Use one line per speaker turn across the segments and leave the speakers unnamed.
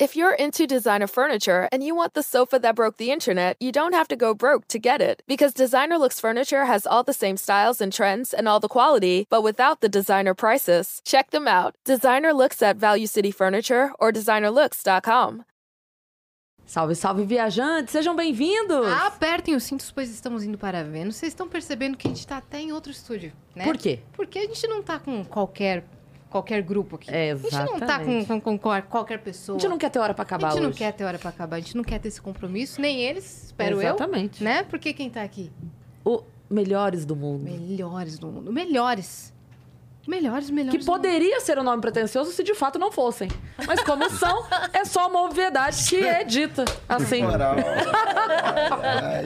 If you're into designer furniture and you want the sofa that broke the internet, you don't have to go broke to get it. Because Designer Looks Furniture has all the same styles and trends and all the quality, but without the designer prices. Check them out. Designer Looks at Value City Furniture or designerlooks.com.
Salve, salve, viajantes! Sejam bem-vindos!
Apertem os cintos, pois estamos indo para Vênus. Vocês estão percebendo que a gente tá até em outro estúdio, né?
Por quê?
Porque a gente não tá com qualquer, qualquer grupo aqui.
É,
A gente não tá com,
exatamente.
com- com qual- qualquer pessoa.
A gente não quer ter hora pra acabar
A gente não
hoje.
quer ter hora pra acabar, a gente não quer ter esse compromisso, nem eles, espero
Exatamente.
eu. Né? Porque quem tá aqui?
O melhores do mundo.
Melhores do mundo. Melhores. Melhores, melhores.
Que
do mundo.
poderia ser um nome pretensioso se de fato não fossem. Mas como são, é só uma obviedade que é dita. Assim.
Moral. Ai,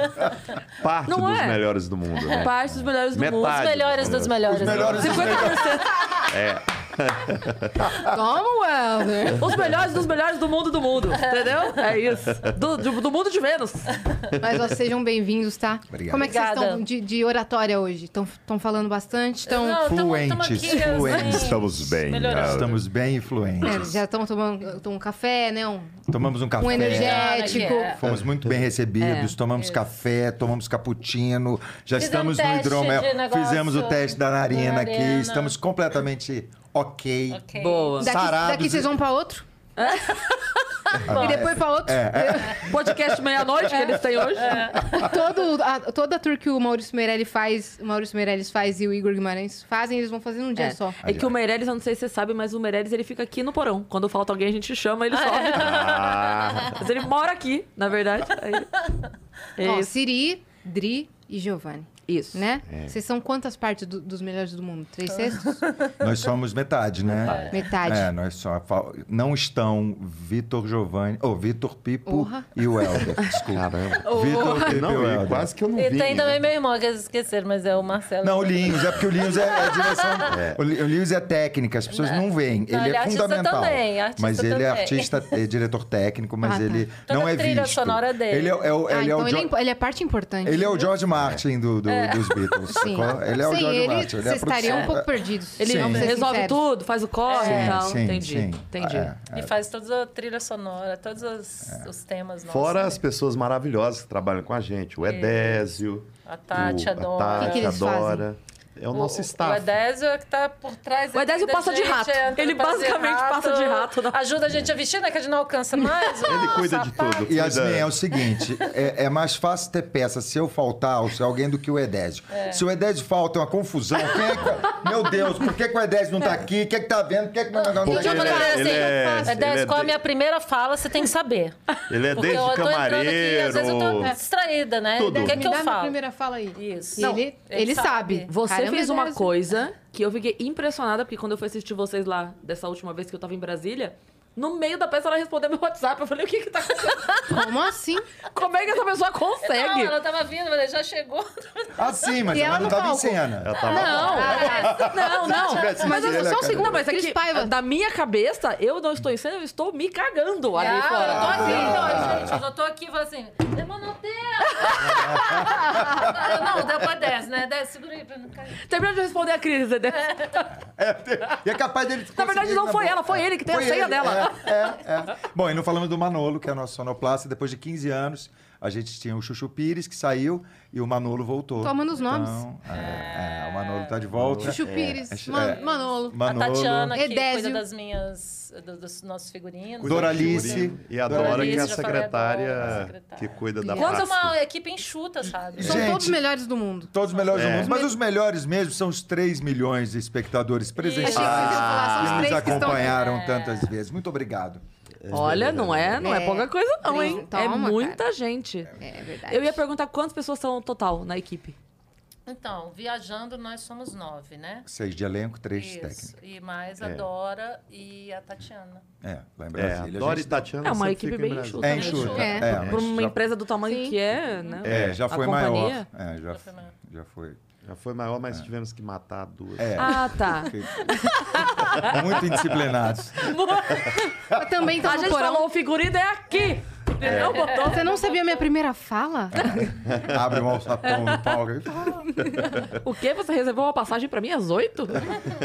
Parte
Não
dos
é?
melhores do mundo, né?
Parte dos melhores do mundo.
Metade.
Os melhores dos melhores.
Os melhores dos melhores.
Toma, Helder.
Os melhores dos melhores do mundo do mundo. Entendeu? É isso. Do, do- do mundo de Vênus.
Mas ó, sejam bem-vindos, tá?
Obrigado.
Como é que vocês
Obrigada.
estão de, de oratória hoje? Estão falando bastante? Estão.
Não, tamo- tamo
Fluentes,
aqui, assim,
fluentes.
Estamos bem.
melhorando.
Estamos...
Estamos bem
É,
influentes.
já estão tomando tomam um café, né? Um,
É.
Tomamos um café.
um energético.
Não, não,
É.
não.
Fomos muito bem recebidos, tomamos café, tomamos cappuccino, já
É,
estamos
Fizemos
no
teste
hidromel,
de negócio
fizemos o teste da narina,
da
aqui,
narina.
estamos completamente ok.
Ok.
Boa.
Daqui,
Sarados
daqui
e-
vocês vão pra outro? E depois pra outro.
É,
Podcast meia-noite que eles têm hoje.
É. Todo, a, toda a tour que o Maurício Meirelles faz, o Maurício Meirelles faz e o Igor Guimarães fazem, eles vão fazer num dia
É.
só.
É que o Meirelles, eu não sei se você sabe, mas o Meirelles ele fica aqui no porão. Quando falta alguém, a gente chama ele sobe.
Ah,
Mas ele mora aqui, na verdade. Aí- É
Ó,
isso.
Siri, Dri e Giovanni,
isso.
né?
É.
Vocês são quantas partes do- dos melhores do mundo? Três sextos?
Nós somos metade, né?
Metade.
É, nós só fal- não estão Vitor Giovanni, ou Vitor Pipo
Porra.
e o Helder. Desculpa. Vitor Pipo e
não,
o
e
Helder.
quase que eu não
E
vi.
tem
né?
também meu irmão, que eles esqueceram, mas é o Marcelo.
Não, o Linhos, é porque o Linhos é, é direção. O Li- o Linhos é técnica, as pessoas não, veem.
Não,
ele
ele é
é
artista
fundamental.
também, artista
mas ele é
também.
artista, é diretor técnico, mas
Ah, tá.
ele
Toda
não é
a trilha
visto.
sonora dele.
Ele é, é o-
Ah,
ele é
então
o
ele, é,
Jo-
impo- ele é parte importante.
ele é o George Martin do, do-
É.
dos Beatles.
Sim.
sacou? Ele é o
Sem
George
ele,
Martin. Ele é a
vocês estariam um
produção-
pouco perdidos.
Ele
Sim.
vamos ser É.
resolve
sinceros.
tudo, faz o corre
É,
e tal.
sim,
Entendi.
sim.
Entendi.
É.
E faz toda a trilha sonora, todos os, os temas nossos.
É. Fora
né?
as pessoas maravilhosas que trabalham com a gente. O Edésio.
A Tati
o,
adora.
A
O que
Tati
que eles
adora. É o, nosso
O
staff.
Edésio é que tá por trás.
O
aqui
Edésio
da
passa de
gente,
rato.
entra,
Ele
faz
basicamente passa de rato, né?
Ajuda a gente a vestir, né? Que a gente não alcança mais. Ah,
Ele cuida de tudo.
E
cuida-
Yasmin, é o seguinte, é, é mais fácil ter peça se eu faltar ou se alguém do que o Edésio. Se o Edésio falta, é uma confusão. Quem é que- meu Deus, por que, que o Edésio não tá aqui? O que é que tá vendo? Por que, que meu negócio não
E
tá
o João
Ele
falou
é-
assim,
ele é- ele
Edésio,
é
qual a
de-
minha primeira fala, você tem que saber.
Ele é
Porque
desde
eu tô entrando aqui, às vezes eu tô
camareiro.
distraída, né?
Tudo.
O que é
Me
que eu
dá minha
falo?
primeira fala aí.
Isso.
E
Não,
ele, ele sabe.
Você
Caramba, é
fez uma
Deus.
coisa que eu fiquei impressionada, porque quando eu fui assistir vocês lá, dessa última vez que eu tava em Brasília, no meio da peça ela respondeu meu WhatsApp. Eu falei, o que que tá acontecendo?
Como assim?
Como é que essa pessoa
Não,
consegue?
ela tava vindo, mas já chegou.
Ah, sim, mas
E
ela
ela
não
no
tava em
palco?
cena.
Ela tá tava
Não, não.
tivesse
Mas
sido
olha
ele,
só um
cara.
segundo. Não, mas é
Cris
que
Paiva.
da minha cabeça, eu não estou em cena, eu estou me cagando ali
Ah,
Tá fora.
eu tô assim, ó, gente, eu já tô aqui e falo assim, demorou não tempo. Eu, não, deu pra 10, né? 10, segura aí pra não cair.
Terminou de responder a Cris, entendeu?
E é capaz dele...
Na verdade,
conseguir
não foi
boa. É.
ela, foi ele que tem
Foi
a senha
ele,
dela.
É, é, é. Bom, e não falamos do Manolo, que é nosso sonoplasta. Depois de 15 anos, a gente tinha o Chuchu Pires, que saiu, e o Manolo voltou.
Tomando os nomes.
Então, é, é, o Manolo tá de volta.
Chuchu Pires,
é.
Man- Manolo.
Manolo.
A Tatiana,
É
que
Edésio.
cuida das minhas, do- dos nossos figurinos.
cuida de
Doralice.
figurino. E a
Doralice,
Dora, que é a
já falei, adoro a
secretária
secretária.
que cuida da
Quanto
pasta.
uma equipe enxuta, sabe?
São
Gente.
todos os melhores do mundo.
Todos os melhores do
É.
mundo. Mas os melhores mesmo são os 3 milhões de espectadores presenciais
Achei que vocês iam falar, são os
que nos
três que estão aqui.
acompanharam tantas vezes. Muito obrigado.
Olha, não é, não é,
É.
pouca coisa não, hein?
Toma,
é
cara.
muita gente.
É verdade.
Eu ia perguntar quantas pessoas são no total na equipe.
Então, viajando, nós somos nove, né?
Seis de elenco, três de técnica.
Isso. E mais a Dora e a Tatiana.
É, lá em
É,
Brasília.
a
a
Dora e
gente-
Tatiana
É uma
sempre
equipe
ficam em
bem
Brasília.
enxuta,
É
né?
enxuta.
É.
É,
Pra uma
já-
empresa do tamanho
Sim.
que é, né?
É, já
A
foi maior.
companhia.
É, já,
foi maior.
já foi.
né?
Já foi maior, mas tivemos que matar duas.
É,
Ah, tá.
muito indisciplinados.
Eu também tô
A
no
gente
tá porão.
falou, o figurino é aqui. Ele não botou.
Você não sabia a minha primeira fala?
Abre um alçapão no palco.
O quê? Você reservou uma passagem pra mim às oito?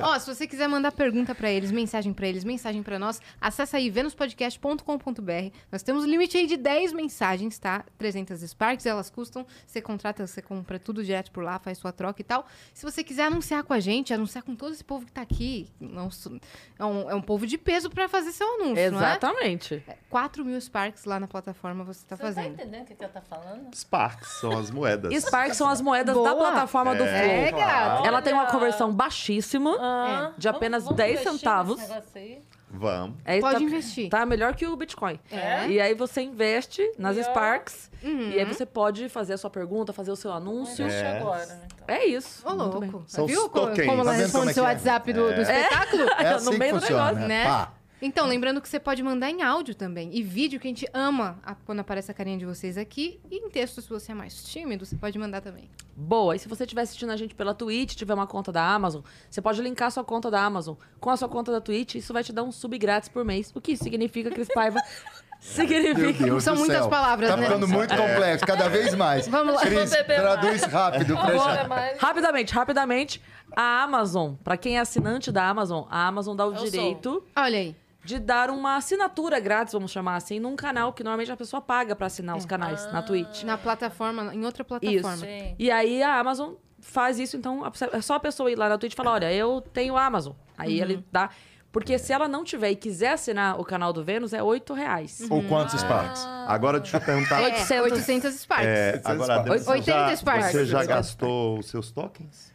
Ó, se você quiser mandar pergunta pra eles, mensagem pra eles, mensagem pra nós, acessa aí venuspodcast.com.br. Nós temos um limite aí de 10 mensagens, tá? 300 Sparks, elas custam. Você contrata, você compra tudo direto por lá, faz sua troca e tal. Se você quiser anunciar com a gente, anunciar com todo esse povo que tá aqui, não sou- é, um, é um povo de peso pra fazer seu anúncio, é?
Exatamente.
não é? 4 mil Sparks lá na plataforma você tá
Você não tá
fazendo.
entendendo o que, que ela tá falando?
Sparks são as moedas.
Sparks são as moedas da
Boa.
plataforma do
É,
Flow.
gato.
Ela tem uma
Olha.
conversão baixíssima.
Ah,
É, de apenas 10
investir nesse
centavos.
negócio aí?
Vamos.
É,
Pode
tá-
investir.
Tá melhor que o Bitcoin.
É? Uhum.
E aí você investe nas
E ó.
Sparks. E é aí você pode fazer a sua pergunta, fazer o seu anúncio.
Investe
É.
agora. então.
É isso.
Ô,
Muito bem.
louco.
São
Viu
os
como,
tokens.
como ela
Tá vendo
responde
como é
seu
que é?
WhatsAp do, do espetáculo?
É
No
assim que
meio do
funciona.
negócio,
né?
Pá.
Então, lembrando que você pode mandar em áudio também. E vídeo que a gente ama a- quando aparece a carinha de vocês aqui. E em texto, se você é mais tímido, você pode mandar também.
Boa. E se você estiver assistindo a gente pela Twitch, tiver uma conta da Amazon, você pode linkar a sua conta da Amazon com a sua conta da Twitch. Isso vai te dar um sub grátis por mês. O que isso significa, Cris Paiva?
Meu
significa.
Deus
São
do
muitas
céu.
palavras,
Tá
né?
ficando
É.
muito complexo, cada vez mais.
Vamos lá.
Cris,
Vou beber
traduz rápido pra
Agora
gente.
mais.
Rapidamente, rapidamente. A Amazon, pra quem é assinante da Amazon, a Amazon dá o
Eu sou.
direito
Olha aí.
de dar uma assinatura grátis, vamos chamar assim, num canal que normalmente a pessoa paga pra assinar
É.
os canais
Ah,
na Twitch.
Na plataforma, em outra
Isso.
plataforma.
Sim.
E aí a Amazon faz isso, então a- é só a pessoa ir lá na Twitch e falar: olha, eu tenho Amazon. Aí
Uhum.
ele dá. Porque se ela não tiver e quiser assinar o canal do Vênus, é R$ 8 reais.
Uhum.
Ou quantos Sparks?
Ah.
Agora deixa eu perguntar.
É,
800.
800 Sparks.
É, agora, Adriana, você
80
já-
Sparks.
Você já
80
gastou os seus tokens?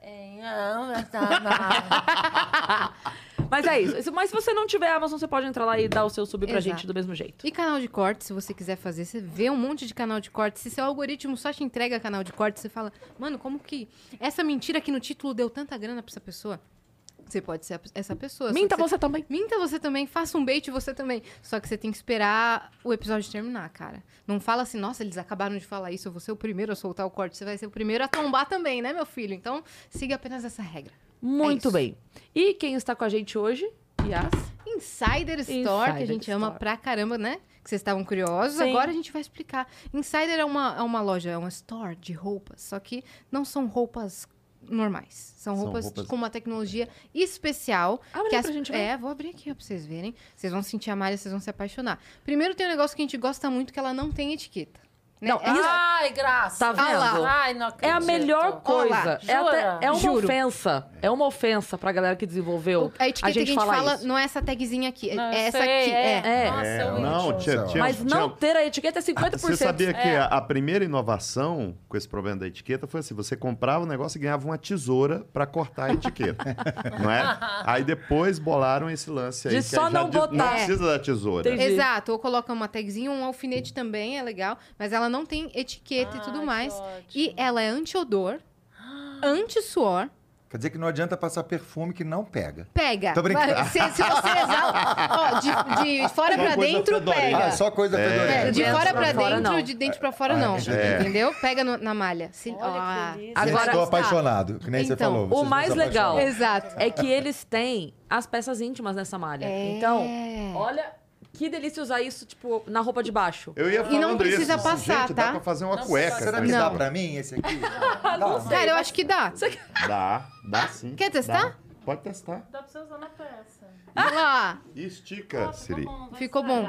É, não, mas tá, não.
Mas é isso. Isso- Mas se você não tiver Amazon, você pode entrar lá e dar o seu sub pra
Exato.
gente do mesmo jeito.
E canal de corte, se você quiser fazer, você vê um monte de canal de corte. Se seu algoritmo só te entrega canal de corte, você fala, mano, como que essa mentira aqui no título deu tanta grana pra essa pessoa? Você pode ser a- essa pessoa. só
Minta
que você É
você também.
Minta você também, faça um bait você também. Só que você tem que esperar o episódio terminar, cara. Não fala assim, nossa, eles acabaram de falar isso, eu vou ser o primeiro a soltar o corte. Você vai ser o primeiro a tombar também, né, meu filho? Então, siga apenas essa regra.
Muito
isso.
bem. E quem está com a gente hoje? Yas.
Insider Store, que a
Insider
gente ama
Store.
pra caramba, né? Que vocês estavam curiosos,
Sim.
agora a gente vai explicar. Insider é uma, é uma loja, é uma store de roupas, só que não são roupas normais. São,
São
roupas,
roupas-
com uma tecnologia especial.
Abre
que
aí pra gente ver.
É, vou abrir aqui ó, pra vocês verem. Vocês vão sentir a malha, vocês vão se apaixonar. Primeiro tem um negócio que a gente gosta muito, que ela não tem etiqueta. né?
Não,
É-
isso-
Ai, graça.
Tá vendo?
Ah lá.
Ai, não
É
acredito.
a melhor coisa.
Olá,
é,
jura?
até- é uma
Juro.
ofensa. É uma ofensa pra galera que desenvolveu.
a etiqueta que a gente
falar
fala
isso.
não é essa tagzinha aqui, é-
Não, eu
é essa
sei,
aqui. É.
É.
Nossa,
É,
eu
não,
idiota.
tinha, tinha,
Mas não
tinha-
ter a etiqueta é 50%.
Você sabia que
É.
a, a primeira inovação com esse problema da etiqueta foi assim: você comprava o negócio e ganhava uma tesoura pra cortar a etiqueta, não é? Aí depois bolaram esse lance aí.
De
que
só
aí já
não
diz-
botar.
Não precisa da tesoura.
Entendi.
Exato, ou coloca uma tagzinha, um alfinete também é legal, mas ela não tem etiqueta e
Ah,
tudo
que
mais.
ótimo.
E ela é anti-odor, anti-suor,
Quer dizer que não adianta passar perfume que não pega.
pega.
Tô brincando.
Vai- Se, se você exala, ó, de, de fora
Só
pra
coisa
dentro,
fedorenta.
pega.
Ah, só coisa
É.
É,
fedorenta.
de
dentro
fora
pra
pra
fora,
dentro,
não.
de dentro pra fora, não.
é.
Entendeu? Pega no- na malha. assim. Ah, Se-
Olha
ó,
que delícia.
Agora- tá.
Estou apaixonado, que nem você
Então,
falou.
o
vocês vão
mais
se apaixonar.
legal-
tá. Exato.
É que eles têm as peças íntimas nessa malha.
É.
Então, olha que delícia usar isso, tipo, na roupa de baixo.
Eu ia
E não
falando
precisa
isso,
passar,
gente,
tá?
Dá pra fazer uma
Não
cueca.
precisa.
Será
com
que
isso.
dá pra mim esse aqui?
não
Dá.
sei.
Cara, eu acho que dá.
Dá, dá sim.
Quer testar?
Dá. Pode testar.
Dá pra você usar na peça.
Olha lá.
E estica, Siri.
Ficou bom.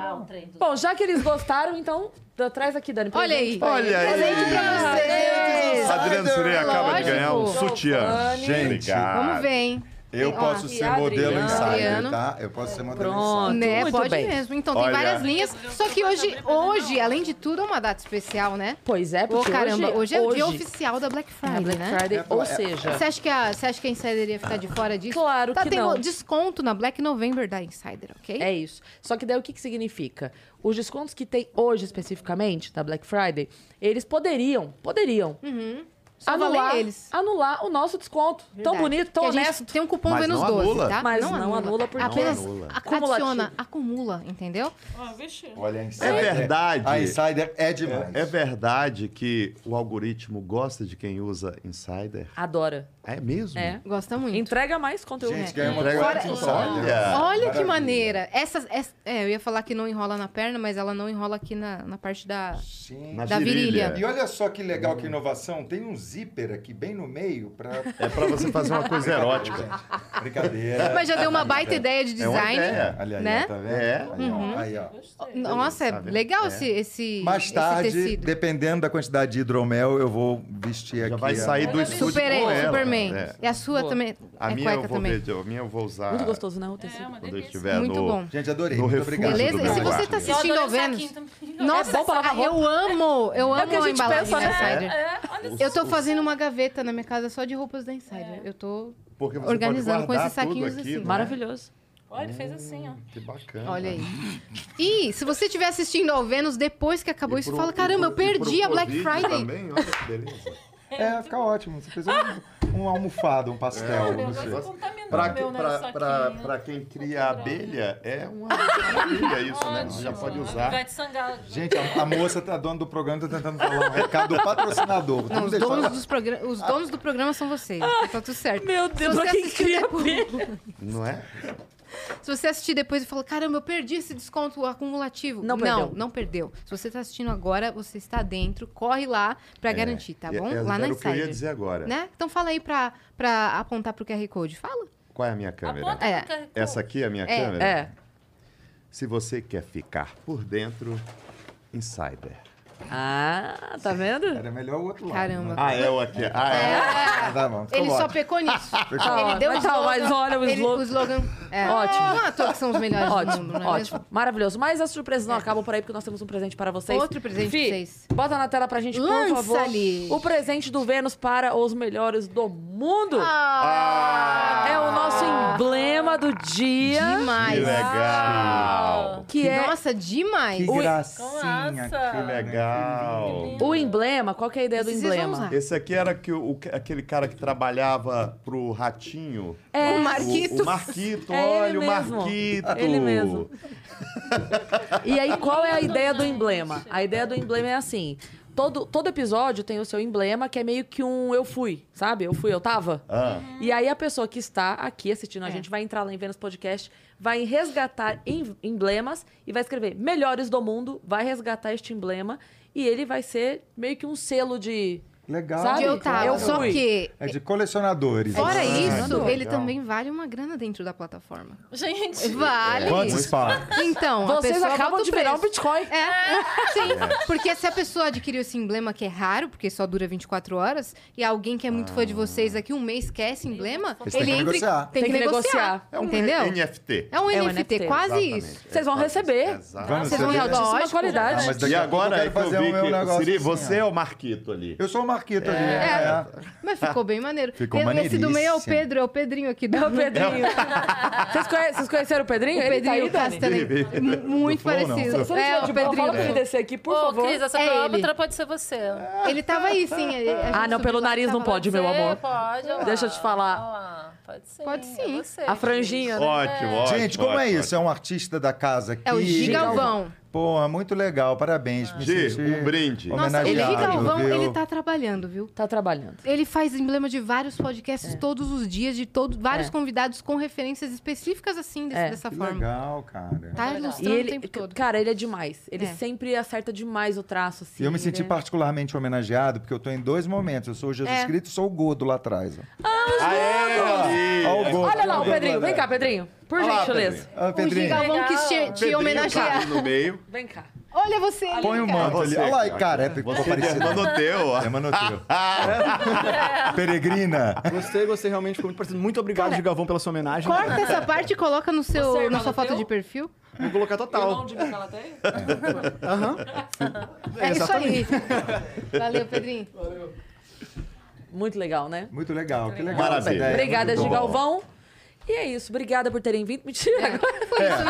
Bom, já que eles gostaram, então tra- traz aqui, Dani. pra
Olha
gente.
aí.
Olha aí.
Presente pra vocês.
Adriano Siri acaba de
Lógico.
ganhar um sutiã.
Giovanni.
Gente,
Ah.
Vamos ver, hein?
Eu
Ó,
posso
e
ser modelo
Adriano.
insider,
Adriano.
tá? Eu posso ser modelo
Pronto.
insider.
Né,
Muito
pode
bem.
mesmo. Então, tem
Olha.
várias linhas. Só que hoje, hoje, além de tudo, é uma data especial, né?
Pois é,
Ô,
porque
caramba, hoje, é o dia
hoje
oficial da Black
é
Friday,
Black
né?
Friday,
É,
ou
é-
seja...
Você acha que a, você acha que a Insider ia ficar de fora disso?
Claro
tá,
que
tem
não.
um desconto na Black November da Insider, ok?
É isso. Só que daí o que, que significa? Os descontos que tem hoje, especificamente, da Black Friday, eles poderiam, poderiam,
Hum, Só
anular,
valer eles.
anular o nosso desconto. Tão
Verdade.
bonito, tão
Que a gente
honesto.
Tem um cupom
Mas
menos
não
12,
anula.
tá?
Mas não anula porque-
Apenas
Não anula.
adiciona,
Cumulativo.
acumula, entendeu?
Ah, vixe.
Olha, a insider.
É verdade.
A insider é demais.
É verdade que o algoritmo gosta de quem usa insider?
Adora.
É mesmo?
É.
Gosta muito.
Entrega mais conteúdo.
Gente,
É.
ganha uma
Entrega
Fora-
ótimo
Olha.
olha.
Olha que
Maravilha.
maneira. Essas, essa- é, eu ia falar que não enrola na perna, mas ela não enrola aqui na, na parte da.
Sim.
Na
Da virilha.
virilha.
E olha só que legal, que inovação. Tem um zíper aqui bem no meio pra...
Hum. É pra você fazer uma coisa erótica.
Gente, Brincadeira.
Mas já deu uma baita ideia de
É uma
design.
ideia.
Olha aí,
Né?
ó, tá vendo?
É.
Aí, ó, aí, ó.
Nossa, é
Sabe?
legal
É.
esse, esse,
Mais
esse
tarde,
tecido.
dependendo da quantidade de hidromel, eu vou vestir aqui.
Já vai
ó.
sair do
Olha,
estúdio
Superei,
com ela.
Superman.
É.
E a sua
Boa.
também
A
é
minha eu
cueca
vou
também.
ver, a minha eu vou usar
Muito gostoso, né? O tecido.
É uma
quando eu
delícia.
estiver
Muito
no...
bom.
Gente, adorei.
No
Muito
refúgio
obrigado.
do
Beleza? E se
Belguar.
você tá
Eu
assistindo
adorei
ao
o
Vênus...
saquinho também.
Nossa,
é bom pra lavar roupa. É
eu amo, eu amo
que a
a,
gente
embalagem
pensa,
da
né?
Insider.
É, olha só.
Eu tô fazendo uma gaveta na minha casa só de roupas da Insider. Eu tô.
Porque você
Organizando com
pode guardar
esses saquinhos
tudo
assim.
aqui, né?
Maravilhoso.
Olha, ele fez assim, ó.
Que bacana.
Olha aí. E se você estiver assistindo ao Vênus depois que acabou
É. E
isso,
pro-
fala:
e
caramba, eu
pro- e pro
perdi a Black
Covid
Friday.
Também, olha que beleza.
É, fica ótimo. Você fez um, um almofado, um pastel.
É.
Meu,
não
vai
sei.
se contaminar
Pra,
meu, né,
pra-
saquinho.
pra- pra quem cria abelha, é uma abelha isso, né? Você já
Ótimo.
pode usar.
Ivete Sangalo.
Gente, a, a moça, tá, a dona do programa, tá tentando falar um recado do patrocinador. Vamos
Não, os
deixar-
donos, dos progra- os donos do programa são vocês. Tá tudo certo.
Ah. Meu Deus,
se
pra
você
quem
assistir
cria
depois-
Não é?
Se você assistir depois e falar, caramba, eu perdi esse desconto acumulativo.
Não
não,
perdeu.
não perdeu. Se você tá assistindo agora, você está dentro. Corre lá pra garantir, tá
É, E-
bom?
é-
lá
era
na
o que eu ia
Insider.
dizer agora.
Né? Então fala aí pra, pra apontar pro QR Code. Fala.
Qual é a minha câmera?
Aponta
É.
pro carro.
Essa aqui é a minha
É,
câmera?
É.
Se você quer ficar por dentro, Insider.
Ah, tá vendo?
Era melhor o outro lado.
Caramba.
Ah, é o aqui. Ah, é?
Né? Tá bom, ficou
Ele só
ótimo.
pecou nisso.
Tá, ó,
ele deu o
mas tá,
slogan.
mas olha o
ele-
slogan.
é.
Ótimo.
Não é à toa que são os melhores do
Ótimo,
mundo, não é mesmo? É.
ótimo. Maravilhoso. Mas as surpresas não acabam por aí, porque nós temos um presente para vocês.
Outro presente
Fih,
pra vocês.
Bota na tela pra gente,
Lança
por favor.
ali.
O presente do Vênus para os melhores do mundo.
Ah,
É o nosso emblema do dia.
Que
Demais.
Ah.
legal.
Que é
Nossa, demais.
Que gracinha.
Nossa.
Que
Que legal.
o emblema. Qual que é a ideia do
Vocês vão
emblema?
usar.
Esse aqui era que o- o- aquele cara que trabalhava pro Ratinho.
É.
O
O,
Marquito.
o Marquito,
É ele
olha o
mesmo.
Marquito.
Ele mesmo. E aí, qual é a ideia do emblema? A ideia do emblema é assim: todo, todo episódio tem o seu emblema, que é meio que um eu fui, sabe? Eu fui, eu tava.
Ah,
E aí, a pessoa que está aqui assistindo a
É.
gente vai entrar lá em Vênus Podcast, vai resgatar em- emblemas e vai escrever melhores do mundo, vai resgatar este emblema e ele vai ser meio que um selo de.
Legal.
Sabe?
Que eu tava.
Eu
Só
fui.
que,
É de colecionadores.
fora
Ah,
isso,
legal.
ele também vale uma grana dentro da plataforma.
Gente,
Vale.
Quantos pau?
Então, a
Vocês
pessoa
acabam
bota o
de virar um
preço.
Bitcoin.
É, sim. Porque se a pessoa adquiriu esse emblema que é raro, porque só dura 24 horas, e alguém que é muito fã de vocês aqui um mês quer esse emblema,
Eles têm
ele
que
entra e-
negociar.
tem que negociar.
é um
Entendeu?
NFT.
É um
É um
NFT,
NFT.
quase
Exatamente.
isso.
Vocês vão
É quase isso,
receber.
exato.
Vamos
Vocês vão em
receber.
altíssima
Lógico.
qualidade.
Ah, mas daqui
E
a pouco
agora
eu
é
quero
que eu
fazer
vi
o meu
que
negócio
Siri,
assim,
você
ó.
é o Marquito ali.
Eu sou o Marquito ali.
É.
É.
Mas ficou bem maneiro.
Ficou
Eu- Esse do meio é o
maneiríssimo.
Pedro, é o Pedrinho aqui do
É o Pedrinho. Vocês, conhe- vocês conheceram o Pedrinho?
O
ele tá aí,
Pedrinho
Dani?
Castanho. Muito
Do Flow, não.
parecido.
Você não tiver
É, o
de boa,
Pedrinho.
fala pra ele descer aqui, por
Ô,
favor.
Cris, essa
É
própria
ele.
pode ser você.
É.
Ele tava aí, sim. a- a
Ah,
gente
não, pelo
subiu lá,
nariz
tava
não pode,
lá.
meu
Você
amor.
Pode, olha lá.
Deixa eu te falar.
Olha lá. Pode sim.
Pode sim.
é você,
A franjinha, né?
Ótimo, ótimo.
Gente, como é
ótimo,
isso? É um artista da casa aqui.
É o Gigalvão.
Porra, muito legal. Parabéns. Me
Gi,
senti
um brinde.
Nossa, o
homenageado,
Gigalvão,
viu?
ele tá trabalhando, viu?
Tá trabalhando.
Ele faz emblema de vários podcasts todos os dias, de todo, vários
É.
convidados com referências específicas assim, desse-
É.
dessa
Que
forma.
legal, cara.
Tá
Legal.
E
ilustrando
ele,
o tempo todo.
cara, ele é demais. Ele
É.
sempre acerta demais o traço, assim.
E eu me
ele
senti
é-
particularmente homenageado, porque eu tô em dois momentos. Eu sou o Jesus
né? É.
Cristo e sou o Godo lá atrás. ó.
Aê, Gi.
Ó o Godo.
Olha lá,
Ó
o
Godo
Pedrinho.
lá
Vem cá,
atrás.
Pedrinho. Por
Olha lá,
gentileza.
Ó,
O
Pedrinho.
Gigalvão quis te, te
Pedrinho tá
homenagear.
ali no meio.
Vem cá.
Olha você ali,
Põe o
cara.
manto ali.
Você,
Olha lá, e
cara.
cara, é ficou
Você é
parecido.
manoteu, ó.
É Manoteu. Peregrina.
Gostei, gostei, realmente ficou muito parecido. Muito obrigado, Gigavão, pela sua homenagem.
Corta essa parte e coloca no seu,
Você,
na
irmão
sua
do
foto
teu?
de perfil.
Vou colocar total.
de Micalateia?
Aham.
É, isso aí. Valeu, Pedrinho.
Muito legal, né?
Muito legal, que legal.
Maravilha.
essa ideia,
Obrigada,
É, muito bom.
Gigalvão. E é isso. Obrigada por terem vindo. Mentira, agora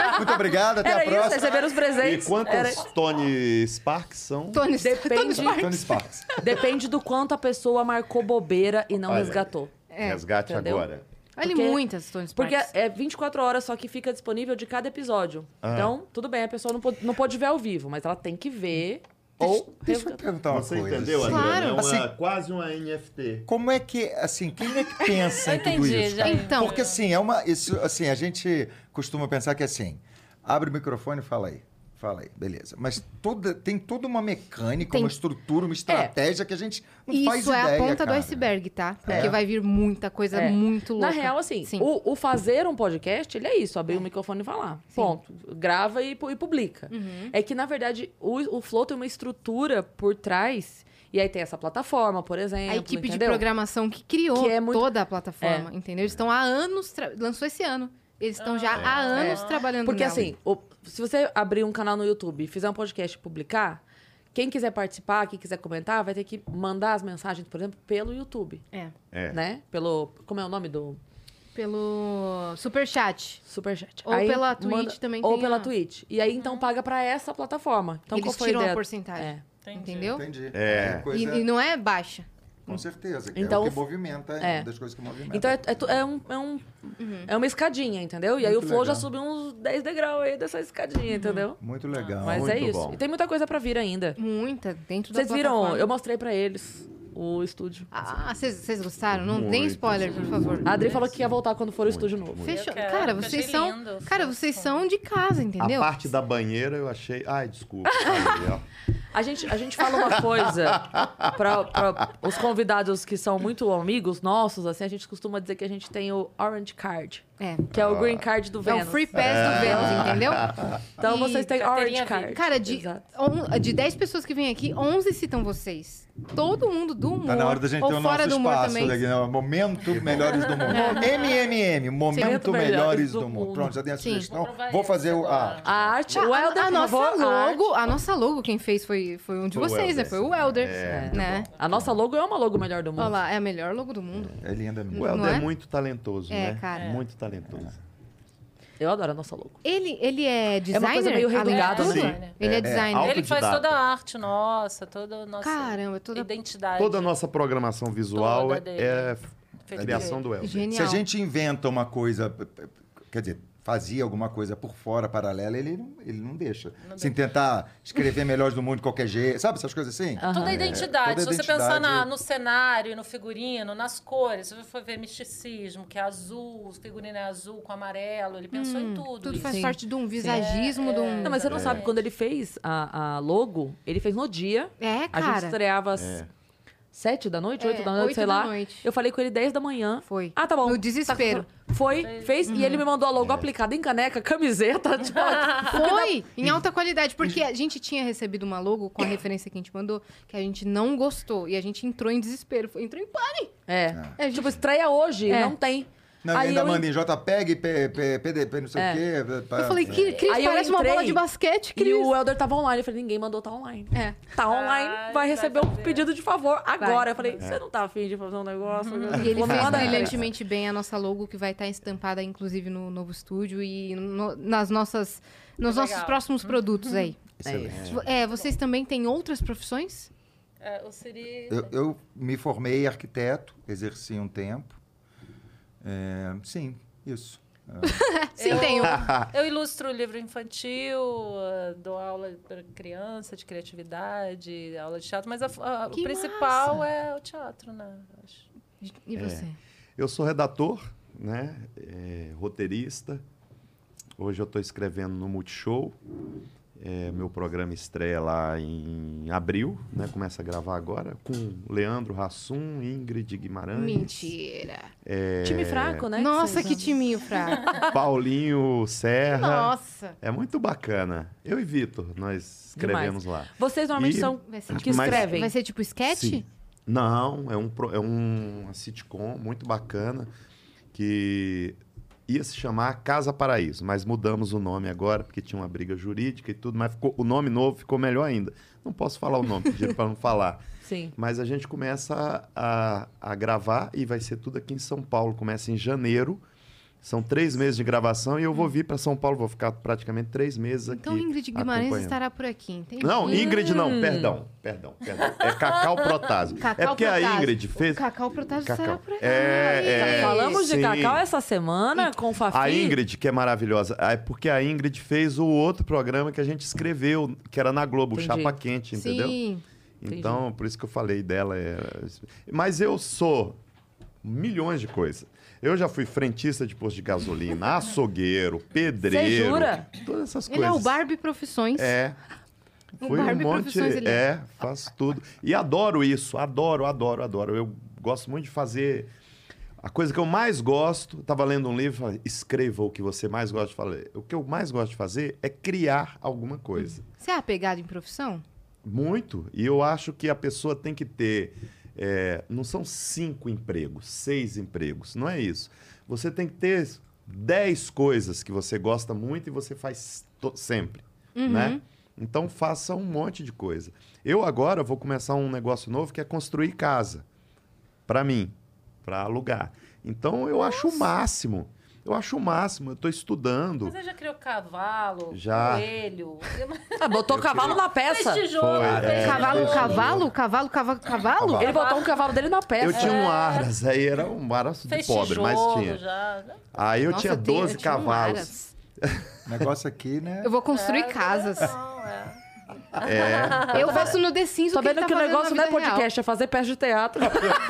É, muito obrigado, até
era
a
isso. é
próxima.
Receberam os
E
presentes.
quantos
Era-
Tony Sparks são?
Tony, Tony
Depende,
Stark.
Tony Sparks.
depende do quanto a pessoa marcou bobeira e não
Olha.
resgatou.
é,
Resgate
entendeu?
agora.
Olha
Porque-
muitas Tony Stark.
Porque é 24 horas só que fica disponível de cada episódio. Então, tudo bem, a pessoa não pôde, não pôde ver ao vivo, mas ela tem que ver
Ou, é deixa eu perguntar uma
Você
coisa.
entendeu,
assim.
Adriana?
Claro.
É uma-
Assim-
quase uma NFT.
Como é que, assim, quem é que pensa em
Eu
tudo
entendi,
isso?
já.
cara?
Então.
Porque, assim, é uma... Isso, assim, a gente costuma pensar que, assim, abre o microfone e fala aí. Fala aí, beleza. Mas toda, tem toda uma mecânica,
Tem-
uma estrutura, uma estratégia que a gente não faz
Isso é
ideia,
a ponta do
cara.
iceberg, tá? Porque
É.
vai vir muita coisa
É.
muito louca.
Na real, assim,
Sim.
o, o fazer um podcast, ele é isso, abrir o microfone e falar. Ponto. Grava e, pu- e publica.
Uhum.
É que, na verdade, o, o Flow tem uma estrutura por trás, e aí tem essa plataforma, por exemplo.
a equipe de
entendeu?
programação que criou
Que é muito- É.
toda a plataforma, entendeu? Eles estão há anos... tra- Lançou esse ano. Eles estão já há
Ah, é.
anos trabalhando
Porque
nela.
assim, o- se você abrir um canal no YouTube, fizer um podcast e publicar, quem quiser participar, quem quiser comentar, vai ter que mandar as mensagens, por exemplo, pelo YouTube,
É.
É.
né? Pelo, como é o nome do
Pelo superchat.
Superchat?
Ou pela Twitch também
Ou
tem
pela
a- Uhum.
Twitch. E aí, então, paga pra essa plataforma. Então,
Eles
qual foi
tiram
a,
a
ideia?
porcentagem.
É.
Entendi.
Entendeu?
Entendi.
É.
Tem
E,
coisa-
e não é baixa.
Com certeza. que
Então,
é o que movimenta, é.
é.
uma das coisas que movimenta.
Então, é, é tu- é um, é, um-
Uhum.
é uma escadinha, entendeu? E aí, o
Muito
Flow já
legal.
subiu uns 10 degraus aí dessa escadinha,
Uhum.
entendeu?
Muito legal.
Mas
Muito
é isso.
bom.
E tem muita coisa pra vir ainda.
Muita dentro
Vocês
da
viram?
plataforma.
Eu mostrei pra eles o estúdio.
Ah, vocês vocês gostaram? Não deem
Muito.
spoiler, por favor.
A Adri falou que ia voltar quando for o estúdio novo.
Fechou.
Eu quero,
Cara,
porque
vocês
achei
são.
lindo,
Cara,
fofo.
vocês são de casa, entendeu?
A parte da banheira eu achei. Ai, desculpa. aí, ó.
A gente, a gente fala uma coisa pra, pra os convidados que são muito amigos nossos, assim, a gente costuma dizer que a gente tem o Orange Card,
É.
que é o Green Card do
É o
Vênus.
free pass do Vênus,
É.
entendeu?
Então
E
vocês têm
carteirinha
Orange Card.
Cara, de,
Exato.
on, de 10 pessoas que vêm aqui, 11 citam vocês. Todo mundo do humor.
Tá na hora da gente
ou
ter o nosso
fora do humor
espaço.
também. É.
Daqui, né? Momento Melhores do Mundo. MMM, Momento
Momento
Melhores do Mundo. Pronto, já dei a
Sim.
sugestão.
Vou provar
Vou
esse
fazer o- a...
agora.
A arte, é
A,
o Helder,
a, a
por
nossa
favor, a arte.
logo, a nossa logo quem fez foi, foi um de
O
vocês, né?
Helder.
Foi o Elder,
É,
né?
A nossa logo é uma logo melhor do
Olha
mundo.
lá, é a melhor logo do mundo.
É linda mesmo.
O
Não
Helder é?
é?
muito talentoso,
É,
né?
cara.
Muito talentoso.
Eu adoro a nossa logo.
Ele, ele é designer?
uma coisa meio
além de
redundada,
tudo?
né?
Ele é,
É,
designer.
alto-
Ele que faz
Autodidata.
toda a arte nossa, toda a nossa
Caramba, toda-
identidade.
Toda a nossa programação visual
Toda dele.
é
Feito
criação
dele.
do
é
Helder.
Se
Genial.
a gente inventa uma coisa, p- p- quer dizer, fazia alguma coisa por fora, paralela, ele não, ele não deixa. Sem tentar escrever Melhores do Mundo de qualquer jeito, sabe essas coisas assim?
Toda a identidade.
É.
toda a
Se você pensar na-
identidade.
no cenário, no figurino, nas cores, se você for ver misticismo, que é azul, o figurino é azul com amarelo, ele pensou em tudo.
Hum, Tudo
isso.
faz
Sim.
parte de um visagismo, de um...
Não, mas você não sabe, quando ele fez a, a logo, ele fez no dia.
É,
A gente
cara.
estreava às sete da noite,
É,
oito da noite,
oito
sei
da
lá.
noite.
Eu falei com ele 10 da manhã.
Foi.
Ah, tá bom.
No desespero.
Tá- Foi, fez, e ele me mandou a logo aplicada em caneca, camiseta, tipo,
Foi, tá em alta qualidade, porque a gente tinha recebido uma logo com a referência que a gente mandou, que a gente não gostou, e a gente entrou em desespero, foi- entrou em pânico.
É.
É, gente.
Tipo, estreia hoje,
É.
não tem.
Não, e
aí
ainda
eu,
manda em JPEG, P- P- PDP, não sei o quê.
É. Eu
pá. é,
falei, que Cris,
É. Aí eu
parece uma
entrei,
bola de basquete,
e
Cris.
o Helder tava online. Eu falei, ninguém mandou, tá online.
É.
Tá online,
Ai,
vai
vai
receber um
fazer.
pedido de favor agora. Eu falei, você não tá afim de fazer um negócio?
E ele é
Manda
fez
aí.
brilhantemente bem a nossa logo, que vai estar estampada, inclusive, no novo estúdio e no- nas nossas, nos nossos
Legal.
próximos produtos aí.
Excelente.
Uhum.
É, vocês também têm outras profissões?
É, o Siri.
Eu, eu me formei arquiteto, exerci um tempo. É, sim, isso.
Sim,
eu,
tenho.
ah.
Eu ilustro livro infantil, eh, dou aula para criança de criatividade, aula de teatro, mas a- a- o
Que
principal é o teatro, né? Acho.
E você?
Eu sou redator, né? É, roteirista. Hoje eu estou escrevendo no Multishow. É, meu programa estreia lá em abril, né? Começa a gravar agora com Leandro Hassum, Ingrid
É.
Guimarães,
Mentira.
Time fraco, né?
Nossa, que
time.
timinho fraco.
Paulinho
Ah.
Serra.
Nossa.
É muito bacana. Eu e Vitor, nós escrevemos lá.
Vocês normalmente
E-
são
Vai ser
que
tipo- Mas-
escrevem.
Vai ser tipo sketch?
Sim. Não, é um pro- é um uma sitcom muito bacana que ia se chamar Casa Paraíso, mas mudamos o nome agora porque tinha uma briga jurídica e tudo, mas ficou- o nome novo ficou melhor ainda. Não posso falar o nome, pediram para não falar.
Sim.
Mas a gente começa a, a gravar e vai ser tudo aqui em São Paulo. Começa em janeiro. São três meses de gravação e eu vou vir para São Paulo, vou ficar praticamente três meses aqui.
Então Ingrid Guimarães
acompanhando.
estará por aqui, entende?
Não, Ingrid
Hum.
não, perdão, perdão, perdão. É Cacau Protásio. É porque a Ingrid fez.
Cacau Protásio estará
Cacau.
por tá aqui.
É, é,
Tá, Falamos de
sim.
cacau essa semana com o Fafi.
A Ingrid, que é maravilhosa, é porque a Ingrid fez o outro programa que a gente escreveu, que era na Globo,
Entendi.
Chapa Quente, entendeu?
Sim.
Então, por isso que eu falei dela. era- Mas eu sou milhões de coisas. Eu já fui frentista de posto de gasolina, açougueiro, pedreiro.
Cê jura?
Todas essas
Ele
coisas.
é o Barbie Profissões.
É.
O
Fui um
Barbie
monte.
Profissões ele é.
É, faço tudo. E adoro isso, adoro, adoro, adoro. Eu gosto muito de fazer. A coisa que eu mais gosto, estava lendo um livro, e falei, escreva o que você mais gosta de fazer. O que eu mais gosto de fazer é criar alguma coisa.
Você é apegado em profissão?
Muito. E eu acho que a pessoa tem que ter. é, não são cinco empregos, seis empregos. Não é isso. Você tem que ter dez coisas que você gosta muito e você faz to- sempre.
Uhum.
Né? Então faça um monte de coisa. Eu agora vou começar um negócio novo que é construir casa. Para mim, para alugar. Então eu acho o máximo. Eu acho o máximo. Eu estou estudando.
Mas você já criou cavalo,
Já.
coelho.
Ah, botou o cavalo na
Fez
peça.
tijolo.
Foi,
fez
é.
cavalo,
tijolo.
cavalo, cavalo, cavalo, cavalo? É.
Ele botou um cavalo dele na peça.
Eu tinha um aras, aí era um aras de
Fez
pobre,
tijolo
mas tinha.
já. né?
Aí eu
Nossa,
tinha
tenho-
12
eu tinha um
cavalos.
Aras.
O negócio aqui, né?
Eu vou construir
É,
casas.
não, é.
É.
Eu faço no The Sims
Tô
o que, ele
vendo
tá
que o
fazendo na
negócio não é
vida real.
podcast, é fazer peça de teatro.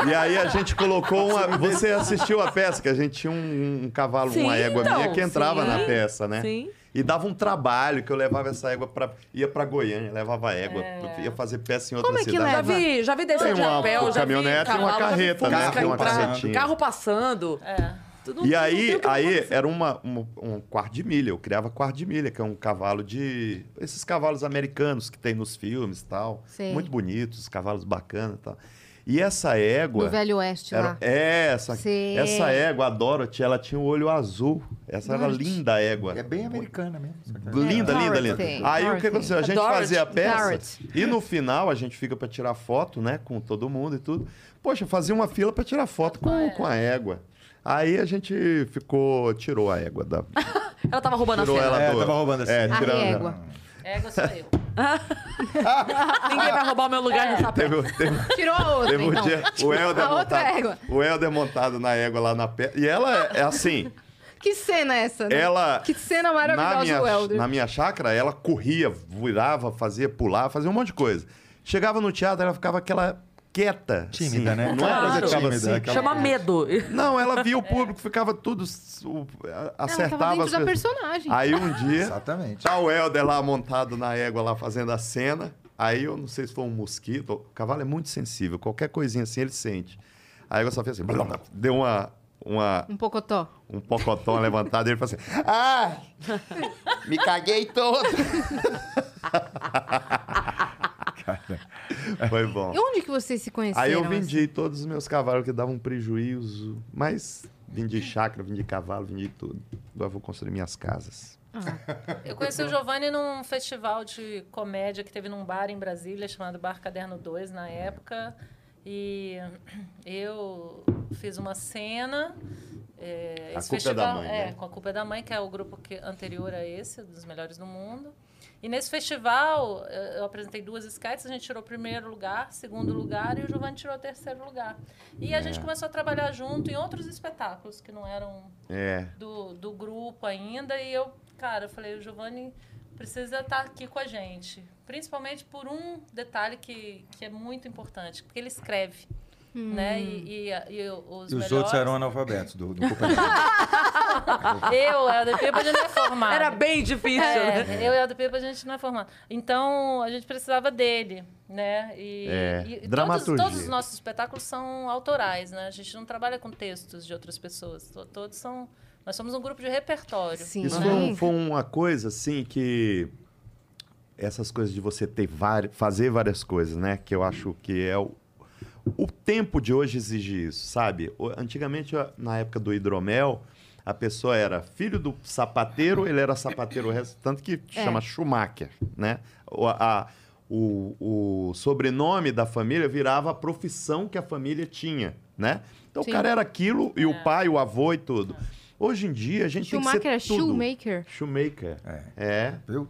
E aí a gente colocou uma. Você assistiu a peça, que a gente tinha um, um cavalo,
Sim,
uma égua
então,
minha que entrava
sim,
na peça, né?
Sim.
E dava um trabalho que eu levava essa égua pra. ia pra Goiânia, levava a égua, ia fazer peça em outra
Como é que
cidade.
Já
leva?
vi, já vi descer
Tem
de
uma
chapéu, já vi
caminhonete e uma
cavalo, já vi
carreta,
fusca
né? Tem uma
entrar,
carretinha.
Carro passando.
É.
Tudo-
E
tudo-
aí,
tudo que
aí
né?
acontece.
era uma, uma- um quarto de milha. Eu criava quarto de milha, que é um cavalo de. Esses cavalos americanos que tem nos filmes e tal.
Sei.
Muito bonitos, cavalos bacanas e tal. E essa égua.
No Velho Oeste
Era,
lá.
é, essa,
Sei.
essa égua, a Dorothy, ela tinha o olho azul. Essa era
Dorothy.
linda a égua.
É bem americana mesmo. essa coisa.
Linda,
É,
linda,
Dorothy.
linda. Aí o
Dorothy.
que aconteceu? A gente
Dorothy.
fazia a peça
Dorothy.
e no final a gente fica pra tirar foto, né? Com todo mundo e tudo. Poxa, fazia uma fila pra tirar foto
É.
com, com a égua. Aí a gente ficou, tirou a égua da.
Ela tava roubando a
Tirou
cena.
ela
É,
do.
tava roubando a
É,
cena.
A
tirando-
régua.
Égua É, sou eu.
Ninguém vai roubar o meu
É.
lugar nessa peça.
Teve, teve,
Tirou a outra,
teve um
então.
dia. O Helder,
a outra
montado,
égua.
o Helder montado na égua lá na perna. E ela é assim.
Que cena é essa? né?
Ela.
Que cena
na
maravilhosa,
minha,
o Helder.
na minha chácara, ela corria, virava, fazia, pular, fazia um monte de coisa. Chegava no teatro, ela ficava aquela quieta.
Tímida,
assim.
né?
Não era
Claro.
coisa ficava
Tímida,
assim.
aquela-
Chama medo.
Não, ela via o público, ficava tudo. su- a-
É. Ela
Acertava
tava dentro
as
da
coisas.
personagem.
Aí um dia,
Exatamente.
tá o Helder lá montado na égua, lá fazendo a cena. Aí eu não sei se foi um mosquito. O cavalo é muito sensível, qualquer coisinha assim ele sente. A égua só fez assim, blá, blá, deu uma. Uma,
Um pocotó.
um pocotão levantado e ele falou assim: Ai, me caguei todo. Foi bom.
E onde que vocês se conheceram?
Aí eu vendi todos os meus cavalos que davam prejuízo, mas vendi chácara, vendi cavalo, vendi tudo. Agora eu vou construir minhas casas.
Eu conheci o Giovanni num festival de comédia que teve num bar em Brasília chamado Bar Caderno 2 na época. E eu fiz uma cena. é,
A
esse
Culpa é da
festival-
Mãe,
é,
né?
com a Culpa é da Mãe, que é o grupo que, anterior a esse, dos melhores do mundo. E nesse festival, eh, eu apresentei duas sketches, a gente tirou o primeiro lugar, segundo lugar, e o Giovanni tirou o terceiro lugar. E a gente começou a trabalhar junto em outros espetáculos que não eram
É.
do, do grupo ainda e eu, cara, eu falei, o Giovanni precisa estar aqui com a gente. Principalmente por um detalhe que, que é muito importante, porque ele escreve, né?
Hum.
E, e, e os,
E os
melhores-
outros eram analfabetos do, do Culpa da Mãe.
Ah, Eu, Helder Pipa, a gente não é formado.
Era bem difícil,
É,
né?
eu e o Helder Pipa, a gente não é formado. Então, a gente precisava dele, né? E,
É,
e todos,
dramaturgia.
todos os nossos espetáculos são autorais, né? A gente não trabalha com textos de outras pessoas. To- Todos são... Nós somos um grupo de repertório. né?
Sim.
Isso foi, um- foi uma coisa assim que. Essas coisas de você ter vari- fazer várias coisas, né? Que eu acho que é o. O tempo de hoje exige isso, sabe? O- Antigamente, a- na época do hidromel, a pessoa era filho do sapateiro, ele era sapateiro o resto, tanto que chama Schumacher, né? O, a- o- o sobrenome da família virava a profissão que a família tinha, né? Então
Sim.
o cara era aquilo e o pai, o avô e tudo. Hoje em dia a gente
Schumacher
tem
é
que ser tudo.
shoemaker.
Shoemaker.
É.
É.
Viu?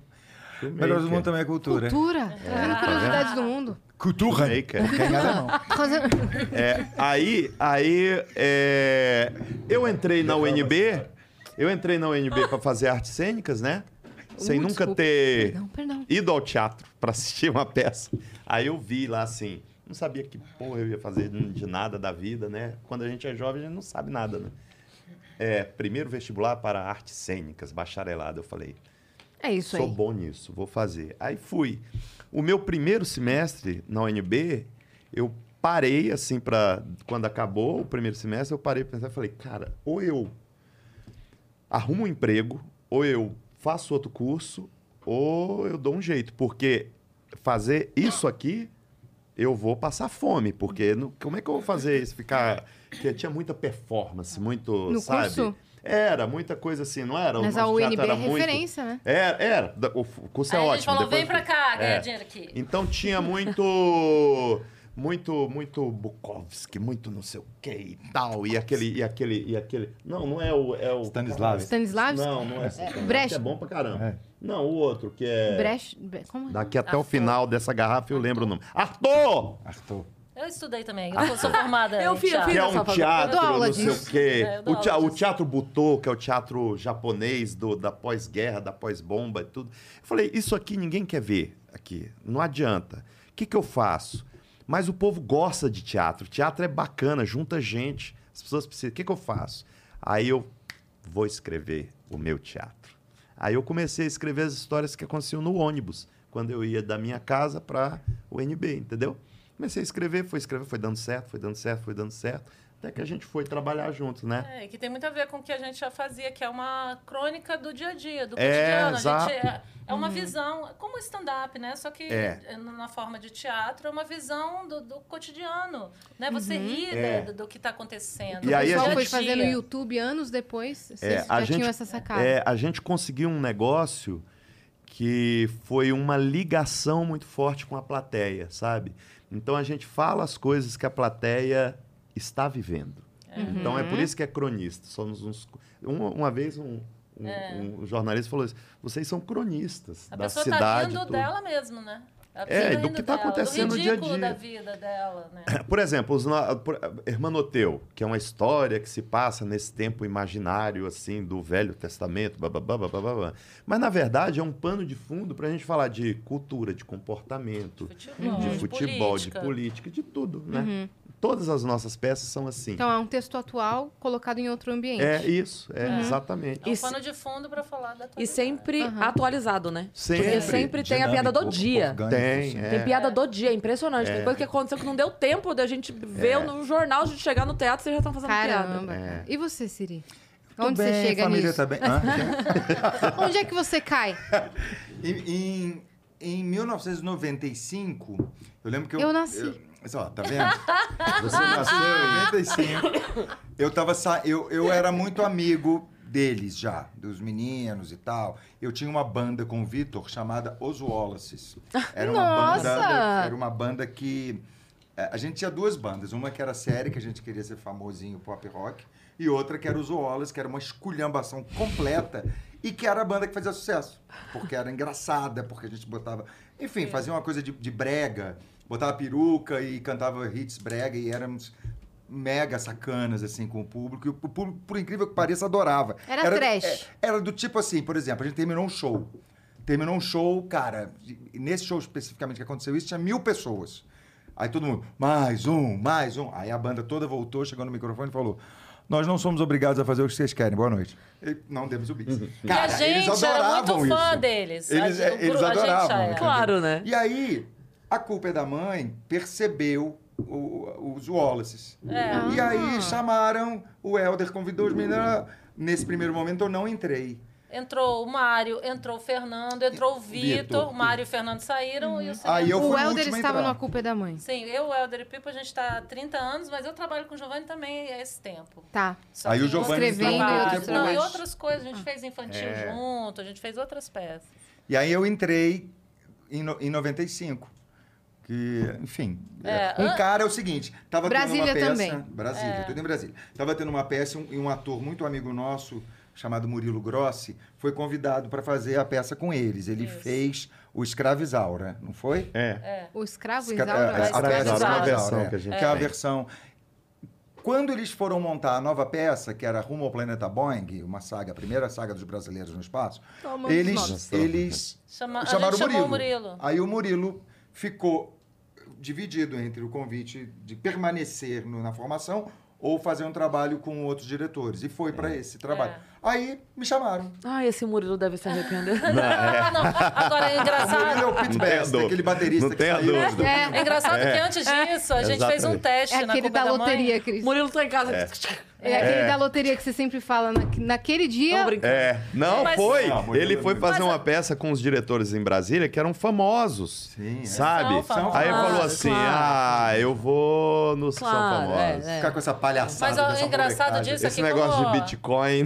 Shoemaker.
Melhor do mundo também é cultura.
Cultura. Trazendo curiosidades do mundo.
Cultura.
Shoemaker.
Tem nada não.
Trazendo-
É, aí, aí é, eu entrei na UNB, eu entrei na UNB para fazer artes cênicas, né? Sem
Uh,
nunca
desculpa.
ter
Perdão, perdão.
ido ao teatro para assistir uma peça. Aí eu vi lá assim, não sabia que porra eu ia fazer de nada da vida, né? Quando a gente é jovem, a gente não sabe nada, né? É, primeiro vestibular para artes cênicas, bacharelado, eu falei.
É isso
Sou
aí.
bom nisso, vou fazer. Aí fui. O meu primeiro semestre na UNB, eu parei assim para quando acabou o primeiro semestre, eu parei para pensar, e falei, cara, ou eu arrumo um emprego, ou eu faço outro curso, ou eu dou um jeito, porque fazer isso aqui eu vou passar fome, porque não- como é que eu vou fazer isso? Ficar. Porque tinha muita performance, muito.
No
sabe?
curso?
Era, muita coisa assim, não era? O
Mas a
nosso teatro
UNB é
era muito-
referência, né?
era, era. Da- O f- o curso
Aí
é
a
ótimo.
gente falou,
depois-
vem pra cá, ganha
É.
dinheiro aqui.
Então tinha muito. Muito, muito Bukowski, muito não sei o que e tal. E aquele, e aquele, e aquele. Não, não é o. É o
Stanislavski.
Stanislavski?
Não, não é. Stanislavski,
Brecht.
É bom pra caramba.
É.
Não, o outro que é.
Brecht. Bre- Como é?
Daqui até o
Arthur.
final dessa garrafa eu lembro o nome. Arthur!
Arthur.
Eu estudei também, eu sou- sou formada
Eu
em
fiz- eu
teatro.
Que é
Eu
um
dou
teatro,
aula
não sei
disso.
o quê.
É, eu dou
o, tea-
aula
o
disso.
teatro Butô, que é o teatro japonês do, da pós-guerra, da pós-bomba e tudo. Eu falei, isso aqui ninguém quer ver aqui. Não adianta. O que, que eu faço? Mas o povo gosta de teatro. Teatro é bacana, junta gente. As pessoas precisam. O que, que eu faço? Aí eu vou escrever o meu teatro. Aí eu comecei a escrever as histórias que aconteciam no ônibus, quando eu ia da minha casa para o NB, entendeu? Comecei a escrever, foi escrever, foi dando certo, foi dando certo, foi dando certo, até que a gente foi trabalhar junto, né?
É, que tem muito a ver com o que a gente já fazia, que é uma crônica do dia a dia, do
É,
cotidiano. a
exato.
gente é, é
Uhum.
uma visão, como o stand-up, né? Só que
É.
é na forma de teatro, é uma visão do, do cotidiano. Né? Você
Uhum.
ri
É.
do, do que está acontecendo.
E
do
aí
o
a
dia
pessoal
gente-
a
foi
dia.
fazer no YouTube anos depois. Vocês
É,
já tinham essa sacada.
é, a gente conseguiu um negócio que foi uma ligação muito forte com a plateia, sabe? Então a gente fala as coisas que a plateia está vivendo.
Uhum.
Então é
Uhum.
por isso que é cronista. Somos uns. Uma, uma vez um, um- um jornalista falou isso: vocês são cronistas
É. A
da
pessoa
cidade.
tá rindo
tudo."
dela mesmo, né? A
É,
pessoa
do
rindo
que tá
dela,
acontecendo
do
no dia a
ridículo
dia.
da vida dela, né?
É, Por exemplo, os na- por- Hermanoteu, que é uma história que se passa nesse tempo imaginário, assim, do Velho Testamento, bababá, bababá. babá. Mas, na verdade, é um pano de fundo para a gente falar de cultura, de comportamento,
Futebol,
de futebol,
política. Uhum.
de política, de tudo, né? Todas as nossas peças são assim.
Então é um texto atual colocado em outro ambiente.
é isso, é exatamente.
É um
E se-
pano de fundo pra falar da tua
E sempre
Aham.
atualizado, né?
Sempre.
Porque sempre tem a piada do
Dinâmico,
dia.
orgânico,
Tem,
assim.
é.
Tem piada do dia, é impressionante. Tem coisa que aconteceu que não deu tempo da gente
É.
ver no jornal, de chegar no teatro, vocês já estão fazendo piada.
Caramba. cara. E você, Siri?
né? Tô
Onde
bem,
você chega
família
nisso?
tá bem. Hã?
Onde é que você cai?
Em, em, em 1995, eu lembro que eu.
Eu nasci.
eu- só, tá vendo? Você nasceu em 95. Eu tava sa... eu, eu era muito amigo deles já, dos meninos e tal. Eu tinha uma banda com o Vitor chamada Os Wallaces. Era uma
Ah, Nossa!
banda, era uma banda que é, a gente tinha duas bandas, uma que era série que a gente queria ser famosinho pop rock e outra que era os Wallaces, que era uma esculhambação completa e que era a banda que fazia sucesso, porque era engraçada, porque a gente botava,
É.
enfim, fazia uma coisa de, de brega, botava peruca e cantava hits brega e éramos mega sacanas assim com o público, e o público, por incrível que pareça, adorava.
Era trash.
é, Era do tipo assim, por exemplo, a gente terminou um show. Terminou um show, cara, e nesse show especificamente que aconteceu isso, tinha mil pessoas. Aí todo mundo, mais um, mais um. Aí a banda toda voltou, chegou no microfone e falou: Nós não somos obrigados a fazer o que vocês querem, boa noite. E não demos o bis.
e a gente era muito fã deles. A
Eles- é,
gente- o
eles
gru- a gente
adoravam,
já era.
né?
Claro, né?
E aí, a culpa é da mãe, percebeu o- os Wallaces.
É.
E aí chamaram, o Helder convidou os meninos. Nesse primeiro momento eu não entrei.
Entrou o Mário, entrou o Fernando, entrou o Vitor.
Vitor. Uhum.
O Mário e o Fernando saíram e o Sérgio.
Aí eu fui
o
o
Helder
último a
estava
entrar.
na culpa é da mãe.
Sim, eu, Helder e Pipo, a gente está há 30 anos, mas eu trabalho com o Giovanni também há esse tempo.
Tá.
Só
Aí
que
o Giovanni um
outros
entrou
trabalhos.
depois. É.
Não, e outras coisas. A gente fez infantil junto, a gente fez outras peças.
E aí eu entrei em, no, em 95. Que, enfim.
É,
é. Um
an-
cara é o seguinte, tava
ah, Brasília
tendo uma peça.
também.
Brasília,
É.
tudo em Brasília. Tava tendo uma peça e um, e um ator muito amigo nosso, chamado Murilo Grossi, foi convidado para fazer a peça com eles. Ele
Isso.
fez o Escravizaura, não foi?
É.
O escravo
Escra- é,
Isaura
a-
vai
a- a- a-
ser
a-
escravizado.
a- a-
versão
é,
que a gente
que é a
tem.
versão. Quando eles foram montar a nova peça, que era Rumo ao Planeta Boeing, uma saga, a primeira saga dos brasileiros no espaço,
Tomamos nota.
eles,
Nossa.
eles
Chama- a
chamaram
gente
o Murilo.
chamou o Murilo.
Aí o Murilo ficou dividido entre o convite de permanecer no- na formação ou fazer um trabalho com outros diretores. E foi pra esse trabalho.
É.
Aí me chamaram.
Ai, esse Murilo deve se arrepender.
Ah, não. Agora é
Ele é
engraçado.
o Pete
Não tenha
Best,
dúvida.
aquele baterista
Não
que
tenha
saiu.
dúvida.
É engraçado que antes disso, a gente fez um
exatamente.
teste
É
na
aquele
Copa
da loteria,
Mãe.
Cris.
Murilo tá em casa.
É, aquele da loteria que você sempre fala. na- naquele dia.
Não brinca.
É. Não,
Mas-
foi.
Não, muito
ele foi
bem.
fazer
Mas-
uma peça com os diretores em Brasília que eram famosos.
Sim, é.
Sabe?
São famosos,
Aí ele falou assim:
claro.
ah, eu vou nos que
Claro,
são famosos.
é, é.
Ficar com essa palhaçada.
Mas ó,
dessa
o Então, engraçado
molecagem.
disso é
Esse
que
negócio
como, É.
de Bitcoin.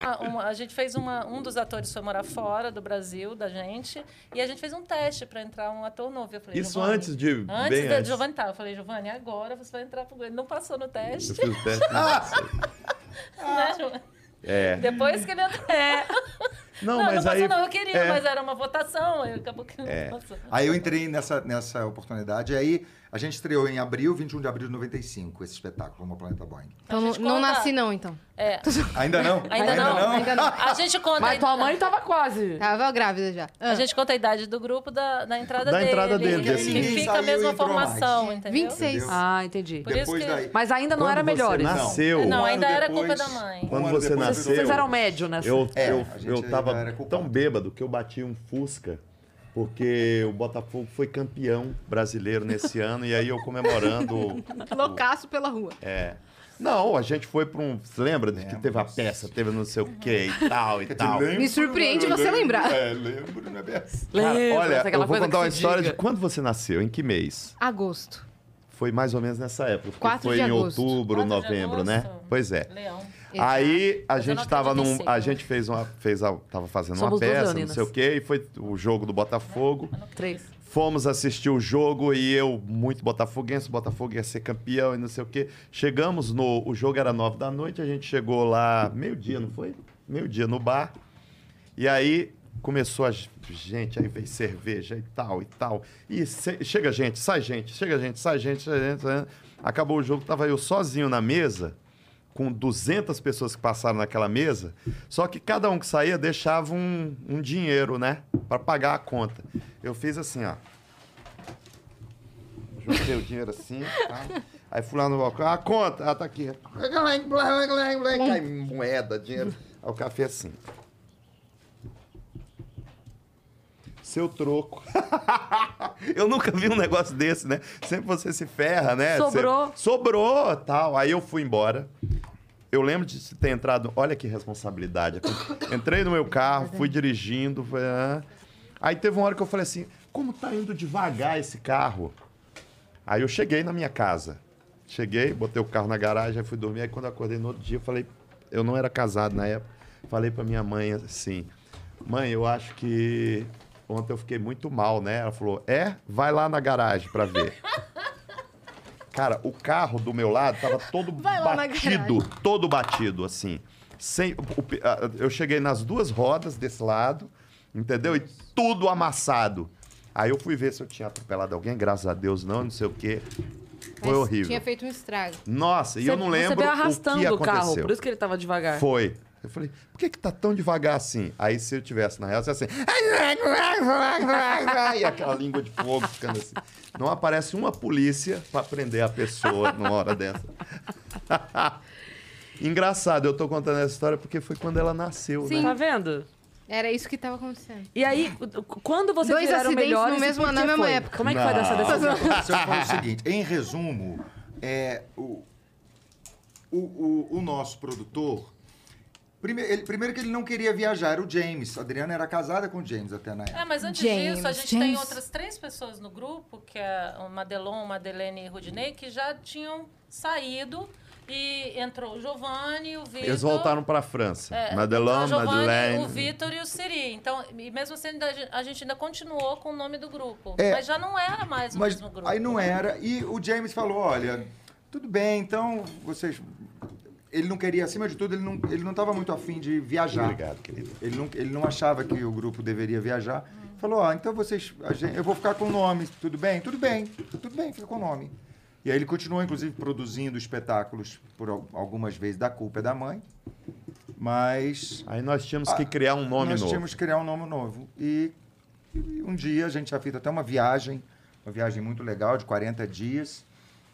Ah, uma- a gente fez uma, um dos atores foi morar fora do Brasil, da gente, e a gente fez um teste pra entrar um ator novo. Eu falei,
Isso
"Giovanni,
antes de.
Antes
bem
da
antes.
Giovanni tá. Eu falei, Giovanni, agora você vai entrar pro Ele não passou no teste.
Eu fiz o teste. Ah.
né, Giovanni?
É.
Depois que ele entrou.
É.
Não,
Não,
não
mas
passou,
aí.
não. Eu queria,
é.
mas era uma votação. Aí acabou que não passou.
Aí eu entrei nessa, nessa oportunidade. Aí a gente estreou em abril, 21 de abril de 95, esse espetáculo, Uma Planeta Boeing.
Então,
A
não,
gente
não
conta-
nasci, não, então.
É,
Ainda não?
ainda, não, ainda não. A gente conta.
É.
Mas tua mãe tava quase.
Tava grávida já. Ah,
A gente conta a idade do grupo da, da entrada
Da
dele.
entrada dele,
Que
assim.
fica a
Saiu e
mesma
entrou mais.
formação, entendeu?
26.
Entendeu?
Ah, entendi.
Por isso
Depois
que-
daí.
Mas ainda não
Quando
era
você
melhores.
Nasceu.
Não,
Um
ainda
ano
era
depois-
culpa da mãe.
um
Quando
ano
você
depois-
nasceu-
Vocês, vocês eram médio nessa.
Eu,
É,
eu,
a gente
eu
ainda era
tava
culpado.
tão bêbado que eu bati um Fusca, porque o Botafogo foi campeão brasileiro nesse ano, e aí eu comemorando.
Ah.
Loucaço pela rua.
é. Não, a gente foi pra um. Você lembra de que
Lembro.
teve a peça, teve não sei o quê e tal e tal.
Lembro,
Me surpreende você
lembro,
lembrar.
É, lembro, não é verdade?
Cara,
Lembra,
olha,
aquela
eu vou
coisa que
contar uma
se
história
diga.
de quando você nasceu, em que mês?
Agosto.
Foi mais ou menos nessa época. porque
4
foi
de
em
agosto.
outubro,
4 de
novembro, né?
agosto.
Pois é.
Leão.
Aí a
Mas
é
eu não
gente tava num.
acreditei,
A
né?
gente fez uma. Fez a, tava fazendo
Somos duas
uma peça, não
leoninas.
sei o quê, e foi o jogo do Botafogo.
Três.
Fomos assistir o jogo e eu, muito botafoguense, o Botafogo ia ser campeão e não sei o quê. Chegamos no. O jogo era nove da noite, a gente chegou lá meio-dia, não foi? Meio-dia no bar. E aí começou a g- gente, aí veio cerveja e tal e tal. E se- chega gente, sai gente, chega gente, sai gente, sai gente, sai gente. Acabou o jogo, tava eu sozinho na mesa, com 200 pessoas que passaram naquela mesa. Só que cada um que saía deixava um, um dinheiro, né? Pra pagar a conta. Eu fiz assim, ó. Juntei o dinheiro assim, tá? Aí fui lá no balcão, a conta, ela tá aqui. Cai moeda, dinheiro. Aí o cara fez assim. Seu troco. eu nunca vi um negócio desse, né? Sempre você se ferra, né?
Sobrou.
Você- Sobrou, tal. Aí eu fui embora. Eu lembro de ter entrado. Olha que responsabilidade. Entrei no meu carro, fui dirigindo. Foi, ah. Aí teve uma hora que eu falei assim: como tá indo devagar esse carro? Aí eu cheguei na minha casa. Cheguei, botei o carro na garagem, aí fui dormir. Aí quando eu acordei no outro dia, eu falei, eu não era casado na época. Falei pra minha mãe assim: "Mãe, eu acho que ontem eu fiquei muito mal, né?" Ela falou: "É, vai lá na garagem pra ver." Cara, o carro do meu lado tava todo
Vai lá na
batido, todo batido assim. Sem o pe- ah, eu cheguei nas duas rodas desse lado, entendeu? E tudo amassado. Aí eu fui ver se eu tinha atropelado alguém, graças a Deus não, não sei o quê. Foi
Mas
horrível.
Tinha feito um estrago.
Nossa, e
Você-
eu não lembro
Você veio arrastando
o que
o
aconteceu.
carro, por isso que ele tava
É.
devagar.
Foi. Eu falei, por que que tá tão devagar assim? Aí se eu tivesse na real, você ia assim... e aquela língua de fogo ficando assim. Não aparece uma polícia pra prender a pessoa numa hora dessa. Engraçado, eu tô contando essa história porque foi quando ela nasceu,
Sim.
né?
Tá vendo?
Era isso que tava acontecendo.
E aí, o- o- quando vocês
Dois
viraram
acidentes
melhores,
no mesmo-
por que
na mesma
foi?
época.
Como é que foi dessa
Não.
decisão?
O que aconteceu foi o seguinte: em resumo, é, o, o, o- o nosso produtor Prime- ele- primeiro que ele não queria viajar, era o James. A Adriana era casada com o James até na época.
É, mas antes
James,
disso, a gente tem
James.
outras três pessoas no grupo, que é o Madelon, Madelene e Rudinei, que já tinham saído e entrou o Giovanni, o Vitor...
Eles voltaram pra França.
É,
Madelon,
o Giovanni,
Madeleine.
o Vitor e o Siri. Então, e mesmo assim, ainda- a gente ainda continuou com o nome do grupo.
É.
Mas já não era mais o
Mas
mesmo grupo.
aí não é. era. E o James falou: olha, tudo bem, então vocês. Ele não queria, acima de tudo, ele não, ele não estava muito afim de viajar.
Obrigado, querido.
Ele não, ele não achava que o grupo deveria viajar.
Hum.
Falou, ó, então vocês. a gen- eu vou ficar com o nome, tudo bem? Tudo bem, tudo bem, fica com o nome. E aí ele continuou, inclusive, produzindo espetáculos por al- algumas vezes da culpa é da mãe. Mas
Aí nós tínhamos que criar um nome
Ah, nós
novo.
tínhamos que criar um nome novo. E, e um dia a gente já fez até uma viagem, uma viagem muito legal, de 40 dias,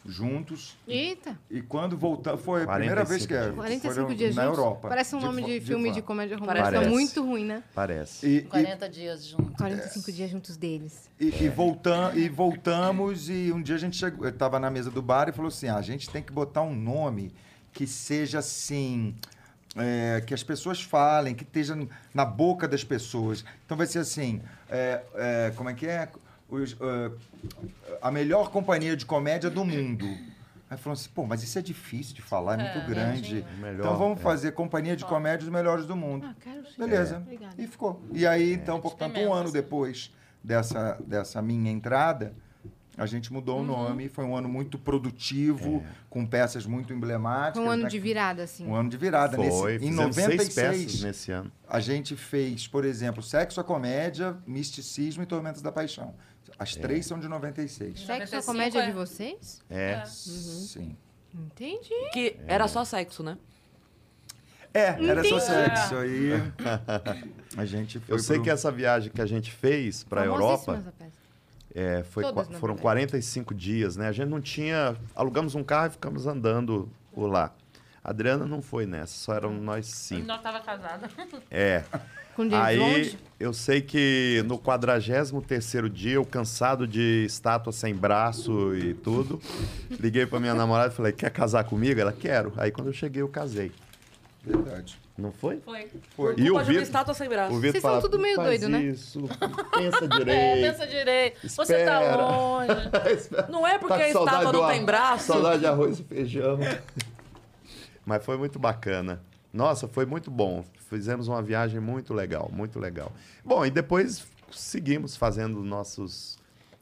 juntos.
Eita,
E quando voltamos, foi a primeira vez que é,
45 dias.
45
foram
dias
na
juntos.
Europa.
Parece um nome
fo-
de, filme de,
fã.
comédia
Parece.
romântica muito ruim, né?
Parece.
E, e
40 dias juntos.
45 dias juntos deles.
E, e voltam, e voltamos, e um dia a gente chegou, eu tava na mesa do bar e falou assim: "Ah, a gente tem que botar um nome que seja assim. é, que as pessoas falem, que esteja na boca das pessoas. Então vai ser assim: é, é, como é que é? Os, é, a melhor companhia de comédia do mundo. Aí falou assim: pô, mas isso é difícil de falar, é muito
É,
grande.
imagino. Melhor,
então vamos
é.
fazer companhia de comédia dos melhores do mundo.
Ah, quero
Beleza.
Obrigada.
E ficou. E aí, então, portanto, um
experimenta,
ano
assim.
depois dessa, dessa minha entrada, a gente mudou
Uhum.
o nome. Foi um ano muito produtivo,
É.
com peças muito emblemáticas.
Foi um ano
né?
de virada, assim.
Um ano de virada. Nesse-
Foi.
em
fizemos
96,
seis peças nesse ano.
a gente fez, por exemplo, Sexo, a Comédia, Misticismo e Tormentas da Paixão. As três são de 96.
Sexo é
95
comédia
é.
de vocês?
É.
Uhum. Sim.
Entendi.
Que era só sexo, né?
É, era só
É.
sexo. Aí a gente foi
Eu sei
pro-
que é essa viagem que a gente fez pra Europa
Famosíssimas a peça.
é, foi
Todas,
qua-
na
foram
verdade.
45 dias, né? A gente não tinha. Alugamos um carro e ficamos andando por lá. A Adriana não foi nessa, só eram nós cinco.
Não estava casada.
É.
Com James
Aí
Bond?
eu sei que no 43 dia, eu cansado de estátua sem braço e tudo, liguei pra minha namorada e falei: Quer casar comigo? Ela: Quero. Aí quando eu cheguei, eu casei.
Verdade.
Não foi?
Foi.
E o
Culpa de uma
Vitor-
estátua sem braço.
O Vitor
Vocês são
fala,
tudo meio
"Faz
doido, né?"
Isso, pensa direito.
É, pensa direito. Você tá
Espera.
longe.
Não é porque
Tá com
a estátua
saudade do
não
ar-
tem braço.
Saudade de arroz e feijão. Mas foi muito bacana. Nossa, foi muito bom. Fizemos uma viagem muito legal, muito legal. Bom, e depois seguimos fazendo nossos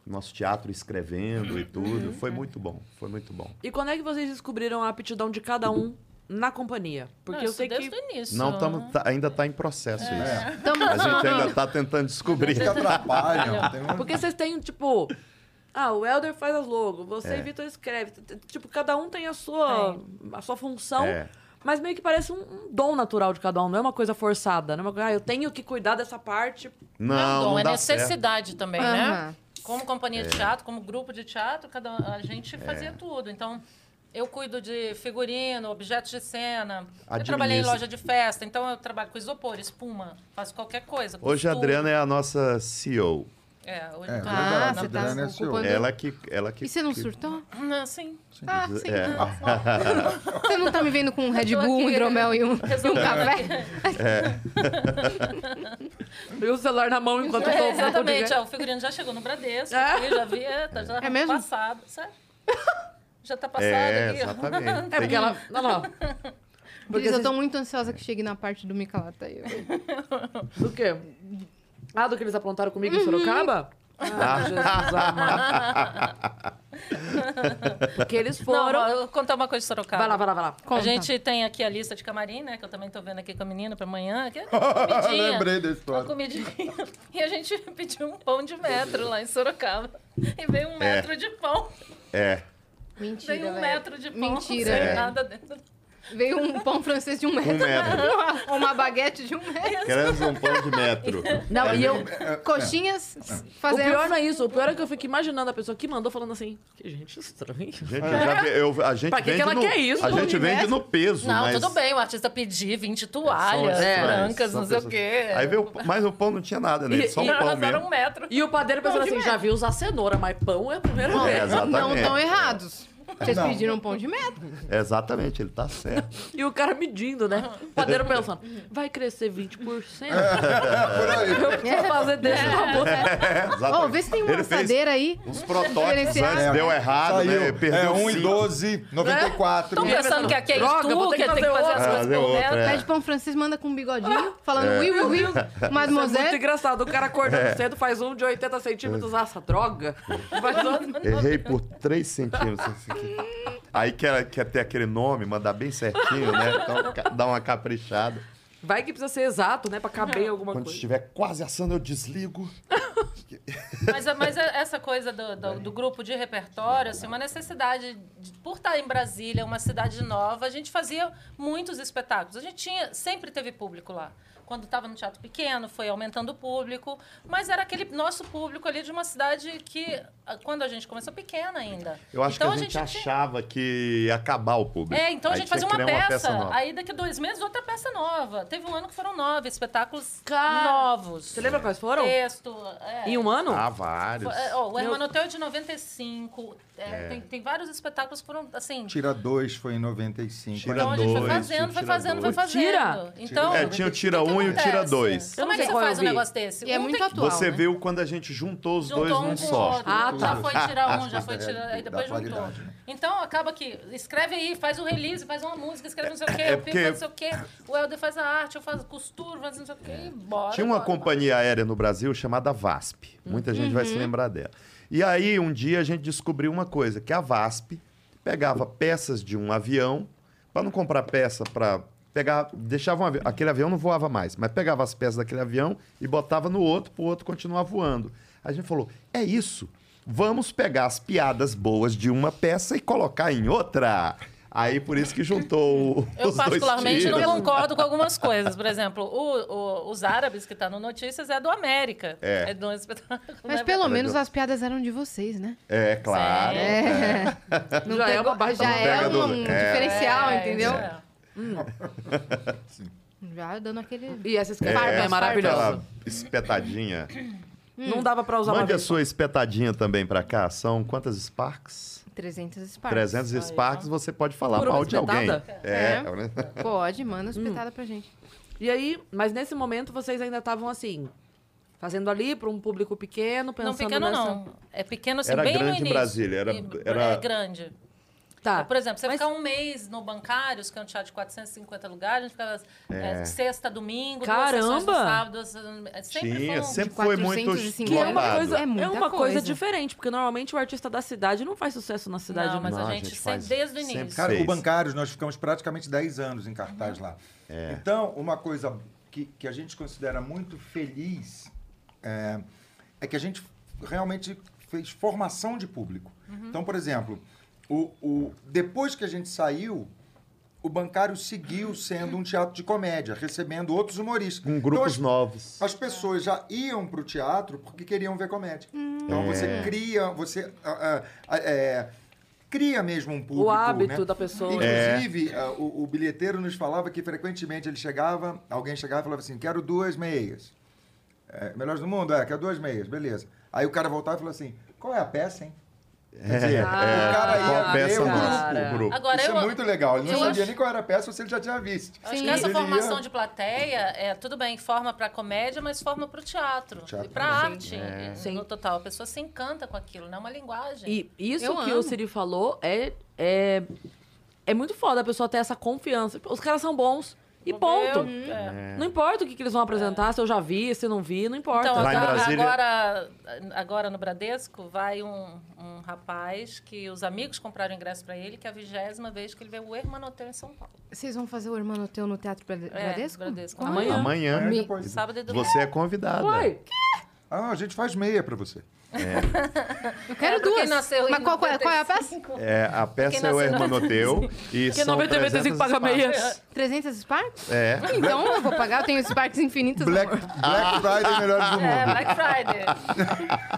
nosso teatro escrevendo e tudo. Foi
Uhum.
muito bom, foi muito bom.
E quando é que vocês descobriram a aptidão de cada um na companhia? Porque eu
Não, isso
sei
desde
que.
o início.
Não tamo, tá- ainda está em
É.
processo isso.
Tamo...
A gente ainda está tentando descobrir.
Que atrapalham. tem um-
Ah, Porque vocês têm, tipo. Ah, o Helder faz as logo, você
É.
e Vitor escreve. T- t- Tipo, cada um tem a sua, a sua função.
É.
Mas meio que parece um um dom natural de cada um, não é uma coisa forçada. Não é uma coisa, ah, eu tenho que cuidar dessa parte.
Não,
é um dom,
não
é
dá certo. É.
necessidade também,
Aham.
né? Como companhia de teatro, como grupo de teatro, cada um, a gente fazia tudo. Então, eu cuido de figurino, objetos de cena. Eu
Administra.
trabalhei em loja de festa, então eu trabalho com isopor, espuma, faço qualquer coisa.
Hoje a Adriana é a nossa CEO.
É, hoje
É,
eu tô-
Ah, você
verdade,
tá
Adriana é
ocupando-
senhora.
Ela que ela que
E você não
que-
surtou?
Não, sim.
Ah, sim.
É.
Você não tá me vendo com um Red
Eu tô
Bull, um
aqui,
hidromel e um, e um
resolvendo.
café?
E o celular na mão enquanto eu tô
É,
ouvindo o
exatamente,
podcast.
ó, o figurino já chegou no Bradesco,
É.
aqui, já vi, é, tá já
É mesmo?
passado, sério. Já tá passado
É,
aqui. ó.
exatamente.
É porque
Tem-
ela. Não, não.
Porque eu tô muito ansiosa que chegue na parte do Micalata. aí.
Do quê? Ah, do que eles aprontaram comigo
Uhum.
em Sorocaba? Ah, Jesus
tá.
amado. Porque eles
Não,
foram.
ó, eu vou contar uma coisa de Sorocaba.
Vai lá, vai lá, vai lá.
Conta.
A gente tem aqui a lista de camarim, né? Que eu também tô vendo aqui com a menina pra amanhã. Que é comidinha.
Lembrei da história.
Uma comidinha. E a gente pediu um pão de metro lá em Sorocaba. E veio um metro de pão.
É.
Mentira,
Veio um
velho.
metro de pão.
Mentira.
Sem
É.
nada dentro.
Veio um pão francês de um metro.
Um metro.
Uma, uma baguete de um metro.
Queremos um pão de metro. É,
Não, e eu.
é,
Coxinhas
O
fazendo...
É. pior não é isso. O pior é que eu fico imaginando a pessoa que mandou falando assim. Que gente estranha.
Gente, eu já, ve- eu- a gente
Pra que que
vende
ela
no,
quer isso?
A gente vende no peso,
Não,
mas... É,
tudo bem. O artista pedir 20
são
toalhas
É.
estranhos,
brancas,
são
não sei o
pessoas-
quê.
Aí veio, o pão- mas o pão não tinha nada nele,
E-
só um
E
pão
elas
mesmo.
eram um metro.
E o padeiro pensando assim, já vi usar cenoura, mas pão é a primeira
É,
vez.
exatamente.
Não estão errados. Vocês
Não.
pediram um pão de meta.
Exatamente, ele tá certo.
E o cara medindo, né? O padeiro pensando, vai crescer 20%? Eu preciso fazer desse É favor.
Ó,
É, Exatamente.
vê se tem uma
Ele fez
assadeira aí.
Uns protótipos
Diferenciado.
antes, deu errado, né?
Saiu.
Perdeu
É 1 e
cinco.
Né?
12, 94.
Estão pensando que aqui é
Droga, vou
tu,
ter
que
que
tem que
fazer
fazer as
outra.
coisas
Fazer
por um
outra,
dentro.
é.
Pede pão francês, manda com um bigodinho, falando ui, ui, ui,
Isso é muito
mademoiselle.
engraçado. O cara acordando cedo faz um de 80 centímetros. Nossa, droga. Faz um- outro.
Errei por 3 centímetros. assim, que- Aí quer, quer ter aquele nome, mandar bem certinho, né? Então ca- dá uma caprichada.
Vai que precisa ser exato, né? Pra caber em alguma
Quando
coisa.
estiver quase assando, eu desligo.
Mas, é, mas essa coisa do, do- do grupo de repertório, assim, uma necessidade, de- por estar em Brasília, uma cidade nova, a gente fazia muitos espetáculos. A gente tinha, sempre teve público lá. Quando estava no teatro pequeno, foi aumentando o público, mas era aquele nosso público ali de uma cidade que, ah, quando a gente começou, pequena ainda.
Eu acho
então
que a gente,
tinha-
achava que ia acabar o público.
É, então a
Aí
gente
tinha
fazia
que
uma peça,
criar nova.
aí daqui dois meses outra peça nova. Teve um ano que foram nove espetáculos
Cara,
novos.
Você lembra quais foram?
Texto. é.
Em um ano?
Ah, vários.
É, ó, o
Meu-
Hermanotel é de 95. é, Tem, tem vários espetáculos que foram, assim.
Tira 2 foi em 95.
Tira
então a gente foi
dois,
fazendo, foi
tira
fazendo, foi
dois.
fazendo.
Tira?
Então,
É, tinha o tira
que que
um e o tira
acontece?
dois.
Eu
Como
não
é
sei
que você
qual eu
faz um
vi.
negócio desse?
E é
Um
muito
tem-
atual.
Você
né?
vê o quando a gente juntou os
Juntou
dois
um
num
com o
só.
outro.
Ah, tá.
Já foi tirar um, já foi
Da
tirar, aí depois juntou.
qualidade, né?
Então acaba que escreve aí, faz o release, faz uma música, escreve não sei o quê,
é
o Pico
porque-
faz não sei o quê, o Helder faz a arte, eu faço costura, faz não sei o quê, e bora.
É. Tinha uma
bora, bora.
companhia aérea no Brasil chamada VASP. Muita gente
Uhum.
vai se lembrar dela. E aí, um dia, a gente descobriu uma coisa, que a VASP pegava peças de um avião, para não comprar peça para pegar, deixava um avi- aquele avião não voava mais, mas pegava as peças daquele avião e botava no outro, para o outro continuar voando. A gente falou: "É isso. Vamos pegar as piadas boas de uma peça e colocar em outra." Aí por isso que juntou o-
Eu
os dois
particularmente não
tiros.
concordo com algumas coisas. Por exemplo, o- o- os árabes que tá no Notícias é do América. É, do espetáculo.
Mas
né?
pelo menos as piadas eram de vocês, né?
É, claro.
Não
Já é
pegou-
uma baixa-
já é
Pega do-
um
é.
diferencial,
É,
entendeu?
isso é.
É.
Já dando aquele.
E essa escarpa é,
essa
maravilhosa.
aquela Espetadinha.
Não dava pra usar uma
Mande a
vez.
sua espetadinha também pra cá. São quantas Sparks?
300 Sparks.
300 Sparks, você pode falar
Por uma
mal de alguém.
espetada?
É,
É.
né?
Pode, manda as petadas pra gente.
E aí, mas nesse momento vocês ainda estavam assim, fazendo ali pra um público pequeno, pensando
Não, pequeno
nessa...
não. É pequeno assim,
Era
bem no
grande em
início.
Brasília, era-
E-
era-
É grande.
Tá.
Por exemplo, você
Mas-
ficar um mês no Bancários, que é um teatro de 450 lugares, a gente ficava é, sexta, domingo,
Caramba!
duas sessões no sábado. duas sessões- é, Sempre
Tinha,
foi um-
sempre foi muito
450.
Que é uma
lotado.
coisa,
É
é
muita
uma coisa
coisa.
diferente, porque normalmente o artista da cidade não faz sucesso na cidade. né?
Não, mas
Não,
a
a
gente,
gente
sempre,
faz
desde o
sempre.
início.
Cara,
Seis.
o Bancários, nós ficamos praticamente 10 anos em cartaz lá.
É.
Então, uma coisa que, que a gente considera muito feliz é, é que a gente realmente fez formação de público.
Uhum.
Então, por exemplo, o, o- depois que a gente saiu, o Bancário seguiu sendo um teatro de comédia, recebendo outros humoristas.
Com
então,
grupos
as,
novos.
Tá.
as pessoas já iam para o teatro porque queriam ver comédia.
Hum.
Então,
É.
você cria, você... ah, ah, é, cria mesmo um público.
o hábito
né?
da pessoa.
Inclusive, ah, o, o bilheteiro nos falava que frequentemente ele chegava, alguém chegava e falava assim: quero duas meias. É, melhores do mundo? É, quero duas meias, beleza. Aí o cara voltava e falava assim: qual é a peça, hein? Quer dizer, o Ah, cara ia
É, Qual
ver
peça
o
nossa?
grupo.
O grupo.
Agora,
Isso
eu,
é muito legal. Ele não
eu
sabia
acho-
nem qual era a peça ou se ele já tinha visto.
Acho
Sim.
que essa
Ele
formação
ia-
de plateia, é, tudo bem, forma para comédia, mas forma para o teatro.
teatro
e para
também.
arte, no
Sim.
total. A pessoa se encanta com aquilo, não é uma linguagem.
E isso
Eu
que
amo.
o Siri falou é, é, é muito foda a pessoa ter essa confiança. Os caras são bons e
Vou ver,
ponto.
Uhum. é.
Não importa o que, que eles vão apresentar, se eu já vi, se não vi, não importa.
Então,
Lá em
agora,
Brasília-
agora, agora no Bradesco vai um, um rapaz que os amigos compraram ingresso para ele, que é a vigésima vez que ele vê o Hermanotel em São Paulo.
Vocês vão fazer o Hermano Teu no Teatro Brade-
É,
Bradesco?
Bradesco.
Amanhã.
Amanhã,
Aí depois,
Sábado e domingo.
você é convidada.
Uai,
Ah, a gente faz meia pra você.
Eu quero
É, pra
duas.
quem nasceu em
Mas qual, qual é- qual é a peça?
95.
É, a peça
Quem
é o
nasceu no-
Hermanoteu. E
Porque
são
95
300
paga meia.
Sparks.
300 Sparks?
É.
Então eu vou pagar, eu tenho Sparks infinitos.
Black, Black Friday, melhores do
É,
mundo.
Black Friday.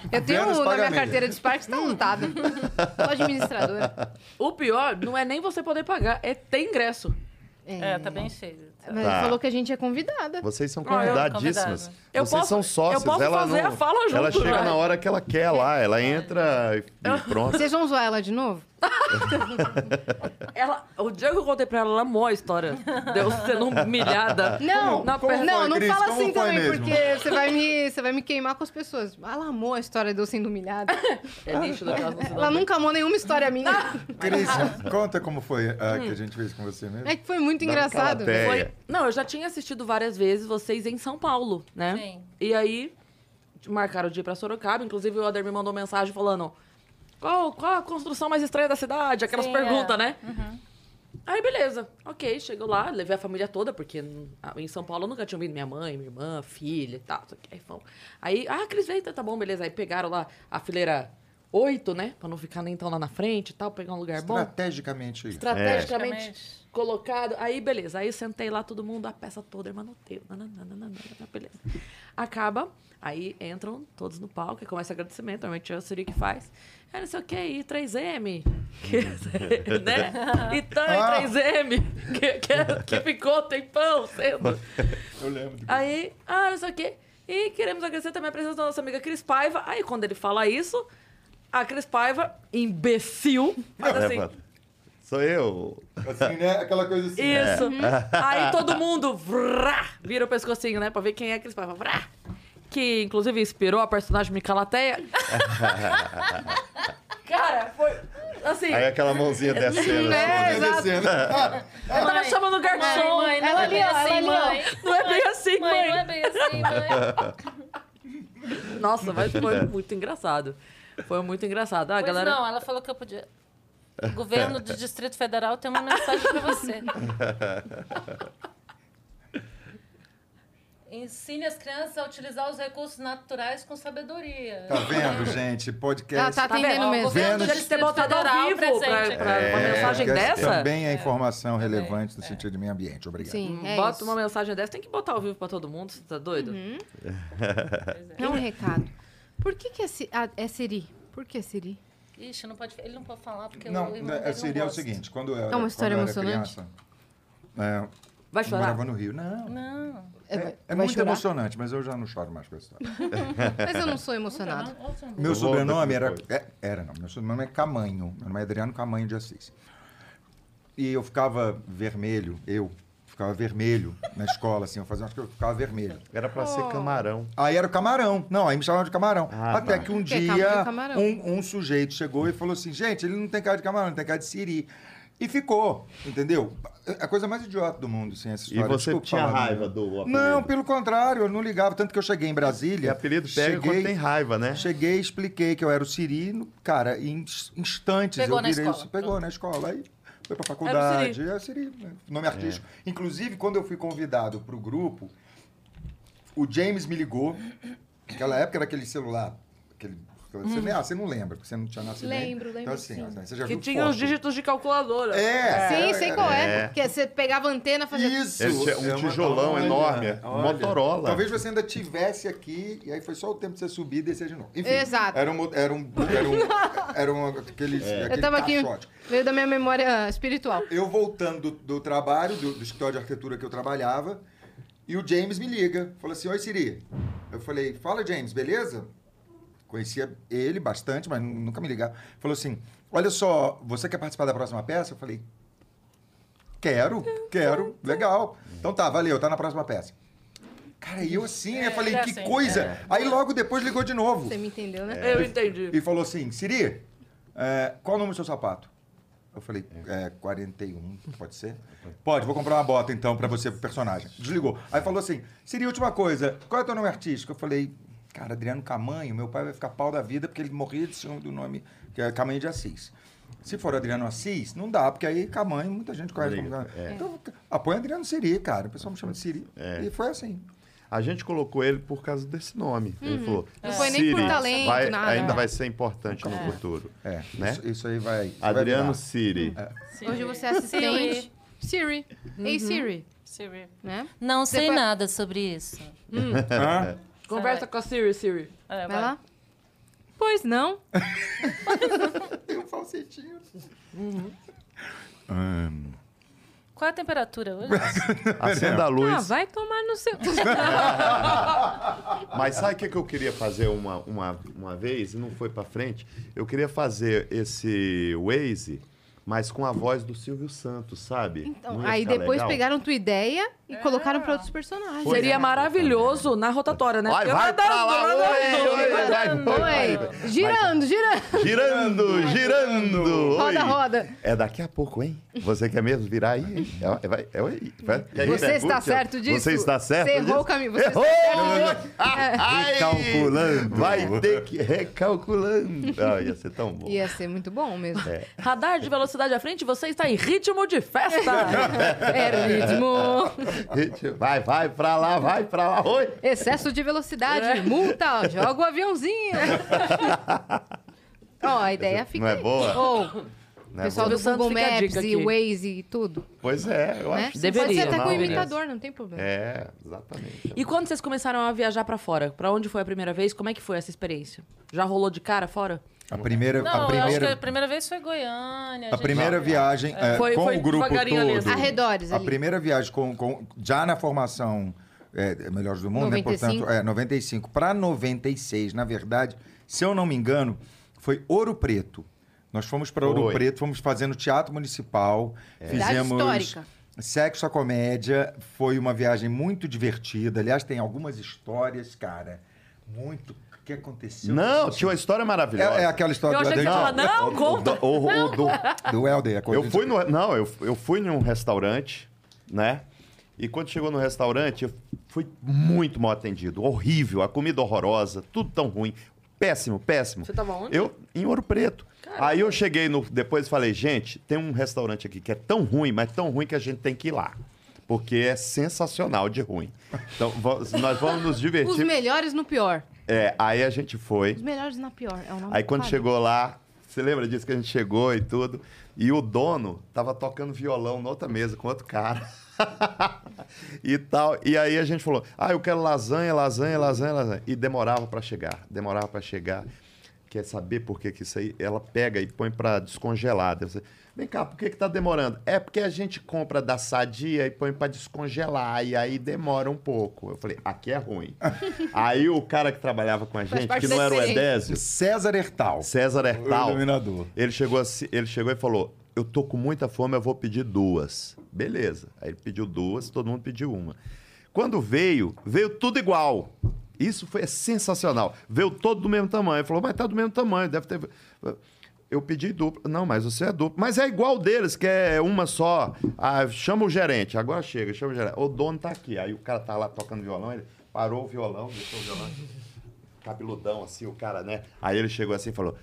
Eu tenho um
Vênus
na
paga
minha
meia.
carteira de Sparks, tá lotada. Sou administradora.
o pior não é nem você poder pagar, é ter ingresso.
É, tá bem cheio.
Mas
Tá.
ele falou que a gente é convidada.
Vocês são
Ah, eu-
convidadíssimas.
Eu
Vocês
posso-
são sócios.
eu posso
ela
fazer
não-
a fala junto, né?
Ela chega
vai.
na hora que ela quer lá. Ela entra e e pronto.
Vocês vão zoar ela de novo?
Ela, o dia que eu contei pra ela, ela amou a história. Deu sendo humilhada.
Não,
na
não,
perna.
não,
Cris?
fala
Como
assim
foi
também,
mesmo?
porque você vai, me, você vai me queimar com as pessoas. Ela amou a história de eu sendo humilhada.
É nítido que elas não se dão
Ela
bem.
nunca amou nenhuma história minha.
Cris, conta como foi a que a gente fez com você mesmo.
É que foi muito
Dá uma
engraçado. né?
calateia.
Foi- Não, eu já tinha assistido várias vezes vocês em São Paulo, né?
Sim.
E aí, marcaram o dia pra Sorocaba. Inclusive, o Ader me mandou mensagem falando... Qual, qual a construção mais estranha da cidade? Aquelas
Sim,
perguntas,
é.
né? Aí, beleza. Ok, chegou lá, levei a família toda, porque em São Paulo eu nunca tinha vindo minha mãe, minha irmã, filha e tal. não sei o quê. Aí, fomos. aí ah, Cris, vem, tá tá bom, beleza. Aí pegaram lá a fileira 8, né? Pra não ficar nem tão lá na frente e tal, pegar um lugar bom
É Estrategicamente aí.
estrategicamente
Estrategicamente.
colocado. Aí, beleza. Aí eu sentei lá, todo mundo, a peça toda, hermanoteio. nananana, nananana, Beleza. Acaba, aí entram todos no palco e começa agradecimento. Normalmente é o Siri que faz. Ah, não sei o que, e 3M. Que, né? Então,
Ah.
e 3M. Que, que, que ficou tempão sendo.
Eu lembro.
Aí, ah, não sei o quê. E queremos agradecer também a presença da nossa amiga Cris Paiva. Aí, quando ele fala isso, a Cris Paiva, imbecil, faz assim...
Levanta. Sou eu.
Assim, né? Aquela coisa assim.
É.
Isso. Uhum. Aí todo mundo vrá, vira o pescocinho, né? Pra ver quem é que eles falam. vrá. Que inclusive inspirou a personagem Micalateia. Cara, foi. Assim,
é
Aí aquela mãozinha descendo.
É,
assim, né?
exato.
Ah,
eu tava chamando o garçom.
Mãe, não
Ela
é
ali,
bem
ó, ela
assim,
ali, ó.
mãe.
Não é bem assim,
Mãe, não
mãe.
é bem assim, mãe.
Nossa, mas foi muito engraçado. Foi muito engraçado. Ah,
é. Pois
galera.
não, ela falou que eu podia... Governo do Distrito Federal tem uma mensagem pra você. Ensine as crianças a utilizar os recursos naturais com sabedoria.
Tá vendo, gente?
Ela
Podcast.
tá atendendo
vendo?
Ó, o
mesmo.
Vênus.
governo do
Deve ter
Distrito
botado ao
Federal
vivo pra,
presente
pra
aqui. É, assim,
uma mensagem
podcast
dessa.
Também é informação relevante no sentido de meio ambiente. Obrigado.
Sim, é
Hum, Bota
isso.
uma mensagem dessa. Tem que botar ao vivo pra todo mundo, você tá doido?
Uhum.
É um recado. Por que que é, Ci- ah, é Siri? Por que Siri?
Ixi, não pode, ele não pode falar porque
Não,
o irmão
né,
dele não
seria o
gosta.
seguinte: quando eu era,
É uma história
quando eu era
emocionante?
criança, é,
Vai
eu
chorar.
morava no Rio. Não.
Não.
É, é
Vai
muito
chorar?
emocionante, mas eu já não choro mais com essa história.
Mas eu não sou emocionada.
Meu
Eu vou
sobrenome era.
depois.
é, era, não. Meu sobrenome é Camanho. Meu nome é Adriano Camanho de Assis. E eu ficava vermelho, eu ficava vermelho na escola, assim, eu fazia umas coisas, eu ficava vermelho.
Era pra
Oh.
ser camarão.
Aí era o camarão. Não, aí me chamavam de camarão.
Ah,
Até
tá.
que um
Porque
dia
camarão é
um, um sujeito chegou e falou assim: gente, ele não tem cara de camarão, ele tem cara de siri. E ficou, entendeu? A coisa mais idiota do mundo, assim, essa
E
história.
você
Desculpa
tinha
falar,
raiva
né?
do apelido?
Não, pelo contrário, eu não ligava. Tanto que eu cheguei em
E
Brasília.
apelido pega
cheguei-
quando tem raiva, né?
Cheguei, expliquei que eu era o Siri, no- cara, em ins- instantes
Pegou
eu
na
virei o
escola.
Siri. Pegou na escola, aí foi pra
Era o
faculdade.
Siri.
Era o Siri, né? nome artístico. Inclusive, quando eu fui convidado pro grupo, o James me ligou. Naquela época era aquele celular. Aquele, você, nem- ah, você não lembra, porque você não tinha nascido. nem.
Lembro, lembro
Então, assim,
sim.
ó, você já
Que
viu
tinha
foto.
os dígitos de calculadora.
É,
Sim,
é,
sei
é,
qual
É.
é. Porque você pegava a antena, fazia...
Isso!
Ele tinha um
É uma-
tijolão
olha,
enorme, é Motorola.
Talvez você ainda tivesse aqui, e aí foi só o tempo de você subir e descer de novo. Enfim,
Exato.
Era um. Era um. Era um. era um- aquele,
É.
aquele
Eu tava aqui,
caixote.
veio da minha memória ah, espiritual.
Eu voltando do, do trabalho, do, do escritório de arquitetura que eu trabalhava, e o James me liga. Falou assim: Oi, Siri. Eu falei: Fala, James, beleza? Conhecia ele bastante, mas nu- nunca me ligava. Falou assim: Olha só, você quer participar da próxima peça? Eu falei: Quero, quero, legal. Então tá, valeu, tá na próxima peça. Cara, e eu assim, né? Falei,
era
que
assim,
coisa! Aí logo depois ligou de novo.
Você me entendeu, né?
Eu entendi.
E falou assim, Siri, é, qual o número do seu sapato? Eu falei, é, 41, pode ser? Pode, vou comprar uma bota então pra você, pro personagem. Desligou. Aí falou assim, Siri, última coisa, qual é o teu nome artístico? Eu falei, cara, Adriano Camanho, meu pai vai ficar pau da vida porque ele morria de ciúme do nome que é Camanho de Assis. Se for Adriano Assis, não dá, porque aí Camanho, muita gente conhece como
Liga, é.
Camanho. Então, apoia Adriano Siri, cara. O pessoal me chama de Siri. E foi assim.
A gente colocou ele por causa desse nome. Ele
Hum.
falou.
Não foi nem por
"Siri
talento,
vai-
nada.
Ainda vai ser importante no futuro.
É,
Né?
isso, isso aí vai... isso vai
Adriano
virar.
Siri.
Hoje você é assistente. Siri. Ei, Siri.
Siri.
Né?
Não sei
Depois-
nada sobre isso.
Hã?
Conversa com a Siri, Siri.
É,
Vai lá. Pois não.
Tem um falsetinho.
Qual é a temperatura hoje?
Acenda a
Ah,
luz.
vai tomar no seu.
Mas sabe o que, que eu queria fazer uma, uma, uma vez e não foi pra frente? Eu queria fazer esse Waze, mas com a voz do Silvio Santos, sabe?
Então,
Não ia
aí
ficar
depois
legal?
pegaram tua ideia e colocaram pra outros personagens.
Foi,
É. Seria
né?
maravilhoso na rotatória, né?
Vai,
Eu
vai
ia
pra
dar-
lá,
eu ia dar-
oi, oi, vai, vai, vai, vai.
Oi, girando, girando.
Girando, girando. oi.
Roda, roda.
É daqui a pouco, hein? Você quer mesmo virar aí? hein? É, vai, é, oi. Vai, quer
Você
repercute?
está certo disso?
Você está certo
Você errou
disso?
o caminho, você está
errou!
certo
Ai, Recalculando. Vai ter que recalculando. Ah, ia ser tão bom.
Ia ser muito bom mesmo.
É.
Radar de velocidade à frente, você está em ritmo de festa.
Era o É, ritmo.
Gente, Vai, vai pra lá, vai pra lá. Oi.
Excesso de velocidade,
É.
multa, joga o aviãozinho. Ó, a ideia fica
Não é
aí.
boa?
Ou,
Não é
pessoal
Silvio
do
boa?
Santos
Google
fica a
Maps
dica
e
aqui.
Waze e tudo,
Pois é, eu
né?
acho.
Deveria,
Pode ser até com o
maravilhoso.
imitador, não tem problema.
É, exatamente.
e quando vocês começaram a viajar pra fora, pra onde foi a primeira vez? Como é que foi essa experiência? Já rolou de cara fora?
A primeira,
Não,
a
eu acho que é a
primeira,
primeira vez foi Goiânia.
a
gente-
primeira viagem é,
Foi-
com
foi
o grupo
devagarinho ali,
todo.
assim.
Arredores
A
ali.
primeira viagem com, com- já na formação é, Melhores do Mundo, né?
95.
Portanto, é, 95 para 96, na verdade, se eu não me engano, foi Ouro Preto. Nós fomos para Ouro
Foi. É.
Preto, fomos fazendo teatro municipal,
Cidade
fizemos
histórica.
Sexo à Comédia. Foi uma viagem muito divertida. Aliás, tem algumas histórias, cara, muito. O que aconteceu? Tipo assim,
Não, tinha uma história maravilhosa.
É, é aquela história
Eu
do
achei que
Helder,
você ia falar, não, conta.
né? O, o- o- do-
do é Helder. a coisa
eu
de-
fui no, não, eu, eu fui num restaurante, né? E quando chegou no restaurante, eu fui muito mal atendido, horrível, a comida horrorosa, tudo tão ruim, péssimo, péssimo.
Você tava onde?
Eu em Ouro Preto. Aí eu cheguei no depois e falei, gente, tem um restaurante aqui que é tão ruim, mas tão ruim que a gente tem que ir lá. Porque é sensacional de ruim. Então, va- nós vamos nos
Os
divertir.
melhores no pior.
É, aí a gente foi.
Os melhores na pior. É o nome
Aí
do
quando
quadro.
chegou lá, você lembra disso que a gente chegou e tudo? E o dono tava tocando violão na outra mesa com outro cara. e tal. E aí a gente falou: "Ah, eu quero lasanha, lasanha, lasanha, lasanha". E demorava pra chegar, demorava pra chegar. Quer saber por que que isso aí? Ela pega e põe pra descongelar. Daí você, Vem cá, por que que tá demorando? É porque a gente compra da Sadia e põe pra descongelar e aí demora um pouco. Eu falei: "Aqui é ruim". aí o cara que trabalhava com a gente,
parte
que
da
não era o
experiência.
Edésio,
César Hertal.
César
O
Hertal.
iluminador.
Ele chegou, assim, ele chegou e falou: Eu tô com muita fome, eu vou pedir duas. Beleza. Aí ele pediu duas, todo mundo pediu uma. Quando veio, veio tudo igual. Isso foi sensacional. Veio todo do mesmo tamanho. Ele falou, mas tá do mesmo tamanho, deve ter. Eu pedi duplo. Não, mas você é duplo. Mas é igual deles, que é uma só. Ah, chama o gerente. Agora chega, chama o gerente. O dono tá aqui. Aí o cara tá lá tocando violão, ele parou o violão, deixou o violão cabeludão assim, o cara, né? Aí ele chegou assim e falou: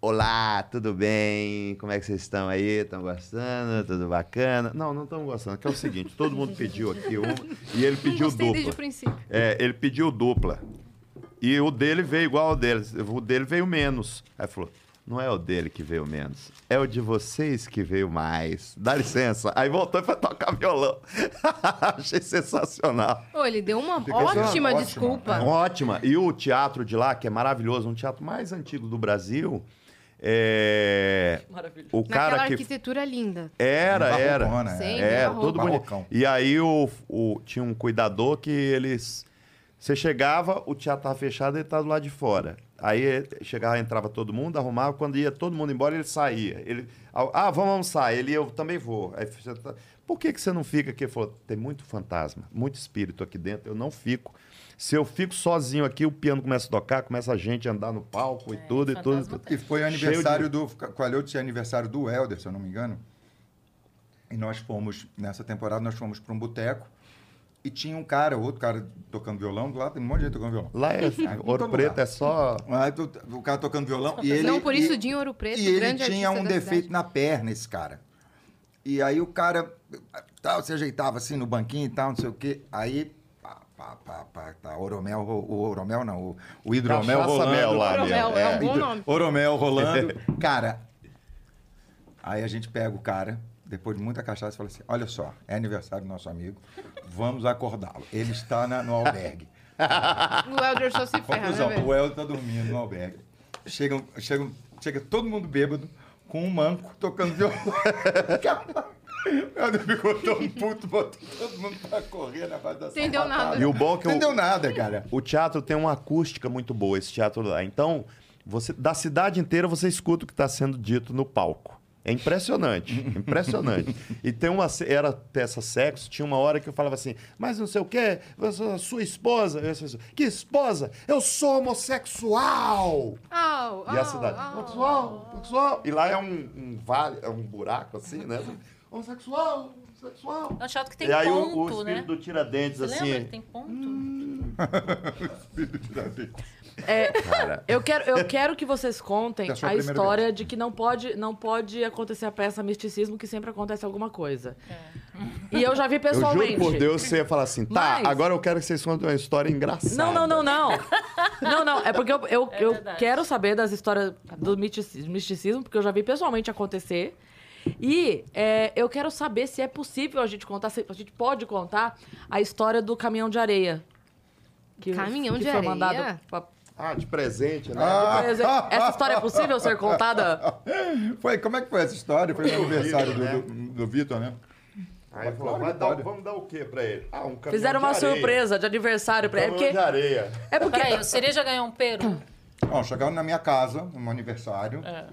Olá, tudo bem? Como é que vocês estão aí? Estão gostando? Tudo bacana? Não, não estão gostando, que é o seguinte: todo mundo pediu aqui uma e ele
Não
pediu
gostei desde o
dupla.
princípio.
É, ele pediu dupla. E o dele veio igual ao dele. O dele veio menos. Aí falou: não é o dele que veio menos, é o de vocês que veio mais. Dá licença. Aí voltou pra tocar violão. Achei sensacional.
Ô, ele deu uma
Fica
ótima,
assim, ótima. Um
desculpa.
É Ótima. E o teatro de lá, que é maravilhoso, um teatro mais antigo do Brasil, é...
Maravilhoso.
o cara
Naquela
que
arquitetura linda.
era, era,
Barrocona, né?
Sim.
é,
barroco.
todo bonito.
Barrocão.
E aí o, o- tinha um cuidador que eles... Você chegava, o teatro tava fechado, ele tava do lado de fora. Aí eh, chegava, entrava todo mundo, arrumava. Quando ia todo mundo embora, ele saía. Ele, ah, vamos almoçar. Ele, eu também vou. Aí, você tá- por que, que você não fica aqui? Ele falou, tem muito fantasma, muito espírito aqui dentro, eu não fico. Se eu fico sozinho aqui, o piano começa a tocar, começa a gente a andar no palco e tudo, e tudo, e
fantasma
tudo.
E foi o
Cheio
aniversário
de-
do. Coalhou tinha aniversário do Helder, se eu não me engano. E nós fomos, nessa temporada, nós fomos para um boteco e tinha um cara, outro cara tocando violão, do lado tem um monte de gente tocando violão.
Lá é
todo
Ouro Preto,
lugar.
é só...
Aí tu- o cara tocando violão e ele.
não, por isso,
e,
Dinho Ouro Preto,
E ele
grande
tinha
artista
um
da
defeito
cidade.
na perna, esse cara. E aí o cara tal, se ajeitava assim no banquinho e tal, não sei o quê. Aí, pá, pá, pá, pá, tá, Oromel, ro- o Oromel não, o, o Hidromel
Cachaça
rolando.
mel lá,
Oromel, é um bom nome.
Oromel rolando. cara, aí a gente pega o cara, depois de muita cachaça, e fala assim, olha só, é aniversário do nosso amigo, vamos acordá-lo. Ele está na- no albergue.
O Helder só se ferra,
Conclusão,
né, velho?
o Elton tá dormindo no albergue. Chega, chega, chega todo mundo bêbado com um manco tocando violão. Ela ficou tão puto, botou todo mundo pra correr na base da
Entendeu
sapatada.
nada.
E o bom é que o-
Entendeu nada, cara.
O teatro tem uma acústica muito boa, esse teatro lá. Então, você, da cidade inteira, você escuta o que está sendo dito no palco. É impressionante, impressionante. E tem uma. ce- Era peça sexo, tinha uma hora que eu falava assim, mas não sei o quê, você- a sua esposa. eu- eu- que esposa? Eu sou homossexual!
Au,
E a
au,
cidade.
Ah.
au.
Homossexual, homossexual. E lá é um, um vale, é um buraco assim, né? Homossexual, homossexual.
É um teatro que tem
e aí o-
ponto,
o, espírito
né?
do Tiradentes,
Você
assim.
lembra que tem ponto?
hum.
Eu quero, eu quero que vocês contem
Da sua
a
primeira
história de que não pode, não pode acontecer a peça misticismo, que sempre acontece alguma coisa. E eu já vi
Eu
pessoalmente.
juro por Deus, você ia falar assim, tá,
Mas-
agora eu quero que vocês contem uma história engraçada.
Não, não, não, não. Não, não. É porque eu, eu,
É
eu
verdade.
quero saber das histórias do mitici- misticismo, porque eu já vi pessoalmente acontecer. E é, eu quero saber se é possível a gente contar, se a gente pode contar a história do caminhão de areia. Que,
Caminhão
que
de
foi
areia?
mandado pra-
Ah, de presente, né?
Ah,
Essa história é possível ser contada?
Foi, como é que foi essa história? Foi no aniversário do,
Vitor,
do, do Vitor, né?
Aí falou,
claro
vai
que
dar- um,
pode.
vamos dar o quê pra ele? Ah, um caminhão
Fizeram
de
uma
areia.
surpresa de aniversário pra ele.
Caminhão de
Porque,
areia.
é porque
Peraí, o Seria já ganhou um peru?
Bom, chegaram na minha casa, no meu aniversário.
É.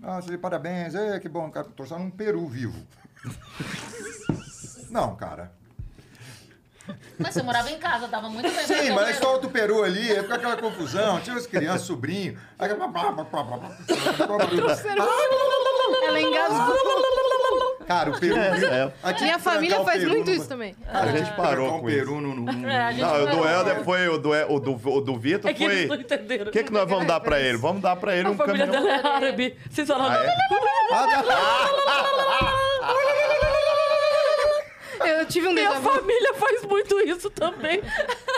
Ah, você parabéns. É, que bom, cara. Trouxeram um peru vivo. Não, cara.
Mas você morava em casa, dava muito bem.
Sim, mas a história do peru ali, aí fica aquela confusão. Tinha as crianças, sobrinho. Aí, blá, blá, blá, blá, blá, blá.
Ela engasgou.
Cara, o peru vivo.
É, é.
Aí tinha que
Minha família
trancar o
faz
peru
muito
no-
isso também.
Ah.
A gente parou
Trancar
com
o
peru.
um peru no... no- no-
É, a gente
Não, o do
parou.
Helder foi, o do, o do, o do Vitor
é que eles não
foi...
entenderam.
O que, que nós vamos dar pra ele? Vamos dar pra ele
a
um
família
caminhão...
dela é árabe. Vocês falaram.
Ah,
Eu tive um
Minha
déjà vu.
família faz muito isso também.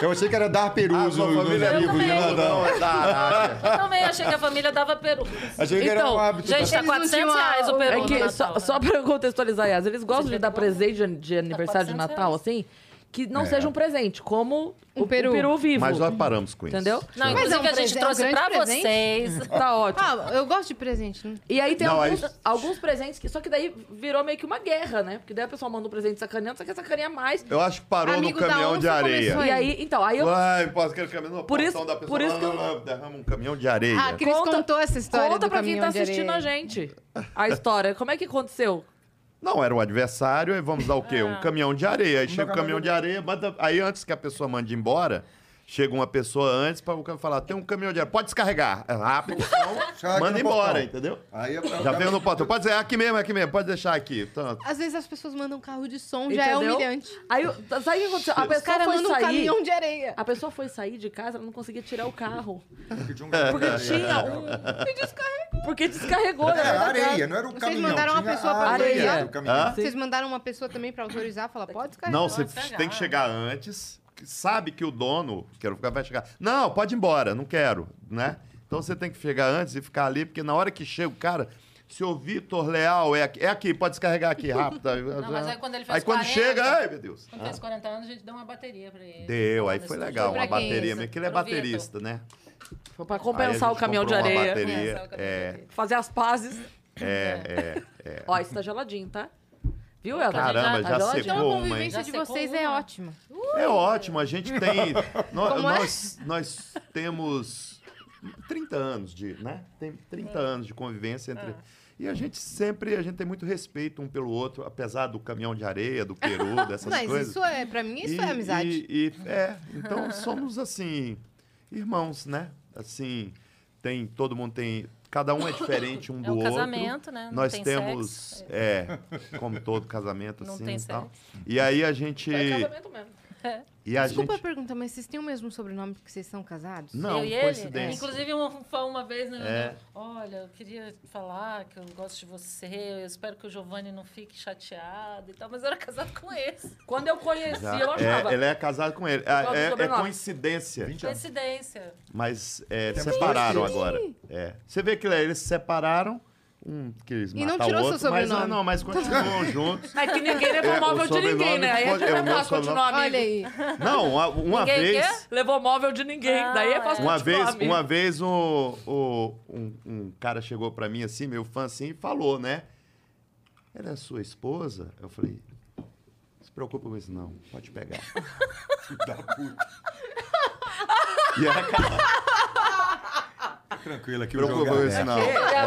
Eu achei que era dar
Ah,
perus
sua
nos- nos
família é
amigos,
também.
né? Não,
Não, é da Arábia.
Eu também achei que a família dava peru.
Achei que era
Então,
um hábito.
Gente, tá
não
400
tinham a-
reais o peru
É
no
que,
Natal,
só,
né?
só pra eu contextualizar, Yas, eles gostam de
já
dar
pegou?
presente de,
Tá
de aniversário de
400
Natal,
reais.
assim, que não seja um presente, como
Um
o
peru.
peru, vivo.
É. Mas nós paramos com isso.
Entendeu?
Não,
Mas
inclusive
é um
a gente
presente, é um
trouxe
grande
pra
presente.
vocês.
Tá ótimo.
Ah, eu gosto de presente. né?
E aí tem
Não,
alguns,
aí-
alguns presentes que. Só que daí virou meio que uma guerra, né? Porque daí a pessoa manda um presente sacaneando, só que sacaneia mais.
Eu acho que parou
Amigo
no
da
caminhão de
onça
areia.
começou
E aí, então, aí eu.
Vai, posso querer caminhão na
Por
porção
isso-
da pessoa.
por isso que eu- Ah,
lá, lá, lá, Derrama um caminhão de areia.
A Ah, Cris
Conta-
contou essa história
Conta
do
pra quem
caminhão
tá
de areia.
assistindo a gente a história. Como é que aconteceu?
Não, era o adversário, aí vamos dar o quê?
Ah.
Um caminhão de areia. Aí chega o caminhão de areia, manda- aí antes que a pessoa mande embora, chega uma pessoa antes para o cara falar: tem um caminhão de areia, pode descarregar. É rápido,
Chega aqui
manda
no portão.
embora, entendeu?
Aí eu-
Já veio no portão. Pode dizer, é aqui mesmo, é aqui mesmo, pode deixar aqui. Então,
Às vezes as pessoas mandam um carro de som, já é
Entendeu?
humilhante.
Aí, eu- sabe o que aconteceu? A
Os
pessoa
caras
foi
mandam um
sair.
caminhão de areia.
A pessoa foi sair de casa, ela não conseguia tirar o carro.
Pedi um gato.
É.
Porque tinha um. Porque descarregou, né?
É, areia, não era o
Vocês
caminhão.
mandaram uma
tinha
pessoa
a
pra
areia
areia.
do caminhão.
Vocês mandaram uma pessoa também pra autorizar, falar, pode descarregar.
não, você
descarregar.
tem que chegar antes, que sabe que o dono, quero ficar, vai chegar. Não, pode ir embora, não quero, né? Então você tem que chegar antes e ficar ali, porque na hora que chega o cara. Seu Vitor Leal é aqui, é aqui, pode descarregar aqui rápido. Não,
mas aí quando ele fez
Aí quando
40,
chega, ai meu Deus. Ah,
Quando fez 40 anos, a gente deu uma bateria pra ele.
Deu, aí
Falando
foi
isso
legal,
tudo.
uma
Pra quem?
bateria mesmo, que ele é
Pro Vitor.
baterista, né?
Foi Pra
Aí a
compensar
gente
o caminhão de
comprou uma
areia.
bateria,
Compensar o caminhão de
é,
areia.
Fazer as pazes.
é, é, é.
Ó, isso tá geladinho, tá? Viu, Elton? Tá
Caramba,
já-
já
já-
Então a
secou uma, hein?
convivência
Já
de
secou
vocês
uma.
é ótima.
É ótimo, a gente tem... nó-
Como é?
nós, nós temos 30 anos de, né? Tem 30 anos de convivência
É.
entre... E a gente sempre, a gente tem muito respeito um pelo outro, apesar do caminhão de areia, do peru, dessas
Mas
coisas.
isso é, pra mim, isso
E-
é amizade.
e- e- é, então somos assim, irmãos, né? Assim, tem, todo mundo tem, cada um é diferente um do
É um
outro.
casamento, né? Não
Nós
tem
temos,
sexo.
é, como todo casamento
Não
assim
tem
e tal.
sexo. É.
E aí a gente,
É casamento mesmo.
e a
Desculpa
gente,
a pergunta, mas vocês têm o mesmo sobrenome porque vocês são casados?
não,
eu e ele,
coincidência.
inclusive, um- foi uma vez, né?
É.
Olha, eu queria falar que eu gosto de você, eu espero que o Giovanni não fique chateado e tal, mas eu era casado com esse.
Quando eu conheci,
Já-
eu achava.
é, ele é casado com ele.
causa do
É, é, é
sobrenome.
coincidência,
Vinte anos.
Coincidência.
mas é, separaram agora. É. Você vê que né, eles se separaram, um quis
E
matar
não
o
tirou seu
outro, mas ah,
sobrenome.
não, mas continuam juntos.
É que ninguém levou
É, o
móvel de ninguém,
sobrenome
né? Aí é
foi- é, o meu
fácil continuar amigo.
Olha aí.
Não, uma, uma
Ninguém
vez.
Levou móvel de ninguém.
Ah,
Daí é
é.
fácil
Uma
continuar
vez,
amigo.
uma vez o, o- um, um cara chegou pra mim assim, meu fã assim, e falou, né? Ela é sua esposa? Eu falei, não se preocupa com isso não, pode pegar.
Da puta.
E ela acabou,
Tranquila, que o jogo
preocupa
é
com isso
aberto.
não.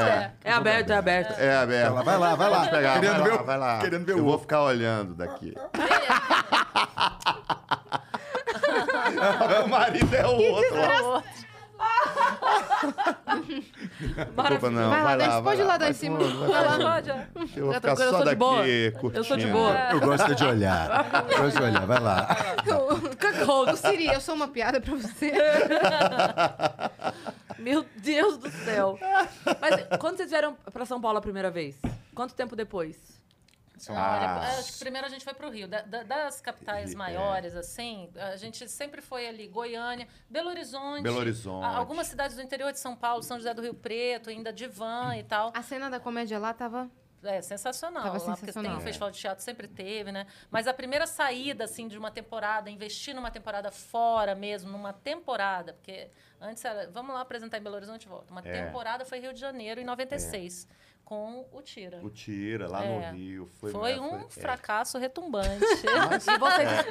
É,
É aberto, é aberto.
É aberto.
Ela vai lá, vai lá.
Pode pegar,
Querendo
vai,
ver
lá,
o-
vai lá.
querendo ver
Eu
o
vou
ovo.
ficar olhando daqui. o marido é o outro. ó. Desculpa, não.
Vai lá,
vai
Dante,
lá, vai
pode ir lá,
vai
Dante,
fundo,
Simão.
vai fundo.
Olha,
Eu vou
Tá
ficar
tranquilo, eu
só
sou de
daqui
boa.
curtindo.
Eu sou de boa.
Eu gosto de olhar. Eu gosto de olhar, vai lá.
É.
Ô, Siri, eu sou uma piada pra você.
Meu Deus do céu. Mas quando vocês vieram pra São Paulo a primeira vez? Quanto tempo depois?
Ah,
olha, acho que primeiro a gente foi pro Rio. Da- da- das capitais
É.
maiores, assim, a gente sempre foi ali, Goiânia, Belo Horizonte.
Belo Horizonte.
a- Algumas cidades do interior de São Paulo, São José do Rio Preto, ainda de van e tal.
A cena da comédia lá tava...
É sensacional.
Tava
lá, Porque
sensacional.
tem o Festival de Teatro, sempre teve, né? Mas a primeira saída, assim, de uma temporada, investir numa temporada fora mesmo, numa temporada, porque antes era, vamos lá apresentar em Belo Horizonte e volta. Uma
É.
temporada foi Rio de Janeiro, em 96, com o Tira.
O Tira, lá
É.
no Rio. Foi,
Foi, um
é.
fracasso retumbante.
E vocês,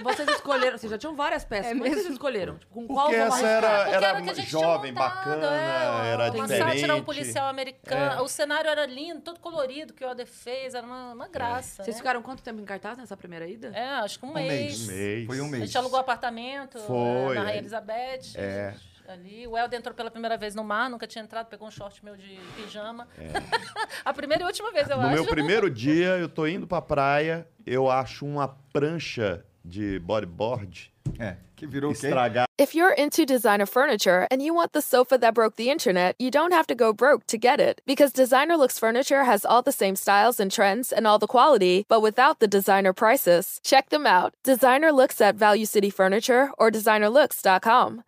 vocês escolheram, vocês já tinham várias peças.
É
Como é que vocês
mesmo?
escolheram? Tipo, com qual
Porque
vão
essa
arriscar?
era,
Porque
era,
era o que a gente tinha
jovem,
montado,
bacana,
é,
era
uma
diferente. É.
sátira, um policial americano. O cenário era lindo, todo colorido, que o Alder fez, era uma,
É.
uma graça.
Vocês
né?
ficaram quanto tempo em cartaz nessa primeira ida?
É, acho que um,
Um
mês.
mês.
Um mês.
Foi um
A
mês.
gente alugou apartamento
Foi,
eh, na Rainha
aí-
Elizabeth.
É.
Ali. O Helder entrou pela primeira vez no mar, nunca tinha entrado, pegou um short meu de pijama. a primeira e última vez, eu
É. No
acho.
meu primeiro dia, eu tô indo pra praia, eu acho uma prancha de bodyboard
É, que virou o quê?
estragada.
If you're into designer furniture and you want the sofa that broke the internet, you don't have to go broke to get it. Because Designer Looks Furniture has all the same styles and trends and all the quality, but without the designer prices. Check them out. Designer Looks at Value City Furniture or designerlooks.com.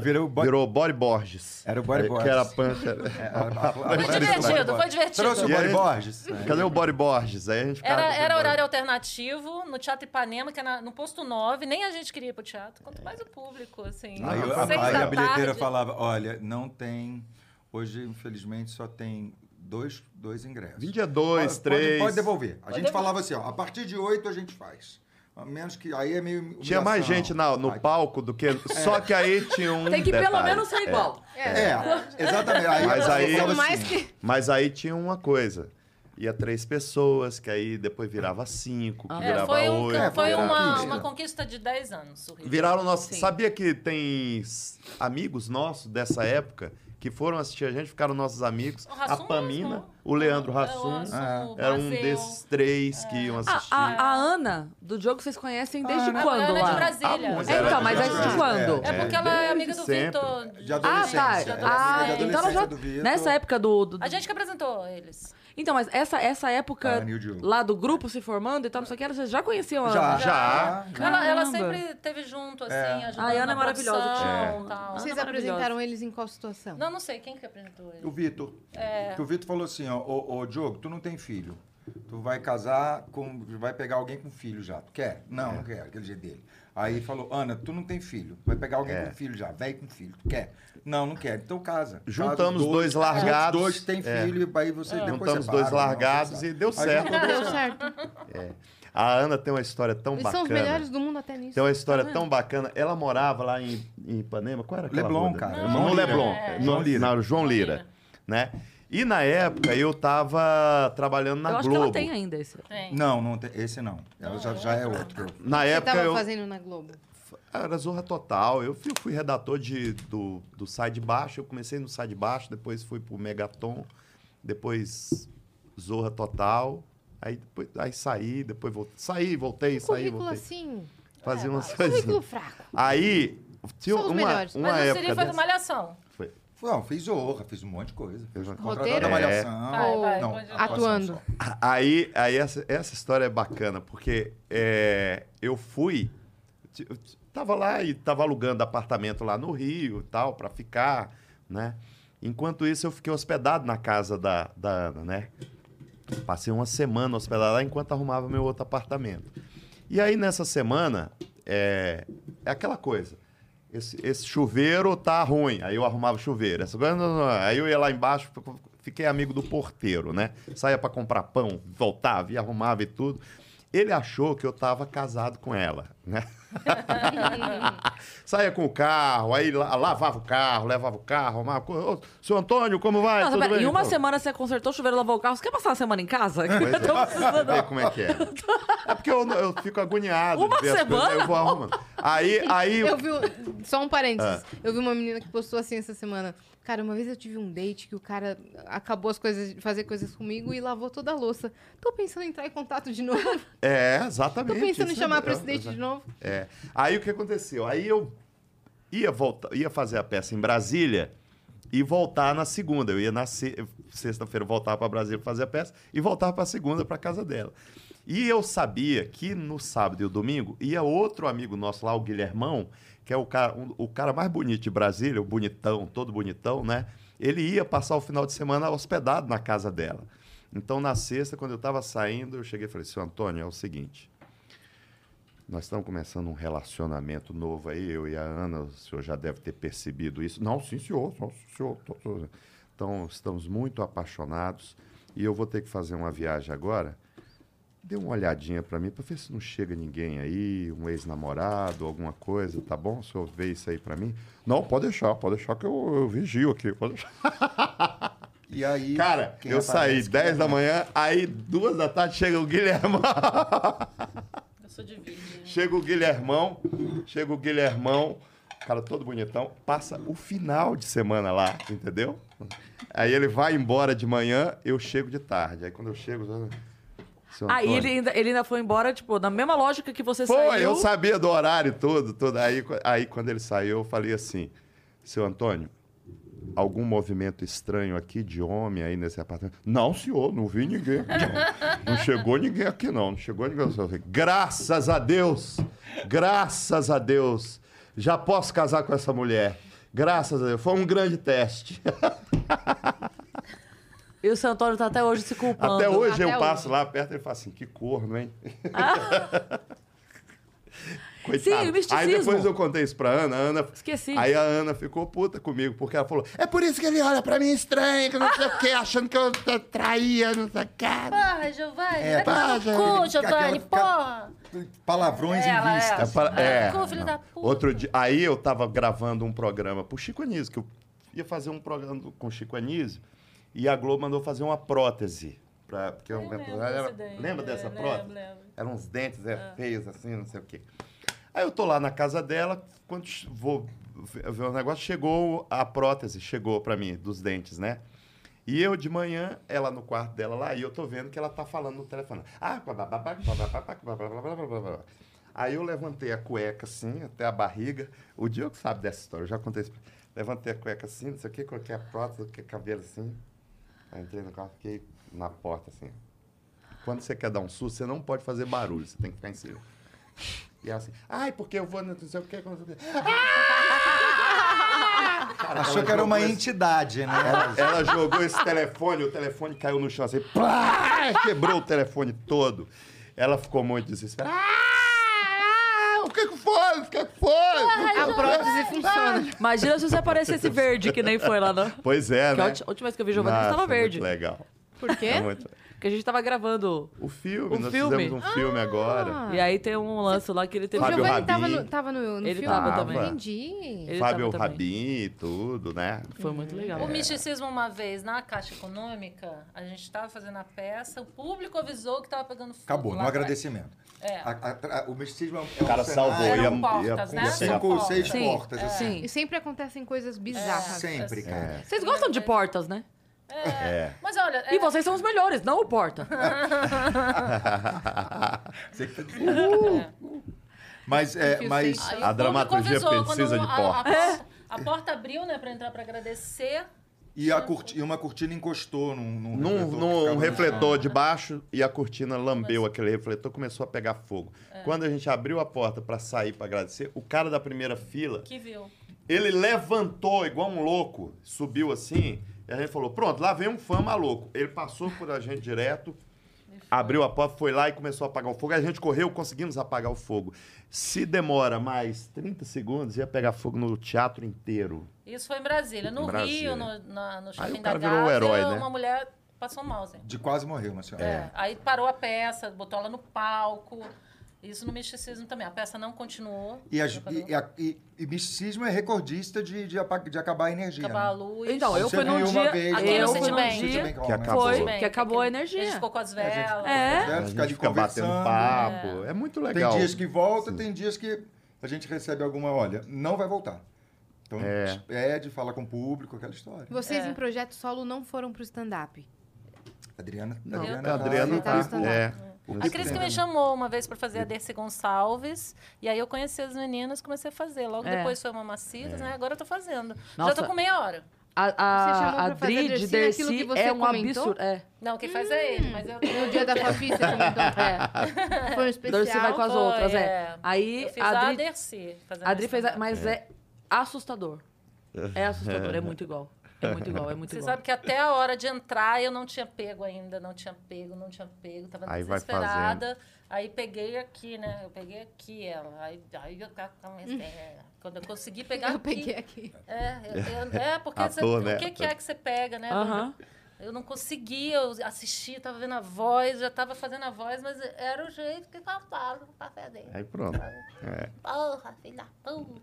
Virou o bo-
Virou bodyboards.
Era o bodyboards.
Que era a prancha. né?
É, a- a- a-
Foi
a-
divertido, foi divertido.
Trouxe o
E aí-
Bory Borges. né?
Cadê o bodyboards? Aí a gente ficava
Era,
com o
era
bodyboard.
horário alternativo, no Teatro Ipanema, que é na- no posto 9, nem a gente queria ir pro teatro, quanto mais o público, assim.
É. Aí,
Não,
eu- a,
seis
aí
da
a bilheteira
tarde.
falava, olha, não tem... Hoje, infelizmente, só tem dois, dois ingressos.
22,
Pode- Pode,
3.
pode devolver. A gente
devolver.
falava assim, ó, a partir de oito a gente faz. A menos que... Aí é meio
Tinha
humilhação.
mais gente na- no
Aí-
palco do que. Só que aí tinha um.
Tem que pelo
detalhe.
menos ser igual.
É, exatamente. Aí
Mas
eu
aí-
falava assim,
mais que...
Mas aí tinha uma coisa. Ia três pessoas, que aí depois virava cinco, que
É,
virava
foi um-
oito.
é,
foi
virava
uma,
conquista.
uma conquista de 10 anos. o Rio.
Viraram nosso.
Sim.
Sabia que tem s- amigos nossos dessa época que foram assistir a gente, ficaram nossos amigos.
O
A
Rassum
Pamina,
mesmo.
o Leandro
É, o
Rassum.
Rassum, o
Era um
Brasil.
desses três que iam
A,
assistir.
a- a Ana, do jogo, vocês conhecem desde
A
quando
Ana é de
lá?
Brasília.
Ah, mas
É,
era
então,
de
mas é de
Brasília.
quando?
É porque ela é amiga do
sempre.
Vitor.
De
Ah,
adolescência.
tá.
Ela é
Ah,
amiga de
então ela já.
adolescência do Vitor.
Nessa época do. do-
A gente que apresentou eles.
Então, mas essa, essa época
Ah, New Deal.
lá do grupo se formando e tal, não sei o que, vocês já conheciam a
Já.
Ana?
Já.
Ela, ela
Caramba.
sempre esteve junto, assim, ajudando
Ai, Ana
na
é maravilhosa,
produção,
te amo.
tal. é
Você-
Vocês
tá maravilhosa.
apresentaram eles em qual situação?
Não, não sei quem que apresentou
O
ele.
Vitor.
É.
Que o Vitor falou assim, ó, ô, ô, Diogo, tu não tem filho. Tu vai casar com. Vai pegar alguém com filho já. Tu quer?
É.
Não, não quero, aquele jeito dele. Aí falou, Ana, tu não tem filho. Vai pegar alguém
É.
com filho já, velho com filho. Tu quer? Não, não quero. Então casa.
Juntamos
Casa
dois largados.
Dois tem
É.
filho, aí você depois
Juntamos
separa,
dois
não,
largados
você
e deu
sabe. Aí
certo.
juntou-
Deu certo.
A Ana tem uma história tão
Eles
bacana. Então,
são os melhores do mundo até nisso.
Tem uma história tão bacana. Ela morava lá em, em Ipanema. Qual era aquela
Leblon,
rua?
cara.
No,
João Lira.
Leblon.
É.
No,
João Lira.
na- João Lira.
Lira.
Né? E na época eu tava trabalhando na
Eu acho que
Globo. Ah, é
ela tem ainda esse.
Tem.
Não, não tem, esse não. Ela já, já é outro.
Na
Você
época
tava
eu.
fazendo na Globo.
Era Zorra Total. Eu fui, fui redator de, do, do Sai de Baixo. Eu comecei no Sai de Baixo, depois fui pro Megaton, depois Zorra Total. Aí, depois, aí saí, depois voltei. Saí, voltei,
Um
saí,
currículo
voltei.
assim,
Fazia umas
um currículo
coisas.
fraco.
Aí. Tinha
São os
uma,
melhores.
uma
Mas o
época
Siri foi do
dessa-
Malhação.
Foi.
Não, fiz zorra, fiz um monte de coisa. Fiz
Roteiro?
contratada da
É.
malhação.
Vai, vai,
não,
continua.
atuação
Atuando.
só.
Aí, aí essa, essa história é bacana, porque é, eu fui. t- eu t- Tava lá e tava alugando apartamento lá no Rio e tal, para ficar, né? Enquanto isso, eu fiquei hospedado na casa da, da Ana, né? Passei uma semana hospedado lá enquanto arrumava meu outro apartamento. E aí, nessa semana, é, é aquela coisa. Esse, esse chuveiro tá ruim. Aí eu arrumava o chuveiro. Essa coisa, não, não, não. Aí eu ia lá embaixo, fiquei amigo do porteiro, né? Saía pra comprar pão, voltava e arrumava e tudo. Ele achou que eu tava casado com ela, né? Saía com o carro, aí la- lavava o carro, levava o carro, arrumava. co- Ô, seu Antônio, como vai?
Nossa,
Tudo
pera,
bem?
em uma
Pô,
semana você consertou o chuveiro, lavou o carro. Você quer passar a semana em casa? Então,
Pois é.
Eu tô precisando.
Vê como é que é. É porque eu, eu fico agoniado.
Uma
de ver as coisas,
semana?
aí eu vou arrumando. Aí, aí
Eu vi. o- Só um
Ah.
parênteses. Eu vi uma menina que postou assim essa semana. Cara, uma vez eu tive um date que o cara acabou as coisas, de fazer coisas comigo e lavou toda a louça. Tô pensando em entrar em contato de novo.
É,
Tô
exatamente.
pensando em
isso
chamar
é-
pra esse date de novo.
É. Aí o que aconteceu? Aí eu ia voltar, ia fazer a peça em Brasília e voltar na segunda. Eu ia na se- sexta-feira voltar para Brasília fazer a peça e voltar para segunda para casa dela. E eu sabia que no sábado e o domingo ia outro amigo nosso lá, o Guilhermão, que é o cara, um- o cara mais bonito de Brasília, o bonitão, todo bonitão, né? Ele ia passar o final de semana hospedado na casa dela. Então, na sexta, quando eu estava saindo, eu cheguei e falei: Seu Antônio, é o seguinte, nós estamos começando um relacionamento novo aí, eu e a Ana, o senhor já deve ter percebido isso. Não, sim, senhor, não, sim, senhor. tô- tô- Então, estamos muito apaixonados e eu vou ter que fazer uma viagem agora. Dê uma olhadinha para mim, para ver se não chega ninguém aí, um ex-namorado, alguma coisa, tá bom? O senhor vê isso aí para mim? Não, pode deixar, pode deixar que eu, eu vigio aqui. Pode deixar.
E aí.
Cara,
quem
eu saí
aparece,
10 da manhã, aí 2 da tarde chega o Guilhermão.
Eu sou de vídeo.
Chega o Guilhermão, chega o Guilhermão, cara todo bonitão, passa o final de semana lá, entendeu? Aí ele vai embora de manhã, eu chego de tarde. Aí quando eu chego. já- Seu
Aí
Antônio.
ele ainda, ele ainda foi embora, tipo, na mesma lógica que você
Pô,
saiu.
eu sabia do horário todo, tudo. Aí, qu- aí quando ele saiu, eu falei assim: seu Antônio, algum movimento estranho aqui de homem aí nesse apartamento? Não, senhor, não vi ninguém aqui. Não, não chegou ninguém aqui, não. Não chegou ninguém. Eu falei, graças a Deus! Graças a Deus! Já posso casar com essa mulher. Graças a Deus. Foi um grande teste.
E o seu Antônio tá até hoje se culpando.
Até hoje eu
Até
passo lá perto e ele fala assim: que corno, hein? Coitado.
Sim, o
Aí
misticismo.
depois eu contei isso pra Ana, a Ana.
Esqueci.
Aí a Ana ficou puta comigo, porque ela falou: é por isso que ele olha pra mim estranho, que não sei o quê, achando que eu tra- traía, não sei o quê.
Porra, Giovanni,
É,
vai
pá,
tomar no cu, Giovanni,
Giovanni,
porra!
Palavrões
Ela,
em vista. assim.
É para- é,
Cu, filho
não.
da puta.
Outro dia, aí eu tava gravando um programa pro Chico Anísio, que eu ia fazer um programa do- com o Chico Anísio, e a Globo mandou fazer uma prótese. Pra, porque eu- era- lembra
é,
dessa prótese? Eram uns dentes é, feios, assim, não sei o quê. Aí eu tô lá na casa dela, quando ch- vou ver ver o negócio, chegou a prótese, chegou pra mim, dos dentes, né? E eu de manhã, ela no quarto dela lá, e eu tô vendo que ela tá falando no telefone. Ah, blá, blá, blá, blá, blá, blá, blá, blá, blá, blá, blá, blá, blá, blá. Aí eu levantei a cueca assim, até a barriga. O Diogo sabe dessa história, eu já contei isso. pra ele. Levantei a cueca assim, não sei o quê, coloquei a prótese, coloquei o cabelo assim. Aí entrei no quarto, fiquei na porta assim. Quando você quer dar um susto, você não pode fazer barulho, você tem que ficar em silêncio. E ela assim, ai, porque eu vou, não sei o quê, não sei o quê. Cara,
Achou
ela
que era uma
jogou esse-
entidade, né?
ela jogou esse telefone, o telefone caiu no chão assim, plá, quebrou o telefone todo. Ela ficou muito desesperada. Ah, ah, o que que foi? O que que foi?
A prótese funciona.
Imagina se você aparecesse verde, que nem foi lá, não.
Pois é,
Porque a
né?
ulti- a última vez que eu vi Giovanni, ele
Nossa, é
tava
muito
verde.
legal.
Por quê?
É muito-
Porque a gente tava gravando.
O filme,
O
nós
filme?
fizemos um filme
Ah.
agora.
E aí tem um lance lá que ele
O
teve.
Fábio
Giovanni tava
Rabin.
no, tava no, no
Ele
filme.
tava
também.
Entendi.
Ele
Fábio
tava também.
Rabin e tudo, né?
Foi muito legal.
O misticismo, uma vez, na Caixa Econômica, a gente estava fazendo a peça, o público avisou que estava pegando fogo.
Acabou,
lá
no
atrás.
agradecimento.
É.
A-
Ah.
a- a- o misticismo é um.
O cara salvou.
Eram
ia-
portas,
ia
né?
pegar
Cinco ou
Portas.
seis
Sim,
portas,
é.
assim.
Sim.
E sempre acontecem coisas bizarras.
É.
Sempre, cara.
Vocês gostam de portas, né?
É.
Mas olha, é,
E vocês são os melhores, não o porta.
Mas, é, mas
aí o
A
público
dramaturgia
avisou, quando
precisa de
a- a-
porta.
A, porta abriu, né, para entrar para agradecer.
e, a corti- e uma cortina encostou num, num
Num,
que
num
ficava no
refletor
chão.
de baixo e a cortina lambeu aquele refletor, começou a pegar fogo. Quando a gente abriu a porta para sair para agradecer, o cara da primeira fila,
Que viu.
ele levantou igual um louco, subiu assim, e a gente falou: "Pronto, lá vem um fã maluco". Ele passou por a gente direto. Abriu a porta, foi lá e começou a apagar o fogo. A gente correu, conseguimos apagar o fogo. Se demora mais 30 segundos, ia pegar fogo no teatro inteiro.
Isso foi em Brasília. No
Em Brasília.
Rio, no, na, no shopping da
o cara virou um
Gávea,
herói, né?
uma mulher passou mal, Zé.
De quase assim, morrer, uma senhora.
É, Aí parou a peça, botou ela no palco. Isso no misticismo também. A peça não continuou.
E, a,
Acabou.
e, e, a- e- e misticismo é recordista de, de, apa- de acabar a energia.
Acabar a
né?
luz.
Então, eu
Você
fui num
viu uma
dia.
vez, né?
Aqui
eu
no
fui num
Citibank.
dia
Citibank Hall,
Que
né?
acabou.
Foi,
Bem,
que acabou a
aquele- A gente
energia.
ficou com as
gente
velas.
É.
É,
a
ficar
gente
ali
fica batendo
conversando.
papo. É, muito legal.
Tem dias que volta,
Sim.
tem dias que a gente recebe alguma, olha, não vai voltar. Então
É.
pede, fala com o público, aquela história.
Vocês
É.
em projeto solo não foram pro stand-up.
Adriana,
Não,
Adriana,
É,
um
a Adriana
tá-
tá.
tá-
é.
A Cris que me chamou uma vez pra fazer a Dercy Gonçalves. E aí eu conheci as meninas comecei a fazer. Logo
É.
depois foi uma macitas, né? Agora eu tô fazendo. Já
Nossa.
tô com meia hora.
A,
Você chamou
a, a
pra fazer
Dri de
Dercy naquilo
Dercy
que você
é um
comentou?
absurdo. É.
Não, quem faz é
Hum.
ele, mas eu.
No dia da Fafi, você comentou. É. Foi um especial.
Dercy Então vai com as
Foi,
outras, é.
é.
Aí
Eu fiz
a
a
Dri,
Dercy. fazendo
a Dri fez.
né?
A,
stand-up.
mas é. assustador. É assustador, é muito igual. É muito igual, é muito
Você
igual.
sabe que até a hora de entrar eu não tinha pego ainda, não tinha pego, não tinha pego, tava
Aí vai
desesperada. Aí peguei aqui, né? Eu peguei aqui ela. Aí, aí eu
Hum.
comecei. é, Quando eu consegui pegar
Eu
aqui.
peguei aqui.
É, eu- eu- é, porque você-
Ator, né?
o que, que é que você pega, né?
Aham.
Eu não conseguia eu assistir, tava vendo a voz, já tava fazendo a voz, mas era o jeito que faltava no café dele.
Aí pronto. É.
Porra, filha da puta.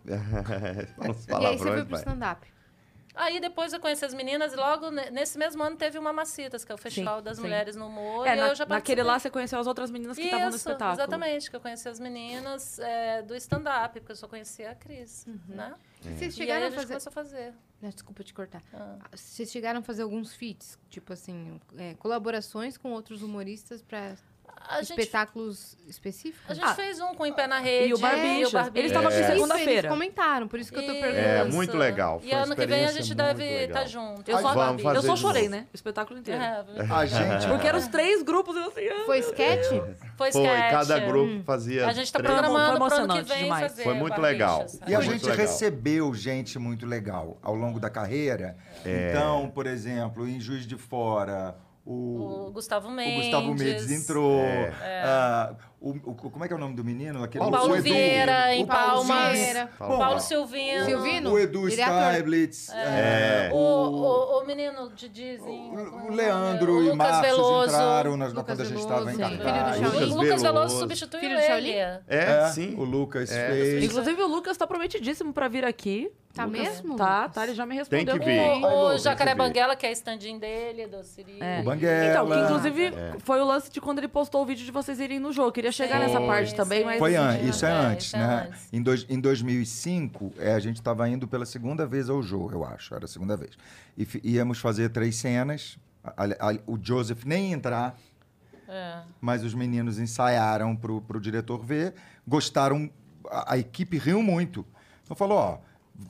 E aí você
Uns
foi
palavrões,
pro
vai.
stand-up.
Aí depois eu conheci as meninas e logo ne- nesse mesmo ano teve uma Macitas, que é o Festival das
sim.
Mulheres no Humor.
É,
e
na-
eu já
naquele
participei.
lá você conheceu as outras meninas que estavam no
Isso,
espetáculo.
Exatamente, que eu conheci as meninas é, do stand-up, porque eu só conhecia a Cris, né?
Uhum.
Vocês
e aí
chegaram
a
a
gente
fazer...
começou a fazer.
Não, Desculpa te cortar.
Ah.
Vocês chegaram a fazer alguns feats, tipo assim, é, colaborações com outros humoristas pra
A gente,
espetáculos específicos?
a gente
Ah,
fez um com o Em Pé na Rede.
E o Barbicha.
e o Barbicha.
Eles estavam aqui
isso,
segunda-feira.
Eles comentaram, por isso que eu tô
Isso.
É,
perguntando.
muito legal. Foi
E ano que vem a
experiência
gente
muito
deve
legal.
estar junto.
Eu só,
Vamos fazer
eu só
de
chorei,
novo.
né? O espetáculo inteiro. Tipo,
É,
A gente.
Porque eram os três grupos, eu assim... ah.
Foi sketch?
É.
foi
Foi,
sketch. Hum.
cada grupo fazia.
A gente tá
três.
programando
Foi
pro ano que
emocionante
vem
demais.
fazer
Foi muito
Barbicha,
legal.
sabe?
E a
Foi muito
gente
legal.
recebeu gente muito legal ao longo da carreira.
É.
Então, por exemplo, em Juiz de Fora,
O
o,
Gustavo
o
Mendes.
Gustavo Mendes entrou.
É.
ah, o, o- como é que é o nome do menino? Aquele,
O
Paulo
Edu.
Vieira, em
o Paulo
Palmas.
Silveira.
Paulo
Bom,
Paulo
Ó,
Silvino.
Silvino?
O Edu
Ele é ator.
Steiblitz.
É.
é,
O, o, o menino de Dizem. é
O, o Leandro e Marcos entraram na,
Lucas
quando a gente
Veloso,
estava em
filho do
Catar.
O
Lucas
Lucas,
Veloso.
Veloso substituiu
Filho do Shaolin?
ele.
É,
É,
sim.
O Lucas
É.
fez.
Inclusive, o Lucas tá prometidíssimo pra vir aqui.
Tá
Lucas,
mesmo,
Tá,
Lucas?
tá, ele já me
Tem que
respondeu.
vir.
com-
Vai,
O,
Lu,
o Jacaré
tem que ver.
Banguela, que é stand-in dele, do Siri.
É.
O Banguela.
Então, que inclusive foi o lance de quando ele postou o vídeo de vocês irem no jogo. Queria chegar
Sim,
nessa parte também,
sim.
mas. assim,
Foi
antes,
an isso é,
né?
antes,
Isso é
né?
antes.
Em, dois, em 2005, é, a gente estava indo pela segunda vez ao Jô, eu acho, era a segunda vez. E fi- íamos fazer três cenas, a- a- a- o Joseph nem ia entrar,
É.
mas os meninos ensaiaram pro, pro diretor ver, gostaram, a, a equipe riu muito. Então falou, ó,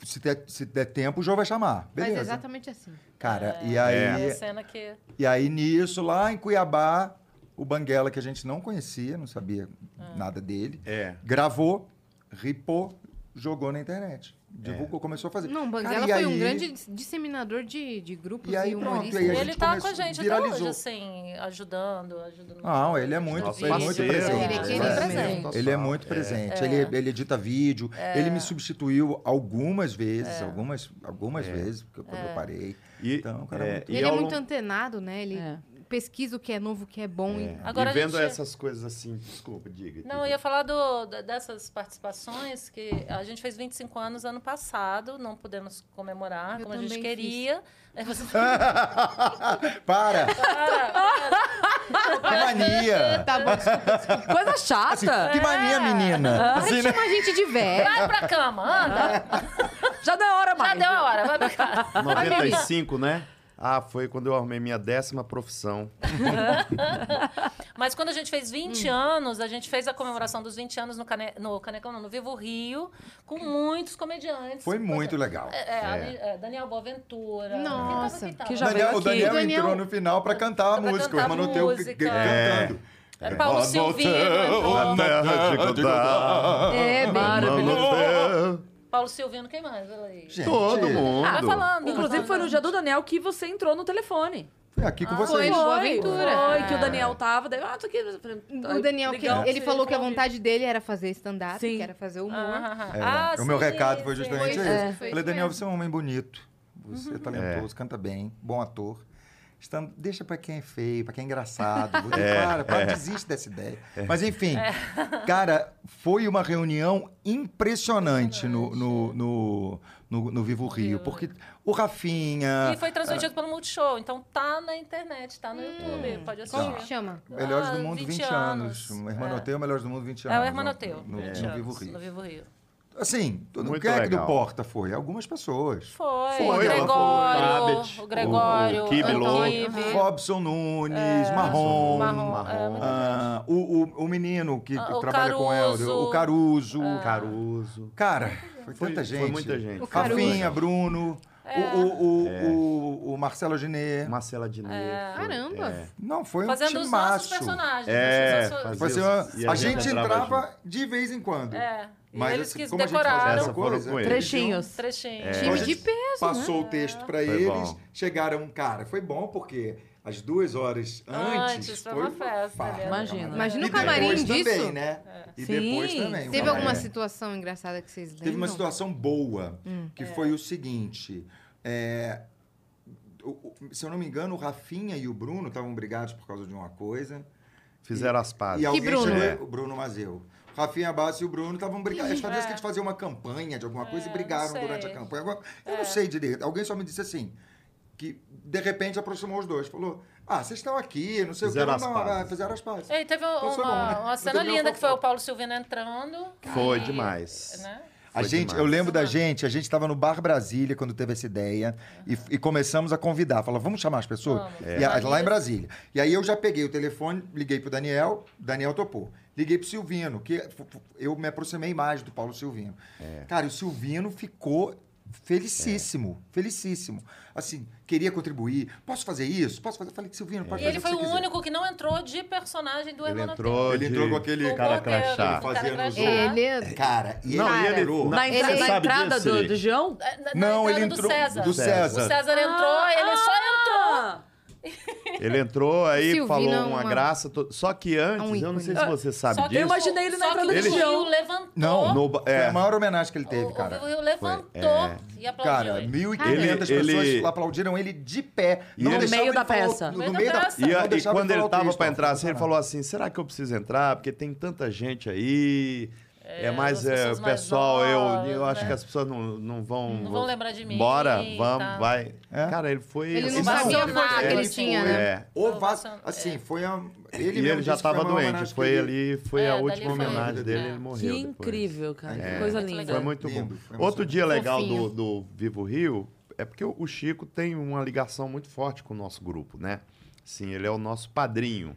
se der, se der tempo, o Jô vai chamar,
Mas
beleza.
exatamente assim.
Cara, e
É
aí...
a cena que...
E aí, nisso, lá em Cuiabá, o Banguela, que a gente não conhecia, não sabia nada dele,
É.
gravou, ripou, jogou na internet. Divulgou, começou a fazer.
Não,
Cara,
Banguela
e
foi um
aí-
grande dis- disseminador de, de grupos e,
E aí, pronto,
humoristas.
e aí a gente
Ele tá com a
começou-
gente
viralizou.
até hoje, assim, ajudando, ajudando.
Não, ele é muito,
Nosso
ele é muito
parceiro.
presente.
Ele é
né?
presente.
Ele é muito presente. Ele, ele edita vídeo. Ele me substituiu algumas vezes, algumas, algumas vezes, porque quando eu parei.
E,
Então, o cara é muito-
e
Ele é
ao
muito
longo-
antenado, né? Ele
É.
pesquisa o que é novo, o que é bom. e-
Agora
e
a
vendo
gente-
essas coisas assim, desculpa, diga.
Não, eu
diga.
ia falar do, da- dessas participações que a gente fez 25 anos ano passado, não pudemos comemorar
Eu
como a gente
também
queria. Aí você-
Para! que mania!
Tá bom, desculpa.
Coisa chata.
Assim, que mania, menina! Assim, né?
Chama a gente de velho.
Vai pra cama,
Ah,
anda.
Já deu a hora
Já
mais.
deu a hora, vai pra casa.
95, né? Ah, foi quando eu arrumei minha décima profissão.
Mas quando a gente fez 20
Hum.
anos, a gente fez a comemoração dos 20 anos no, cane... no Canecão, não, no Vivo Rio, com muitos comediantes.
Foi muito legal.
É, é, ali- é, Daniel Boaventura.
Nossa,
Quem tava,
que
quem
já
tava?
veio
Daniel, o
aqui.
Daniel
Daniel-
entrou no final pra cantar a
Pra
música.
cantar
o Manoteu
música.
cantando.
É Paulo Silvino. então. entrou.
A terra de Godá.
É, bem.
Mano,
Paulo Silvino, quem mais? Olha aí.
Gente,
Todo
Vai
mundo.
Ah, falando.
Inclusive,
vai
foi no
falando.
dia do Daniel que você entrou no telefone.
Foi aqui com
Ah,
vocês.
Foi no Boa Aventura.
Foi, que o Daniel tava. Daí, ah, tô aqui.
O Daniel, que é-
Legal.
ele falou que a vontade dele era fazer stand-up,
Sim.
que era fazer humor.
Ah,
É,
ah,
o meu
sim,
recado foi
sim.
justamente
Foi, é,
esse.
foi
Falei,
isso
Daniel,
mesmo. Uhum.
você é um homem bonito. Você é talentoso, canta bem, bom ator. Estan- deixa pra quem é feio, pra quem é engraçado.
É,
Você, para, para, desiste dessa ideia. Mas enfim,
É.
cara, foi uma reunião impressionante no, no, no, no- no Vivo Rio. Porque o Rafinha...
E foi transmitido pelo Multishow, então tá na internet, tá no
Hum.
YouTube, pode assistir.
Como que chama?
Melhores do
Ah,
Mundo, 20,
20
anos.
anos.
O Hermanoteu, Melhores do Mundo, 20 anos.
É o
no-
Hermanoteu.
No, no
20 anos,
Vivo Rio.
No Vivo Rio.
Assim, todo mundo.
Muito
Quem é que do
legal.
Porta foi? Algumas pessoas.
Foi,
Foi,
o
ela foi, o
Gregório,
Rabbit,
o Gregório,
o- o
o
Kibe Louco.
Kibe,
Robson Nunes, Marrom,
É. Marrom,
Marrom,
é, muita
ah, o, o, o menino que,
Ah,
que
o
trabalha com
Caruso. É.
ela, o Caruso.
Caruso.
Cara, foi
Foi-
tanta
foi
gente.
muita gente. É. O
Caruso.
Rafinha, Bruno,
É.
o, o, o, o, o Marcelo Genet.
Marcela Diné. foi-
Caramba.
é.
Não, foi um
Fazendo os nossos
timaço.
personagens.
É,
os nossos-
fazia
Foi assim,
os- e
a, gente entrava de vez em quando.
é. E
Mas
eles
assim,
que
como a gente fazia
decoraram um
essa
Foram
coisa,
com eles.
Trechinhos.
trechinho.
É.
Então, a
Time de
gente
peso,
Passou o texto pra
Foi
eles,
bom.
chegaram, cara, foi bom porque as duas horas antes,
Antes, foi
foi
uma festa, né?
Imagina.
Imagina
E
o camarim
depois
disso.
também, né? E
Sim.
depois também. o
Teve
camarim.
é.
alguma situação engraçada que vocês lembram?
Teve uma situação boa, que foi o seguinte. é, o- o- se eu não me engano, o Rafinha e o Bruno estavam brigados por causa de uma coisa.
Fizeram as
E
pazes.
alguém
Bruno?
chegou-
É.
o Bruno Mazeu. Rafinha Bassi e o Bruno estavam brigando. Eles parece que eles faziam uma campanha de alguma coisa e
É,
brigaram
não sei. É.
durante a campanha. Agora, eu não sei direito. Alguém só me disse assim, que de repente aproximou os dois. Falou, ah, vocês estão aqui, não sei
Fizeram
o que.
as
Não, ah,
pazes.
Fizeram as pazes.
Ei, teve
Então foi bom, né?
uma, uma
Não
cena
teve nenhuma
linda que foi o
fofoca.
Paulo Silvino entrando.
Foi
e-
demais.
né?
A
Foi
gente,
demais.
eu lembro da gente, a gente estava no Bar Brasília quando teve essa ideia e, e começamos a convidar. Falar, vamos chamar as pessoas?
Vamos. É.
E a- lá em Brasília. E aí eu já peguei o telefone, liguei pro Daniel, Daniel topou. Liguei pro Silvino, que f- f- eu me aproximei mais do Paulo Silvino.
É.
Cara, o Silvino ficou felicíssimo,
É.
felicíssimo. Assim, queria contribuir. Posso fazer isso? Posso fazer? Eu Falei,
É.
Silvino, pode
E
fazer
ele
que
foi o
você quiser."
único que não entrou de personagem do
Ele
Hermano
entrou,
Ele
de
entrou com aquele
cara
Com o roteiro,
crachá.
com o cara
Fazendo um
crachá.
É, Ele
Cara, e
Não,
ele
e ele-
entrou.
Na, entra-
Tá, Você
na
sabe
entrada
disso,
do,
Nick?
do João?
É, Na- na
Não, ele
entrada
entrou
Tá do César. é
do César.
O César entrou, ele só entrou.
Ah,
Ele entrou aí,
Silvino
falou
é
uma,
uma-
graça. to- Só que antes,
É um
eu não
ícone.
sei se você sabe
Só que
disso.
eu imaginei ele na
só que
entrada
o
do
Vivo
João.
Rio levantou.
Não,
No ba-
foi
é.
a maior homenagem que ele
o,
teve,
o
cara. é.
Vivo Rio levantou e aplaudiu.
Cara,
ele.
1.500
Ele-
pessoas
ele-
aplaudiram ele de pé.
E
Não
ele- No
deixava
meio da
falar o-
peça.
No,
No meio
meio
da
da
peça.
E, a-
Não
e
deixava
quando ele
falar o
tava
texto,
pra
não,
entrar assim, ele
não.
falou assim: será que eu preciso entrar? Porque tem tanta gente aí. É,
É,
mais
as
é,
pessoas
o
mais
pessoal, eu,
novas,
eu acho
né?
que as pessoas não, não vão.
Não vão lembrar de mim, tá.
Bora,
e
vamos,
tal.
vai.
É.
Cara, ele foi.
Ele não
assim,
fazia
ele
nada,
foi-
ele
ele
tinha,
foi
né?
Ovação. Assim, foi a. Ele,
É, e
mesmo
ele já
disse que foi a
tava
maior homenagem
doente.
que
Foi
ele-
ali, foi
É,
a
dali
última
foi ele,
homenagem dele,
né?
ele morreu.
que
depois.
incrível, né? cara.
É.
Que coisa
Muito
linda.
Foi
legal.
muito
Lindo, foi
bom. Outro
emocionante.
dia legal do,
Fofinho.
do Vivo Rio é porque o Chico tem uma ligação muito forte com o nosso grupo, né? Sim, ele é o nosso padrinho,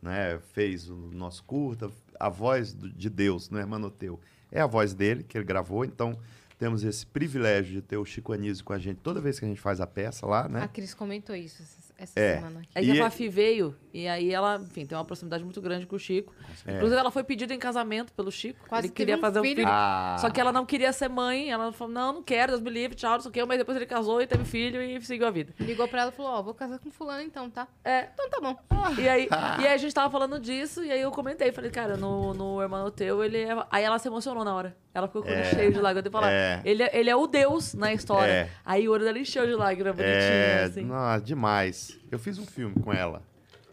né? Fez o nosso curta, a voz do- de Deus no Hermanoteu. É a voz dele que ele gravou, então temos esse privilégio de ter o Chico Anísio com a gente toda vez que a gente faz a peça lá,
A
né?
Cris comentou isso essa- essa
É.
semana.
Aí que
E-
a Fafi veio, e aí ela, enfim, tem uma proximidade muito grande com o Chico. Inclusive, ela foi pedida em casamento pelo Chico.
Quase
ele
teve
queria
um
fazer um
filho.
filho.
Ah.
Só que ela não queria ser mãe. Ela falou, não, não quero, Deus me livre, tchau, não sei o quê. Mas depois ele casou e teve filho e seguiu a vida.
Ligou pra ela e falou, ó, vou casar com fulano então, tá?
É,
Então tá bom.
E aí,
Ah.
e aí a gente tava falando disso, e aí eu comentei, falei, cara, no, no Hermano Teu, ele é. Aí ela se emocionou na hora. Ela ficou com o olho cheio de lágrimas. Eu falei,
É.
ele, é- ele é o Deus na história.
É.
Aí o olho dela encheu de lágrimas, bonitinho,
É,
assim.
não, demais. Eu fiz um filme com ela,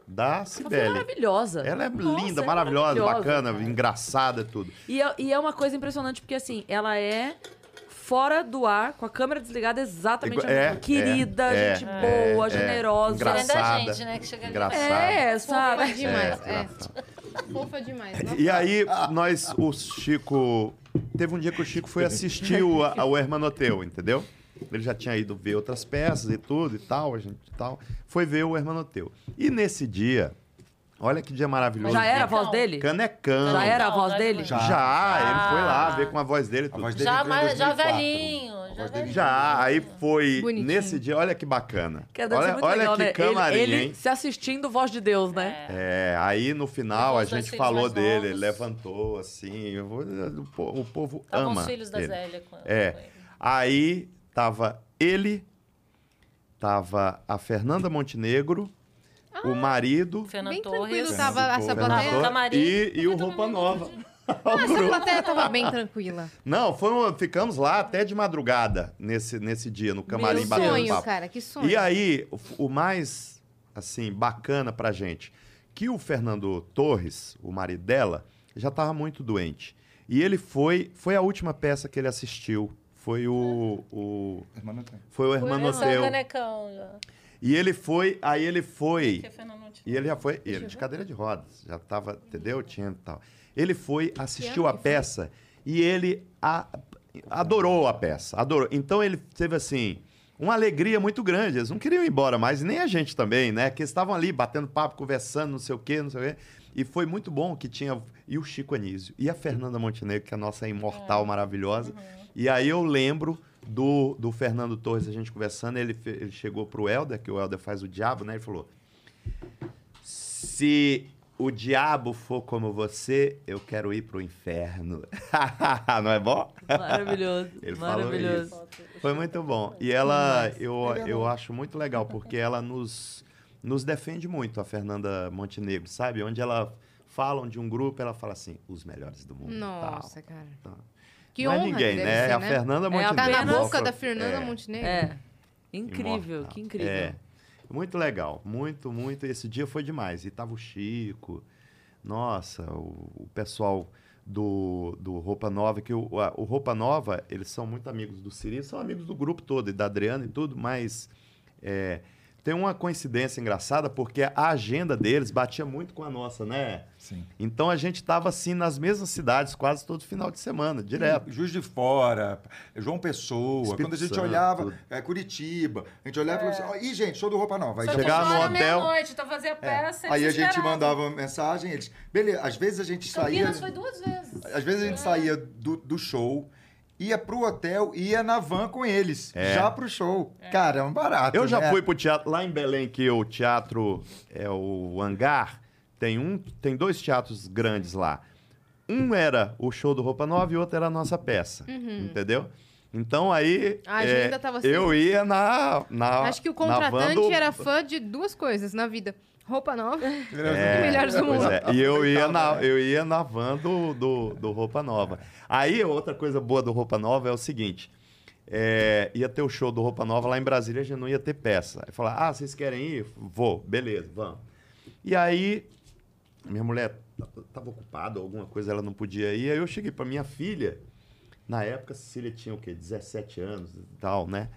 da
Ela foi
Cibele.
maravilhosa.
Ela é
Nossa,
linda,
é
maravilhosa, bacana,
cara.
engraçada, tudo.
E é, e é uma coisa impressionante, porque assim, ela é fora do ar, com a câmera desligada exatamente
Igual-
a
é,
mesma. Querida,
é,
gente
é,
boa,
é,
generosa.
engraçada.
Diferente da gente, né, que chega ali.
É,
Fofa
sabe?
demais,
É,
é. Fofa demais. nossa.
E aí, nós, o Chico. Teve um dia que o Chico foi assistir o, a- o Hermanoteu, entendeu? Ele já tinha ido ver outras peças e tudo e tal, a gente e tal. Foi ver o Hermanoteu. E nesse dia, olha que dia maravilhoso.
Já era a
Então,
voz dele?
Canecão.
Já era a
Não,
voz
nós
dele?
Já,
Já.
ele foi lá
Ah.
ver com a voz dele e
A
tudo.
voz dele
Já,
entrou em
mais, já
2004.
velhinho.
A voz
Já
dele
velhinho.
Já, aí foi.
Bonitinho.
Nesse dia, olha que bacana.
Que deve ser
olha
muito
olha
legal,
que
né? Ele-
camarim,
ele,
hein?
se assistindo voz de Deus, né?
É, aí no final
Levou
a
os dois
gente
filhos
falou
mais
dele,
novos.
levantou assim, eu vou- o po- o povo
Estavam
ama.
É.
os filhos da
ele.
Zélia com com ele.
É. Aí tava ele, Tava a Fernanda Montenegro, o marido.
Fernando
Bem
Torres.
tranquilo Ah! tava a
Fernando
saboteia.
Torres
Camarim.
E, e o
Tava todo
Roupa
mundo
Nova.
Ah, essa plateia tava bem tranquila.
Não, foi um- ficamos lá até de madrugada nesse, nesse dia, no camarim
Meu
batendo
sonho,
papo.
cara, que sonho.
E aí, o f- o mais assim bacana pra gente, que o Fernando Torres, o marido dela, já tava muito doente. E ele foi, foi a última peça que ele assistiu, foi o, o
Irmã não tem.
foi o
Foi né? só o
Hermanoteu.
canecão. já.
E ele foi, aí ele foi.
Porque Fernando não tinha-
E ele já foi, e ele de cadeira de rodas, já tava, entendeu? Tinha e tal. Ele foi, assistiu a peça e ele a- adorou a peça, adorou. Então ele teve assim uma alegria muito grande. Eles não queriam ir embora, mas nem a gente também, né? Que eles estavam ali batendo papo, conversando, não sei o quê, não sei o quê. E foi muito bom que tinha e o Chico Anísio e a Fernanda Montenegro, que é Uhum. a nossa imortal maravilhosa. E aí eu lembro do, do Fernando Torres, a gente conversando, ele, fe- ele chegou pro Helder, que o Helder faz o diabo, né? Ele falou: se o diabo for como você, eu quero ir pro inferno. Não é bom?
Maravilhoso.
Ele falou
maravilhoso.
isso. Foi muito bom. E ela, eu, eu acho muito legal, porque ela nos, nos defende muito, a Fernanda Montenegro, sabe? Onde ela falam de um grupo, ela fala assim, os melhores do mundo. e tal.
Nossa, cara.
Tá.
Que
Não
honra
é ninguém,
que deve
né?
ser,
É a
né?
Fernanda Montenegro.
Tá na
apenas-
boca da
É,
Fernanda Montenegro.
É. Incrível,
imortal.
que incrível.
É. Muito legal, muito, muito. Esse dia foi demais. E tava o Chico, nossa, o, o pessoal do, do Roupa Nova, que o, a- o Roupa Nova, eles são muito amigos do Siri, são amigos do grupo todo, e da Adriana e tudo, mas é, tem uma coincidência engraçada, porque a agenda deles batia muito com a nossa, né?
Sim.
Então a gente tava assim nas mesmas cidades quase todo final de semana, direto.
É, Juiz de Fora, João Pessoa.
Espírito
quando a gente
Santo.
olhava, é, Curitiba, a gente olhava e falava assim: ó, ih, gente, show do Roupa Nova. Aí
Só
Vai
que
chegar
uma
no
hora,
hotel.
meia-noite, então fazia peça.
É. Aí a
eles
gente
esperavam.
mandava uma mensagem, eles. Beleza, às vezes a gente saía.
Campinas foi duas vezes.
Às vezes a gente saía do, do show, ia pro hotel e ia na van com eles, já pro show. Cara, é um barato.
Eu já
né?
fui pro teatro lá em Belém, que o teatro é o hangar. Tem um, tem dois teatros grandes lá. Um era o show do Roupa Nova e o outro era a nossa peça, entendeu? Então aí
Uhum.
é,
A agenda tava assim.
eu ia na na
Acho que o
na van
contratante
do-
era fã de duas coisas na vida. Roupa nova
É,
e melhores do
pois
mundo.
é. E eu ia na eu ia na van do, do, do Roupa Nova. Aí outra coisa boa do Roupa Nova é o seguinte. é, ia ter o show do Roupa Nova lá em Brasília, a gente não ia ter peça. Aí falar, ah, vocês querem ir? Vou, beleza, vamos. E aí, minha mulher estava ocupada, alguma coisa, ela não podia ir. Aí eu cheguei para minha filha, na época a Cecília tinha o quê? 17 anos e tal, né?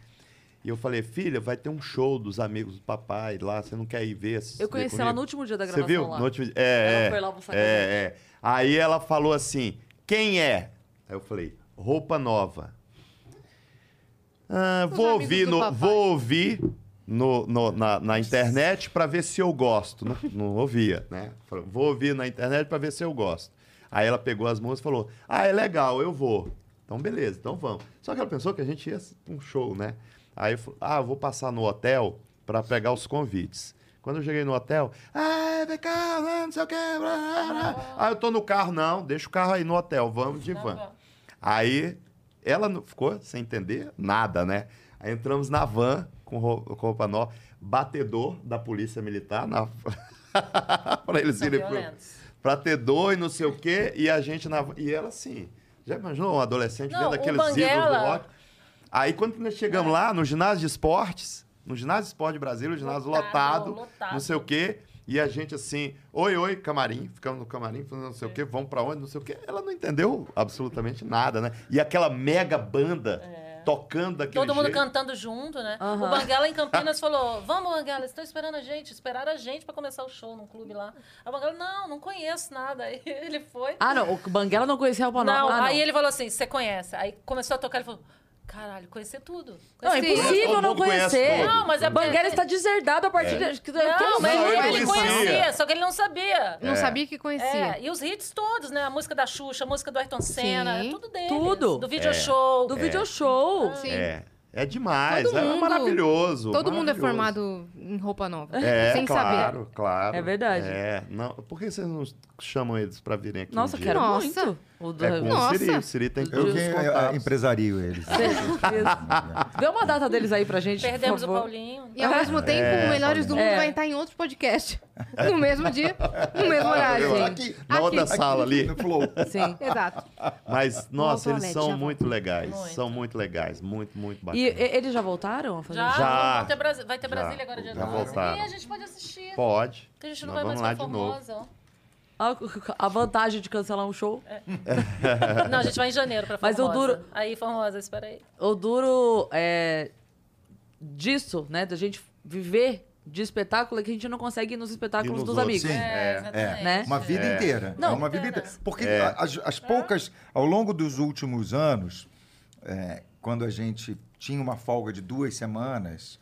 E eu falei, filha, vai ter um show dos amigos do papai lá, você não quer ir ver? assistir
Eu conheci ela
comigo?"
no último dia da
Você
gravação
viu?
lá.
No último dia- É,
Ela
é,
foi lá almoçar com a
é, é. Aí ela falou assim: quem é? Aí eu falei: roupa nova. Ah,
Os
vou
amigos
ouvir,
do
no,
papai.
vou ouvir no, no- na, na internet pra ver se eu gosto. Não, não ouvia, né? Falou, vou ouvir na internet pra ver se eu gosto. Aí ela pegou as músicas e falou: Ah, é legal, eu vou. Então, beleza, então vamos. Só que ela pensou que a gente ia pra um show, né? Aí eu falei: Ah, eu vou passar no hotel pra pegar os convites. Quando eu cheguei no hotel, ah, vem cá, vamos, não sei o quê. blá, blá, blá." Ah, eu tô no carro, não, deixa o carro aí no hotel, vamos de van. Aí ela não- ficou sem entender nada, né? Aí entramos na van com rou- com roupa nova, batedor da polícia militar, na... pra eles
São
irem pro,
violentos.
pra ter dor e não sei o quê, e a gente na van- E ela assim, já imaginou um adolescente
Não,
vendo
o
aqueles ídolos do
Banguela-
rock? Aí quando nós chegamos lá, no ginásio de esportes, no ginásio de esporte de Brasília, o ginásio lotado,
Lotado, lotado.
não sei o quê, e a gente assim, oi, oi, camarim, ficamos no camarim, falando não sei o quê, vamos pra onde, não sei o quê. Ela não entendeu absolutamente nada, né? E aquela mega banda tocando daquele
Todo mundo
jeito.
cantando junto, né?
Aham.
O Banguela em Campinas falou: Vamos, Banguela, estão esperando a gente. Esperaram a gente pra começar o show num clube lá. Aí o Banguela: Não, não conheço nada. Aí ele foi.
Ah, não. O Banguela não conhecia a Alba Nova.
não,
Ah,
aí ele falou assim: Você conhece. Aí começou a tocar, ele falou: Caralho, conhecer tudo.
Não, é
Conheci.
impossível
Todo
não
mundo conhece
conhecer.
todo.
Não, mas é porque-
Banguela está deserdado a
É.
partir de... que-
Não,
que-
mas
Não,
ele,
ele
ele
conhecia.
conhecia, só que ele não sabia.
É.
Não sabia que conhecia.
É, e os hits todos, né? A música da Xuxa, a música do Ayrton Senna, é
Sim.
tudo dele.
Tudo.
Do video show.
Do video show.
Sim.
É, é demais,
Todo
é
mundo-
maravilhoso.
Todo mundo é
maravilhoso.
formado em roupa nova.
É,
sem
claro,
saber.
claro.
É verdade.
É, não, por que vocês não chamam eles pra virem aqui?
Nossa,
um
eu
dia?
quero
Nossa.
muito. O do...
É com
Nossa.
o Siri. O Siri tem
Eu
todos
que
os
eu- eu
contatos.
empresario eles.
Isso. Dê uma data deles aí pra gente,
Perdemos
por
o
favor.
Paulinho.
E ao
É,
mesmo tempo, o Melhores do Mundo
É.
vai estar em outro podcast. No mesmo dia, no mesmo horário.
Eu-
gente.
aqui, na outra
Aqui.
sala ali.
No flow.
Sim.
Exato.
Mas, nossa,
ao
eles
toalete, já
são
volto.
muito legais.
Muito.
São muito legais. Muito, muito
E,
bacanas.
e- eles já voltaram a fazer?
Já,
isso?
Já.
Vai ter, Brasi- vai ter
Já.
Brasília agora dia
Já
12.
voltaram.
E a gente pode assistir.
Pode.
Porque a gente não
Nós
vai
vamos
mais
lá
pra
de novo.
Formosa.
A, a vantagem de cancelar um show.
Não, a gente vai em janeiro pra
Mas
Formosa.
o duro-
Aí, Formosa, espera aí.
O duro é, disso, né? Da gente viver de espetáculo é que a gente não consegue ir nos
E
espetáculos
nos
dos
outros,
amigos.
Sim,
É,
é.
exatamente.
Né?
Uma vida inteira.
Não. É.
é uma vida inteira. Porque a- as, as poucas, ao longo dos últimos anos, é, quando a gente tinha uma folga de duas semanas,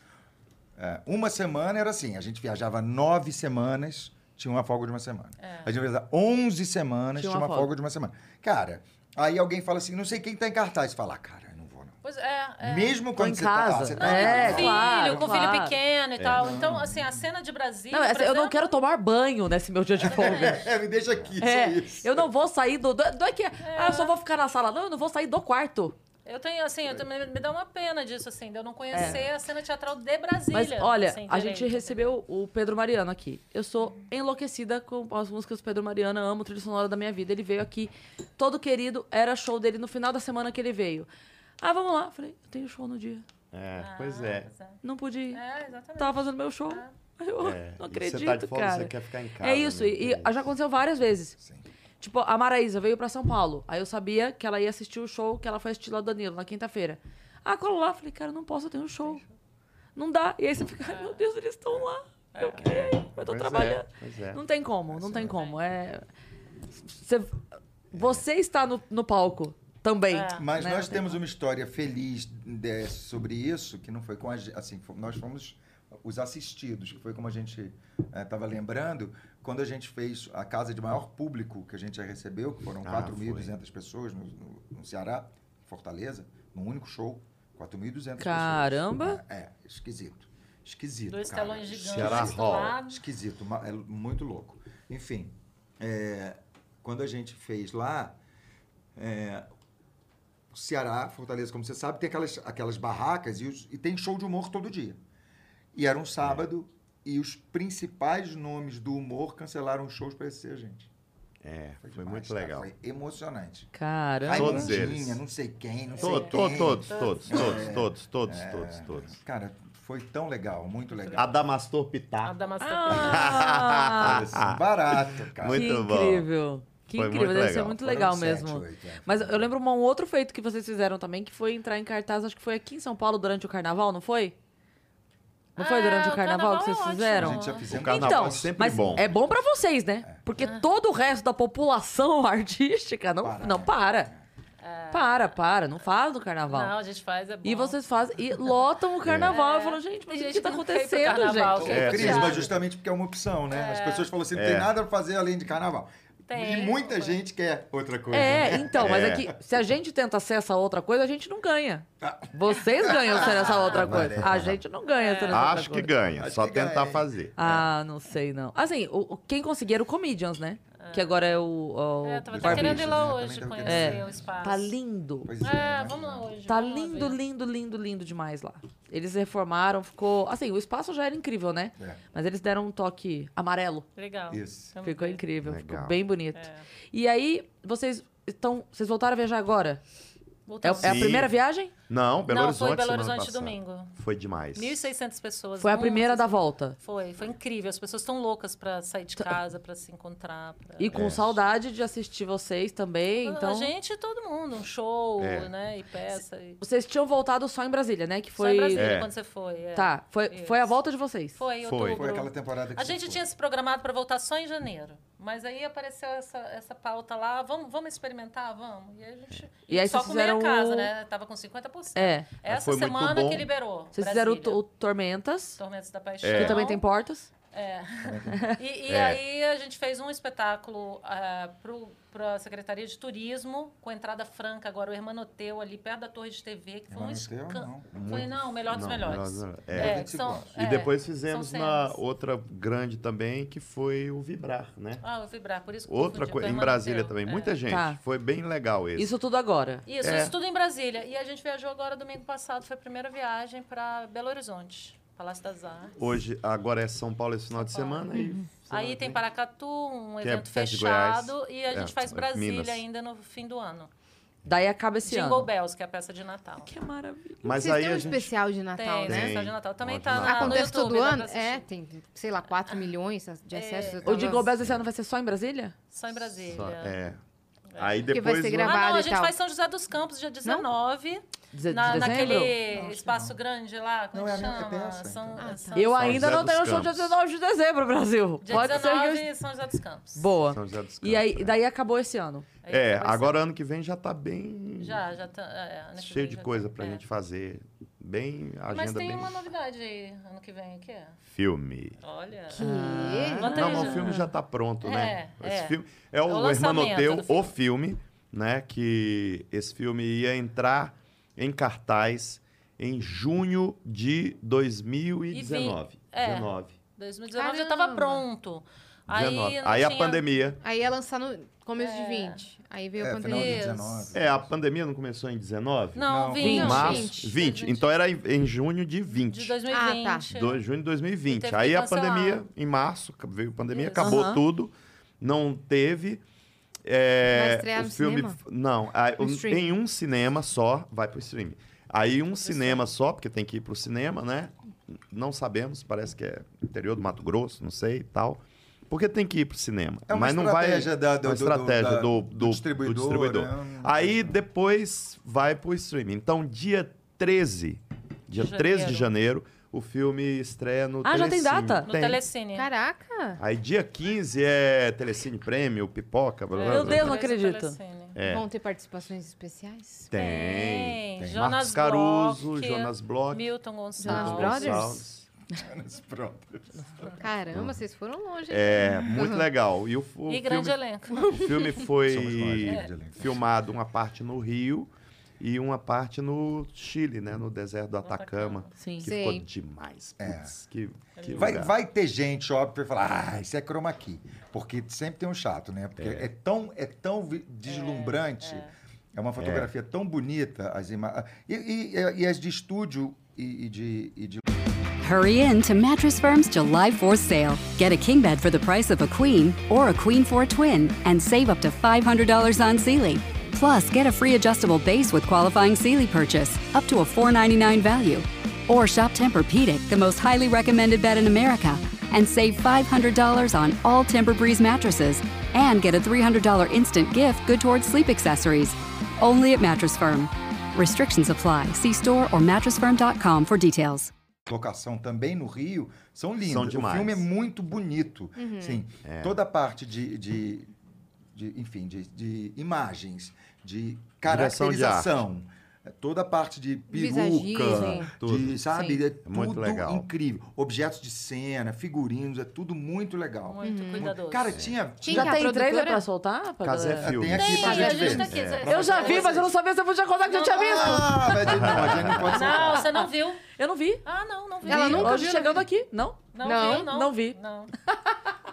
é, uma semana era assim, a gente viajava nove semanas, tinha uma folga de uma semana.
É.
A gente viajava onze semanas, tinha uma, folga. de uma semana. Cara, aí alguém fala assim, não sei quem tá em cartaz. Fala, cara, eu não vou não.
Pois é, é.
Mesmo
Tô em
quando você tá,
casa.
ah, você tá em
É,
casa.
filho,
claro,
com
claro.
filho pequeno e tal. Então, assim, a cena de Brasília.
Não,
por
assim, eu não
exemplo,
quero tomar banho nesse meu dia de folga.
É, me deixa aqui,
É,
só isso.
eu não vou sair do. do- Não é que. Ah, eu só vou ficar na sala. Não, eu não vou sair do quarto.
Eu tenho, assim, eu também me dá uma pena disso, assim, de eu não conhecer a cena teatral de Brasília.
É. Mas olha,
assim,
a
direito,
gente recebeu o Pedro Mariano aqui. Eu sou enlouquecida com as músicas do Pedro Mariano, amo trilha sonora da minha vida. Ele veio aqui, todo querido, era show dele no final da semana que ele veio. Ah, vamos lá. Falei, eu tenho show no dia.
É,
entendeu?
pois é.
Ah,
Não pude ir.
É, exatamente.
Tava fazendo meu show. Eu "Ah, não
É, e você
acredito,
tá de folga,
cara.
você quer ficar em casa,
É isso,
né?
e, e já aconteceu várias vezes. Tipo, a Maraísa veio pra São Paulo. Aí eu sabia que ela ia assistir o show que ela foi assistir lá do Danilo, na quinta-feira. Ah, colo lá. Falei, cara, eu não posso, eu tenho um show. Não dá. E aí você fica, ai, meu Deus, eles estão lá. Eu queria ir, mas eu tô
Pois é,
trabalhando.
pois é.
Não tem como, não tem como. É... Você, você está no, no palco também.
É.
Mas
né? Não
nós
tem
temos uma história feliz de- sobre isso, que não foi com a gente. Assim, fo- nós fomos os assistidos, que foi como a gente estava lembrando, quando a gente fez a casa de maior público que a gente já recebeu, que foram
Ah,
4.200 pessoas no, no- no Ceará, em Fortaleza, num único show. 4.200
Caramba!
pessoas. É, é, esquisito. Esquisito.
Dois
cara.
telões gigantes
Ceará
do
Hall.
lado.
Esquisito, ma- é muito louco. Enfim, é, quando a gente fez lá, é, o Ceará, Fortaleza, como você sabe, tem aquelas, aquelas barracas e, os- e tem show de humor todo dia. E
É.
era um sábado e os principais nomes do humor cancelaram os shows para ser a gente.
É, foi,
demais,
muito
cara,
legal.
Foi emocionante.
Caramba!
Todos
Raimundinha,
eles.
não sei quem, não
To-
sei
to-
quem.
Todos, todos, todos,
É.
todos, todos, todos, todos.
Cara, foi tão legal, muito legal.
Adamastor Pitá.
A Damastor.
Ah,
Assim, barato, cara.
Muito
que
bom.
incrível! Que
Foi
incrível,
muito
deve ser
legal. né?
muito
Foram
legal
sete,
mesmo.
oito, é.
Mas eu lembro um outro feito que vocês fizeram também, que foi entrar em cartaz, acho que foi aqui em São Paulo durante o carnaval, não foi? Não foi
Ah,
durante o
o
carnaval,
carnaval
que vocês
é ótimo.
A
fizeram?
gente já fizemos
O carnaval
então,
é sempre
mas
bom.
é bom pra vocês, né? Porque
Ah.
todo o resto da população artística não para.
Para,
Não,
né?
para. para, para, não fala do carnaval.
É. Não, a gente faz, é bom.
e vocês fazem, e lotam o carnaval. Eu falo, gente, mas
Tem
o que
gente
tá
que não quer ir pro
acontecendo,
carnaval,
gente?
quer ir
É,
pro
Cris,
teatro.
mas justamente porque é uma opção, né? As pessoas falam assim, não
É.
tem nada pra fazer além de carnaval.
Tem. É,
E muita gente quer outra coisa.
É,
né?
então, mas
É.
é que se a gente tenta ser essa outra coisa, a gente não ganha. Vocês ganham sendo essa outra coisa. A gente não ganha sendo essa outra
Ah, Acho que
coisa.
ganha,
Acho
só
que ganha,
tentar
hein?
fazer.
Ah, não sei não. Assim, o, o- quem conseguir era o Comedians, né? Que agora é o. o
Ah. É, tava até
Barbie.
querendo ir lá
Barbixas, né?
hoje,
Também tava
conhecer
querendo.
o espaço.
Tá lindo.
Pois
É,
né?
vamos lá hoje.
Tá
vamos lá
lindo,
ver.
lindo, lindo, lindo demais lá. Eles reformaram, ficou. Assim, o espaço já era incrível, né?
É.
Mas eles deram um toque amarelo.
Legal.
Isso.
Vamos
Ficou
ver.
incrível, ficou
Legal.
bem bonito.
É.
E aí, vocês estão. Vocês voltaram a viajar agora? É,
Voltamos.
é a
Sim.
primeira viagem?
Não, Belo
Não,
Horizonte
foi Belo
semana
Horizonte
passada.
domingo.
Foi demais.
1.600 pessoas.
Foi a
Nossa,
primeira da volta.
Foi, foi incrível. As pessoas estão loucas pra sair de casa, pra se encontrar. pra-
E com saudade de assistir vocês também. Então,
A Ah, gente e todo mundo, um show,
É.
né? E peça. E...
vocês tinham voltado só em Brasília, né? Que foi.
Foi... Só em Brasília
É.
quando você foi. é.
Tá, foi, foi a volta de vocês.
Foi, em
Foi.
outubro.
Foi aquela temporada que
A
você
gente
foi.
tinha se programado pra voltar só em janeiro. Mas aí apareceu essa, essa pauta lá, vamos, vamos experimentar? Vamos. E aí a gente.
E aí
só
vocês
comer
fizeram
a casa,
o-
né? Tava com 50%.
É.
Mas
Essa
foi muito
semana
bom.
que liberou.
Vocês
Brasília.
fizeram o, o Tormentas,
Tormentos da Paixão.
que também tem portas.
É. E, e
É.
aí a gente fez um espetáculo para a Secretaria de Turismo, com entrada franca agora, o Hermanoteu, ali perto da Torre de TV, que foi um
Hermanoteu,
escândalo.
não.
Foi,
Muito-
não, o melhor dos
não,
melhores.
melhor dos melhores. É.
É, que são-
E
é,
depois
são
fizemos na
cenas.
outra grande também, que foi o Vibrar, né?
Ah, o Vibrar, por isso que eu
Outra
confundi,
coisa,
foi
em
Hermanoteu.
Brasília também.
É.
Muita gente.
Tá.
Foi bem legal esse.
Isso tudo agora.
Isso,
É.
isso tudo em Brasília. E a gente viajou agora domingo passado, foi a primeira viagem para Belo Horizonte, Palácio das Artes.
Hoje, agora é São Paulo esse final de
São Paulo. Uhum.
semana. e
Aí tem Paracatu, um
Que é
evento
Festa de Goiás.
fechado, e a gente
É,
faz
é,
Brasília
Minas.
ainda no fim do ano.
Daí acaba esse
Jingle
ano.
Bells, que é a peça de Natal.
Que maravilha.
Mas
Vocês
aí
têm um
a gente.
especial de Natal,
tem,
né?
Tem, de
Tem.
Natal. Também
Ótimo.
tá na,
Acontece
no YouTube,
todo
dá pra
ano?
assistir. É.
É, tem, sei lá, 4 milhões de acessos. eu
O
tava-
Jingle Bells esse ano vai ser só em Brasília?
Só em Brasília.
Só- é. Aí
Porque
depois.
vai ser
o-
gravado.
ah, não,
e
a gente
tal.
faz São José dos Campos, dia 19,
Deze-
na-
de dezembro?
naquele espaço grande lá, como
Não,
é que
é a minha- é
chama?
dessa, então.
São,
Ah,
São-
Eu
São-
ainda
José
não
dos
tenho show dia
Campos.
19 de dezembro, Brasil.
Dia
Pode ser
19,
que... eu-
São José dos Campos.
Boa.
São José dos
E aí,
Campos, né?
daí acabou esse ano.
Aí
É,
vai ser.
agora ano que vem já tá bem.
Já, já tá. é, ano que
cheio
vem
de
já
coisa
tá-
pra
é.
gente fazer. Bem. Agenda
Mas tem
bem.
uma novidade aí, ano que vem, que é.
Filme.
Olha.
Quê?
Conta
assim. É, Não,
aí,
mas
Ju.
o filme já tá pronto, né?
É,
Esse
é.
filme é
o
o
lançamento
Hermanoteu,
do filme.
o filme, né? Que esse filme ia entrar em cartaz em junho de 2019.
é.
19.
2019 já tava
Caramba.
pronto. Aí,
19.
não
Aí a
tinha-
pandemia.
Aí ia lançar no começo
É.
de 20. Aí veio a
É, final de
pandemia.
Isso.
19.
É, a pandemia não começou em 19?
Não,
Não,
20.
Não,
Março,
20.
20. Então é era em, em junho de 20.
De 2020.
Ah,
Do- junho de
E
2020.
teve
Aí
que
a
cancelar.
pandemia, em março, ca- veio a pandemia,
Isso.
acabou
Aham.
tudo, não teve. É,
Vai estrear no cinema?
Não, a-
No
um-
streaming?
em um cinema só, vai pro streaming. Aí um cinema só, porque tem que ir pro cinema, né? Não sabemos, parece que é interior do Mato Grosso, não sei e tal. Porque tem que ir pro cinema.
É uma
mas não vai.
estratégia da- do-
uma
do-
estratégia
da-
do,
do
do- do
distribuidor,
distribuidor.
né?
Aí depois vai pro streaming. Então, dia 13, dia
Janeiro.
13 de janeiro, o filme estreia no
Ah, já tem
Telecine.
data?
No
É.
Telecine.
Caraca!
Aí dia 15 é Telecine Prêmio, pipoca, blá, blá,
Meu
blá.
Deus, não
Através do
acredito.
Telecine.
É.
Vão ter participações especiais?
Tem.
Tem.
tem.
Jonas
Marcos Caruso,
Bloch,
Jonas Bloch,
Milton
Jonas
Milton
Gonçalves.
Brothers?
Gonçalves.
Pronto.
Caramba, vocês foram longe. hein?
É, muito legal. E o, o
E grande
filme,
elenco.
o filme
Somos nós, né?
É.
foi
grande elenco.
filmado uma parte no Rio e uma parte no Chile, né? No deserto do Atacama.
Sim. É.
Que
Sei.
ficou demais. Putz, que, que
Vai,
lugar.
vai ter gente, óbvio, que vai falar, ah, isso é chroma key. Porque sempre tem um chato, né? Porque é, tão, é tão vi- deslumbrante, é, uma fotografia tão bonita, as imagens. E, e- e as de estúdio e, e de- e de
Hurry in to Mattress Firm's July 4th sale. Get a king bed for the price of a queen or a queen for a twin and save up to $500 on Sealy. Plus, get a free adjustable base with qualifying Sealy purchase up to a $499 value. Or shop Tempur-Pedic, the most highly recommended bed in America, and save $500 on all Tempur-Breeze mattresses and get a $300 instant gift good towards sleep accessories. Only at Mattress Firm. Restrictions apply. See store or mattressfirm.com for details.
locação também no Rio são lindas.
São
o
demais. É.
filme é muito bonito. Sim, toda a parte de, de, de, enfim, de, de imagens, de
Direção de
caracterização, toda a parte de
Visagismo.
peruca,
Tudo.
de, sabe,
Sim.
é
É muito
tudo
legal.
incrível. Objetos de cena, figurinos, é tudo muito legal.
Muito cuidadoso.
Cara, tinha,
Tinha
Já
que a
tem
produtora-
trailer pra soltar? pra
Casé
galera?
Filme. É.
tem aqui
Tem,
pra
a
gente
gente tá
ver.
aqui. você-
Eu já vi, mas eu não sabia se eu podia contar que eu tinha visto.
Ah, mas não, a gente não pode
Não, você não viu?
Eu não vi.
Ah, não, não vi.
Ela nunca
Hoje
viu,
chegando
né?
aqui, não.
Não,
Não,
viu, não.
não vi.
Não,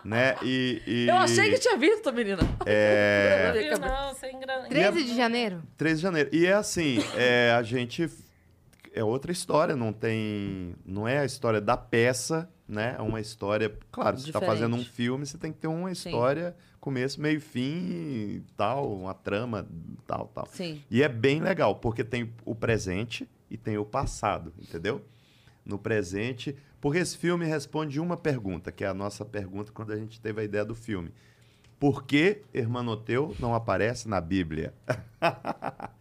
Né? E, e-
Eu achei que tinha visto, menina.
É,
Eu
viu,
acabei-
não. Você engra...
13 de janeiro?
13 de janeiro. E é assim, é, a gente. É outra história, não tem. Não é a história da peça, né? É uma história. Claro, você está
Diferente.
fazendo um filme, você tem que ter uma
Sim.
história, começo, meio e fim, e tal, uma trama, tal, tal.
Sim.
E é bem legal, porque tem o presente e tem o passado, entendeu? No presente. Porque esse filme responde uma pergunta, que é a nossa pergunta quando a gente teve a ideia do filme. Por que Hermanoteu não aparece na Bíblia?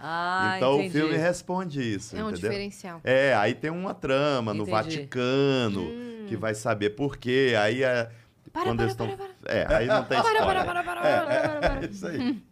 Ah,
então
entendi.
o filme responde isso,
É um
entendeu?
diferencial.
É, aí tem uma trama no
Entendi.
Vaticano que vai saber por quê. Aí é.
Hum. Para,
quando
para,
eles
para, Ah,
estão. É, aí não tem
Para, para,
spoiler.
para, para,
É.
para, para, para, para.
Isso aí.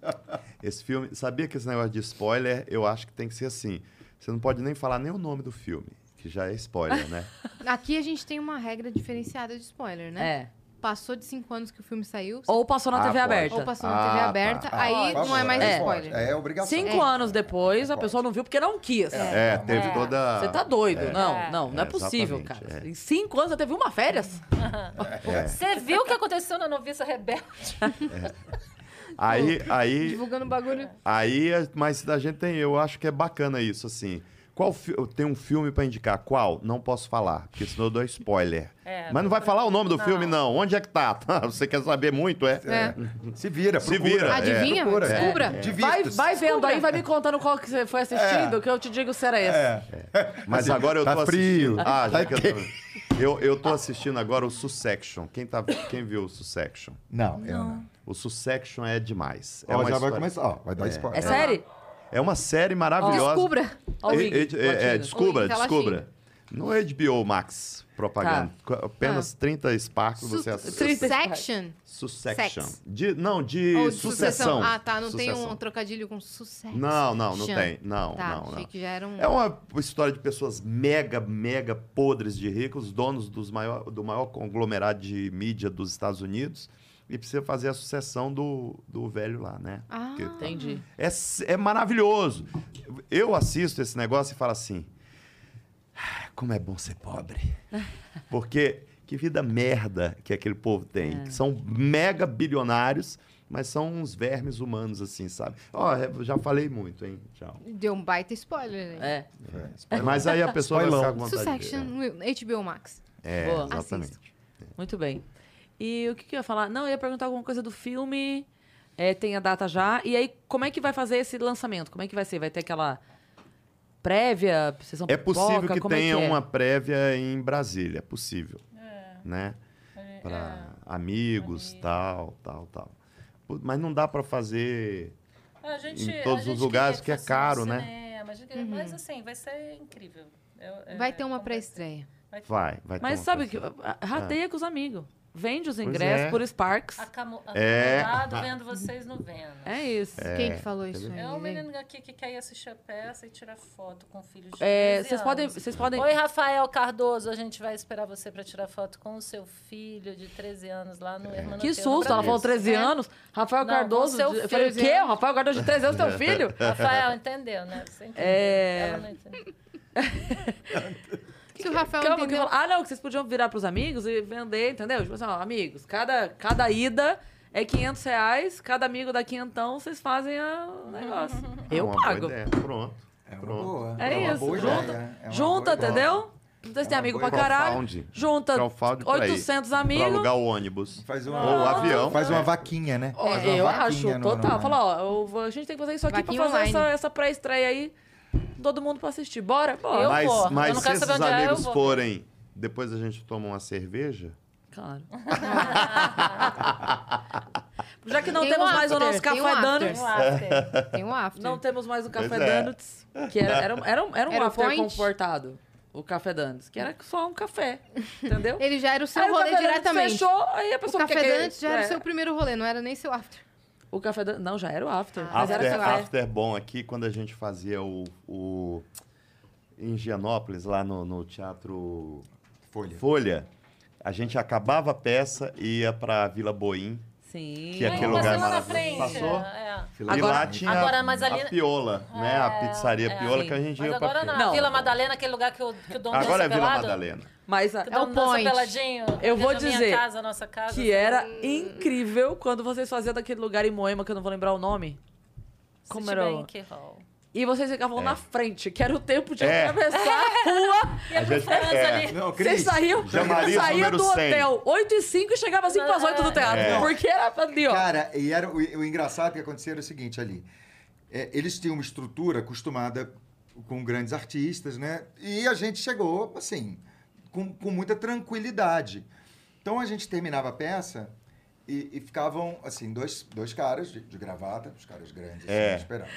Esse filme, sabia que esse negócio de spoiler, eu acho que tem que ser assim. Você não pode nem falar nem o nome do filme. que já é spoiler, né?
Aqui a gente tem uma regra diferenciada de spoiler, né?
É.
Passou de cinco anos que o filme saiu,
Ou passou na
Ah,
TV
pode.
aberta.
ou passou na TV
Ah,
aberta,
tá.
aí
Por
não é
favor,
mais
aí pode.
spoiler.
É obrigação.
Cinco anos depois, a
Pode.
pessoa não viu porque não quis.
É, teve
É.
toda.
Você tá doido.
É.
Não,
É.
não, não é,
É,
possível,
exatamente,
cara.
é.
Em cinco anos, você teve uma férias?
É.
Você viu o que aconteceu na Noviça Rebelde?
Aí, aí,
Divulgando o bagulho.
Aí, é- mas a gente tem, eu acho que é bacana isso, assim. Qual fi- eu tenho um filme pra indicar? Qual? Não posso falar, porque senão eu dou spoiler.
É,
mas não vai falar o nome do
não.
filme, não. Onde é que tá? Você quer saber muito, é?
É.
Se vira,
Se
procura.
vira, é.
Adivinha?
Procura. É.
Descubra.
De
Vai,
vistas.
vai vendo aí, vai me contando qual que você foi assistindo,
É.
que eu te digo se era esse.
Mas agora eu
É. tá
tô
frio.
assistindo. Ah, já
Tá
que eu, tô... eu, eu tô assistindo agora o Sussection. Quem, tá... Quem viu o Sussection?
Não, é eu não.
O Sussection é demais.
Ó,
é, uma
já vai
É história-
começar. Ó, vai dar spoiler.
É série?
é uma série maravilhosa.
Descubra.
Ó, o
E-
Ig,
e- é, é,
Latina.
descubra,
Ou então ela
descubra. No HBO Max, propaganda. Co- Apenas 30 Sparks
Tá. Su-
você assiste.
trinta-
Section.
Succession.
Sex.
De, não, de,
Ou de
sucessão.
Ah, tá. Não tem
Sucessão.
um trocadilho com sucesso.
Não, não, não tem. Não,
Tá,
não,
achei
não.
que já era um...
É uma história de pessoas mega, mega podres de ricos, donos dos maior, do maior conglomerado de mídia dos Estados Unidos, e precisa fazer a sucessão do, do velho lá, né?
Ah,
Porque-
Entendi.
É, s- é maravilhoso. Eu assisto esse negócio e falo assim: "Ah, como é bom ser pobre. Porque que vida merda que aquele povo tem. Que são mega bilionários, mas são uns vermes humanos, assim, sabe? Ó, eu já falei muito, hein? Tchau.
Deu um baita spoiler, né?
É.
Mas aí a pessoa vai
Spoilão.
ficar com vontade de ver. né?
Succession, um no HBO Max.
É,
Boa.
exatamente.
Muito bem. E o que, que eu ia falar? Não, eu ia perguntar alguma coisa do filme. É, tem a data já. E aí, como é que vai fazer esse lançamento? Como é que vai ser? Vai ter aquela prévia? Sessão
É possível
pipoca?
que
Como é
tenha
é?
uma prévia em Brasília, é possível. Né?
É,
Para amigos, tal, tal, tal. Pô, Mas não dá para fazer.
A gente,
em
a
todos
gente
os lugares,
queria
porque é
fosse no
caro, né?
cinema, a gente queria- Mas assim, vai ser incrível. Eu- é,
Vai ter uma
como vai ser.
pré-estreia.
Vai, vai ter
Mas
uma
sabe, que,
coisa.
rateia com os amigos. Vende os ingressos
é.
por Sparks.
Acamo-
É.
Acomodado vendo vocês no Vênus.
É isso.
Quem que falou isso aí?
É um
né?
menino aqui que quer ir assistir a peça e tirar foto com o filho de
É,
13
Vocês podem...
anos.
Vocês podem...
Oi, Rafael Cardoso, a gente vai esperar você pra tirar foto com o seu filho de 13 anos lá no é.
Que susto, ela falou 13
É.
anos. Rafael
Não,
Cardoso.
seu
Eu falei, o
filho,
quê?
gente.
O Rafael Cardoso de 13 anos, é teu filho?
Rafael, entendeu, né? Você entendeu.
É.
Ela não entendeu.
Se o Rafael
Calma, que eu
entendeu...
falo, ah, não, que vocês podiam virar pros amigos e vender, entendeu? Tipo assim, ó, amigos, cada, cada ida é 500 reais, cada amigo dá quinhentão, vocês fazem a- o negócio.
É
Eu
uma boa
pago.
ideia. Pronto.
É uma
Pronto.
boa.
É
uma
isso,
boa
junta-
ideia, é uma
Junta,
boa ideia.
entendeu?
É
Vocês têm
uma
amigo pra
boa
caralho,
Crowdfunding.
junta
Crowdfunding pra ir.
800
Pra
amigos.
alugar o ônibus.
Faz uma,
Ou avião.
Faz
É.
uma vaquinha, né?
Ó,
Faz uma
É, eu
vaquinha
acho,
no-
total.
no-
Fala, ó, eu vou- a gente tem que fazer isso aqui
Vaquinha
pra fazer
online.
essa, essa pré-estreia aí do mundo pra assistir. Bora? Bora.
Eu
mas
vou. Eu
mas
não
se
quero
esses
saber onde é, eu
amigos
vou.
forem, depois a gente toma uma cerveja.
Claro. Já que não
Tem um
temos mais o
after,
nosso
tem um
café
after.
dano.
Um after.
Tem um after.
Não temos mais o café
Pois é.
Donuts, que era, era, um- era um, era um
Era o
after
point?
confortado, o café Donuts, que era só um café, entendeu?
Ele já era é o seu
Aí o
rolê
café Donuts
diretamente.
fechou, aí a
O
pessoa
Café
quer que-
Dantes já era o
é,
seu primeiro rolê, não era nem seu after.
É,
O café Donuts, não, já era o after, mas era
After,
café.
after bom aqui, quando a gente fazia o. o em Gianópolis, lá no, no Teatro
Folha.
Folha, a gente acabava a peça e ia pra Vila Boim.
Sim.
Que é aquele
Aí,
lugar
passei lá na
maravilhoso.
frente.
Passou?
É.
Fila
e
Agora-
lá tinha
agora, mas ali-
a Piola, né? A pizzaria
é,
Piola
sim.
que a gente
Mas
ia
agora tá
pra
na
Não.
Vila Madalena, aquele lugar que o, que o dono
Agora
dança
é Vila
pelado,
Madalena.
Mas a-
Que o
É o
dono tá dança
point.
peladinho.
Eu vou
desde a
dizer
é Minha casa, nossa casa.
que é era incrível quando vocês faziam daquele lugar em Moema, que eu não vou lembrar o nome. Como
Se
era?
tiver
o-
em que hall.
E vocês ficavam na frente, que era o tempo de
É.
atravessar a rua.
A gente, é,
ali.
Não,
Vocês
Cris,
saíam,
Jamariz
saía
é número
do
100.
hotel 8 e 5 e chegava 5 às 8 do teatro.
É.
Porque era ali, ó.
Cara, e era, o, o engraçado que acontecia era o seguinte ali. É, eles tinham uma estrutura acostumada com grandes artistas, né? E a gente chegou, assim, com, com muita tranquilidade. Então a gente terminava a peça e, e ficavam, assim, dois, dois caras de, de gravata, os caras grandes, assim,
É.
esperando.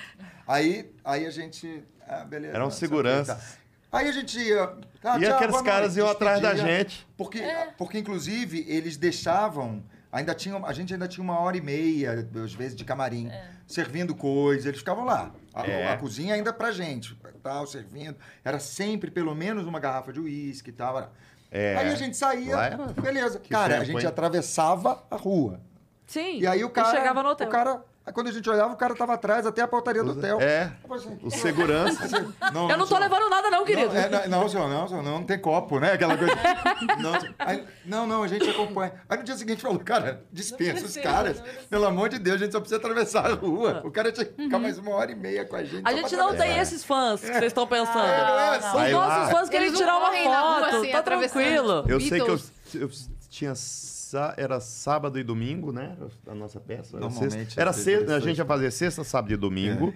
Aí, aí a gente. Ah, beleza.
Eram
não sei o que e
seguranças.
tal. Aí a gente ia. Ah,
E
tchau,
aqueles
boa
caras
noite,
iam atrás da
despedia.
gente.
Porque, porque inclusive, eles deixavam. Ainda tinham, a gente ainda tinha uma hora e meia, às vezes, de camarim, servindo coisa. Eles ficavam lá. A,
É.
a cozinha ainda pra gente, tal, servindo. Era sempre pelo menos uma garrafa de uísque e tal. era.
É.
Aí a gente saía,
Lá era-
beleza.
Que
Cara, a
tempo,
gente
hein?
atravessava a rua.
Sim.
E aí o cara.
chegava no hotel.
O cara, aí quando a gente olhava, o cara tava atrás até a pautaria do hotel.
É.
Eu falei assim,
O segurança.
Eu não tô
senhor.
levando nada, não, querido.
Não, é, não, não, senhor, não, senhor, não, não tem copo, né? Aquela coisa. Não, senhor. Aí, não, não, a gente acompanha. Aí no dia seguinte falou, cara, dispensa os caras. Pelo amor de Deus, a gente só precisa atravessar a rua. O cara tinha que ficar mais uma hora e meia com a gente.
Uhum. A
só pra
gente não
atravessar.
tem esses fãs que vocês estão pensando.
Não, não.
Os
Aí
nossos
lá-
fãs querem
Eles não
tirar uma
correm na rua,
foto.
assim,
Tá
atravessando.
tranquilo.
Eu sei que eu,
Beatles.
eu tinha. sá- Era sábado e domingo, né? Era A nossa peça. Era
Normalmente
sexta. Era
é
sexta, a
interessante. É.
gente ia fazer sexta, sábado e domingo.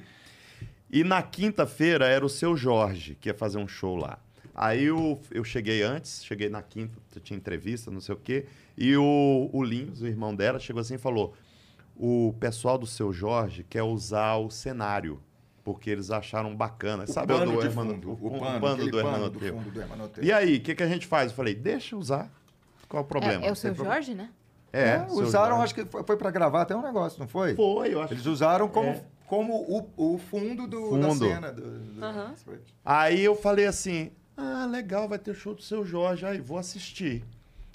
E na quinta-feira era o seu Jorge, que ia fazer um show lá. Aí eu, eu cheguei antes, cheguei na quinta, tinha entrevista, não sei o quê. E o, o Lins, o irmão dela, chegou assim e falou: O pessoal do seu Jorge quer usar o cenário, porque eles acharam bacana.
tá-
O
Sabe
pano
do
de
Hermano-
fundo,
o
o pano,
pano
aquele
do
pano
Hermanoteu.
do fundo do Hermanoteu.
E é, aí, o que, que a gente faz? Eu falei, deixa usar. Qual é o problema?
É, é o
Não
seu
tem problema.
Jorge, né?
É,
É,
seu
usaram,
Jorge.
acho que foi, foi pra gravar até um negócio, não foi?
Foi, eu acho.
Eles usaram como,
É.
como o, o fundo, do, da
Fundo.
cena. Do, do- foi.
Aí eu falei assim, ah, legal, vai ter show do seu Jorge, aí vou assistir.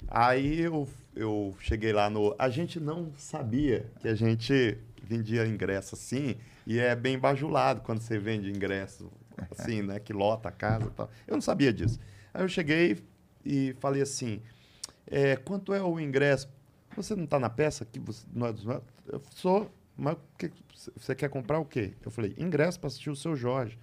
Aí eu, eu cheguei lá no... A gente não sabia que a gente vendia ingresso assim, e é bem bajulado quando você vende ingresso assim, né, que lota a casa e tal. Eu não sabia disso. Aí eu cheguei e falei assim, é, quanto é o ingresso? Você não está na peça? Que você, nós, nós- eu sou, mas o que- você quer comprar o quê? Eu falei, ingresso para assistir o seu Jorge.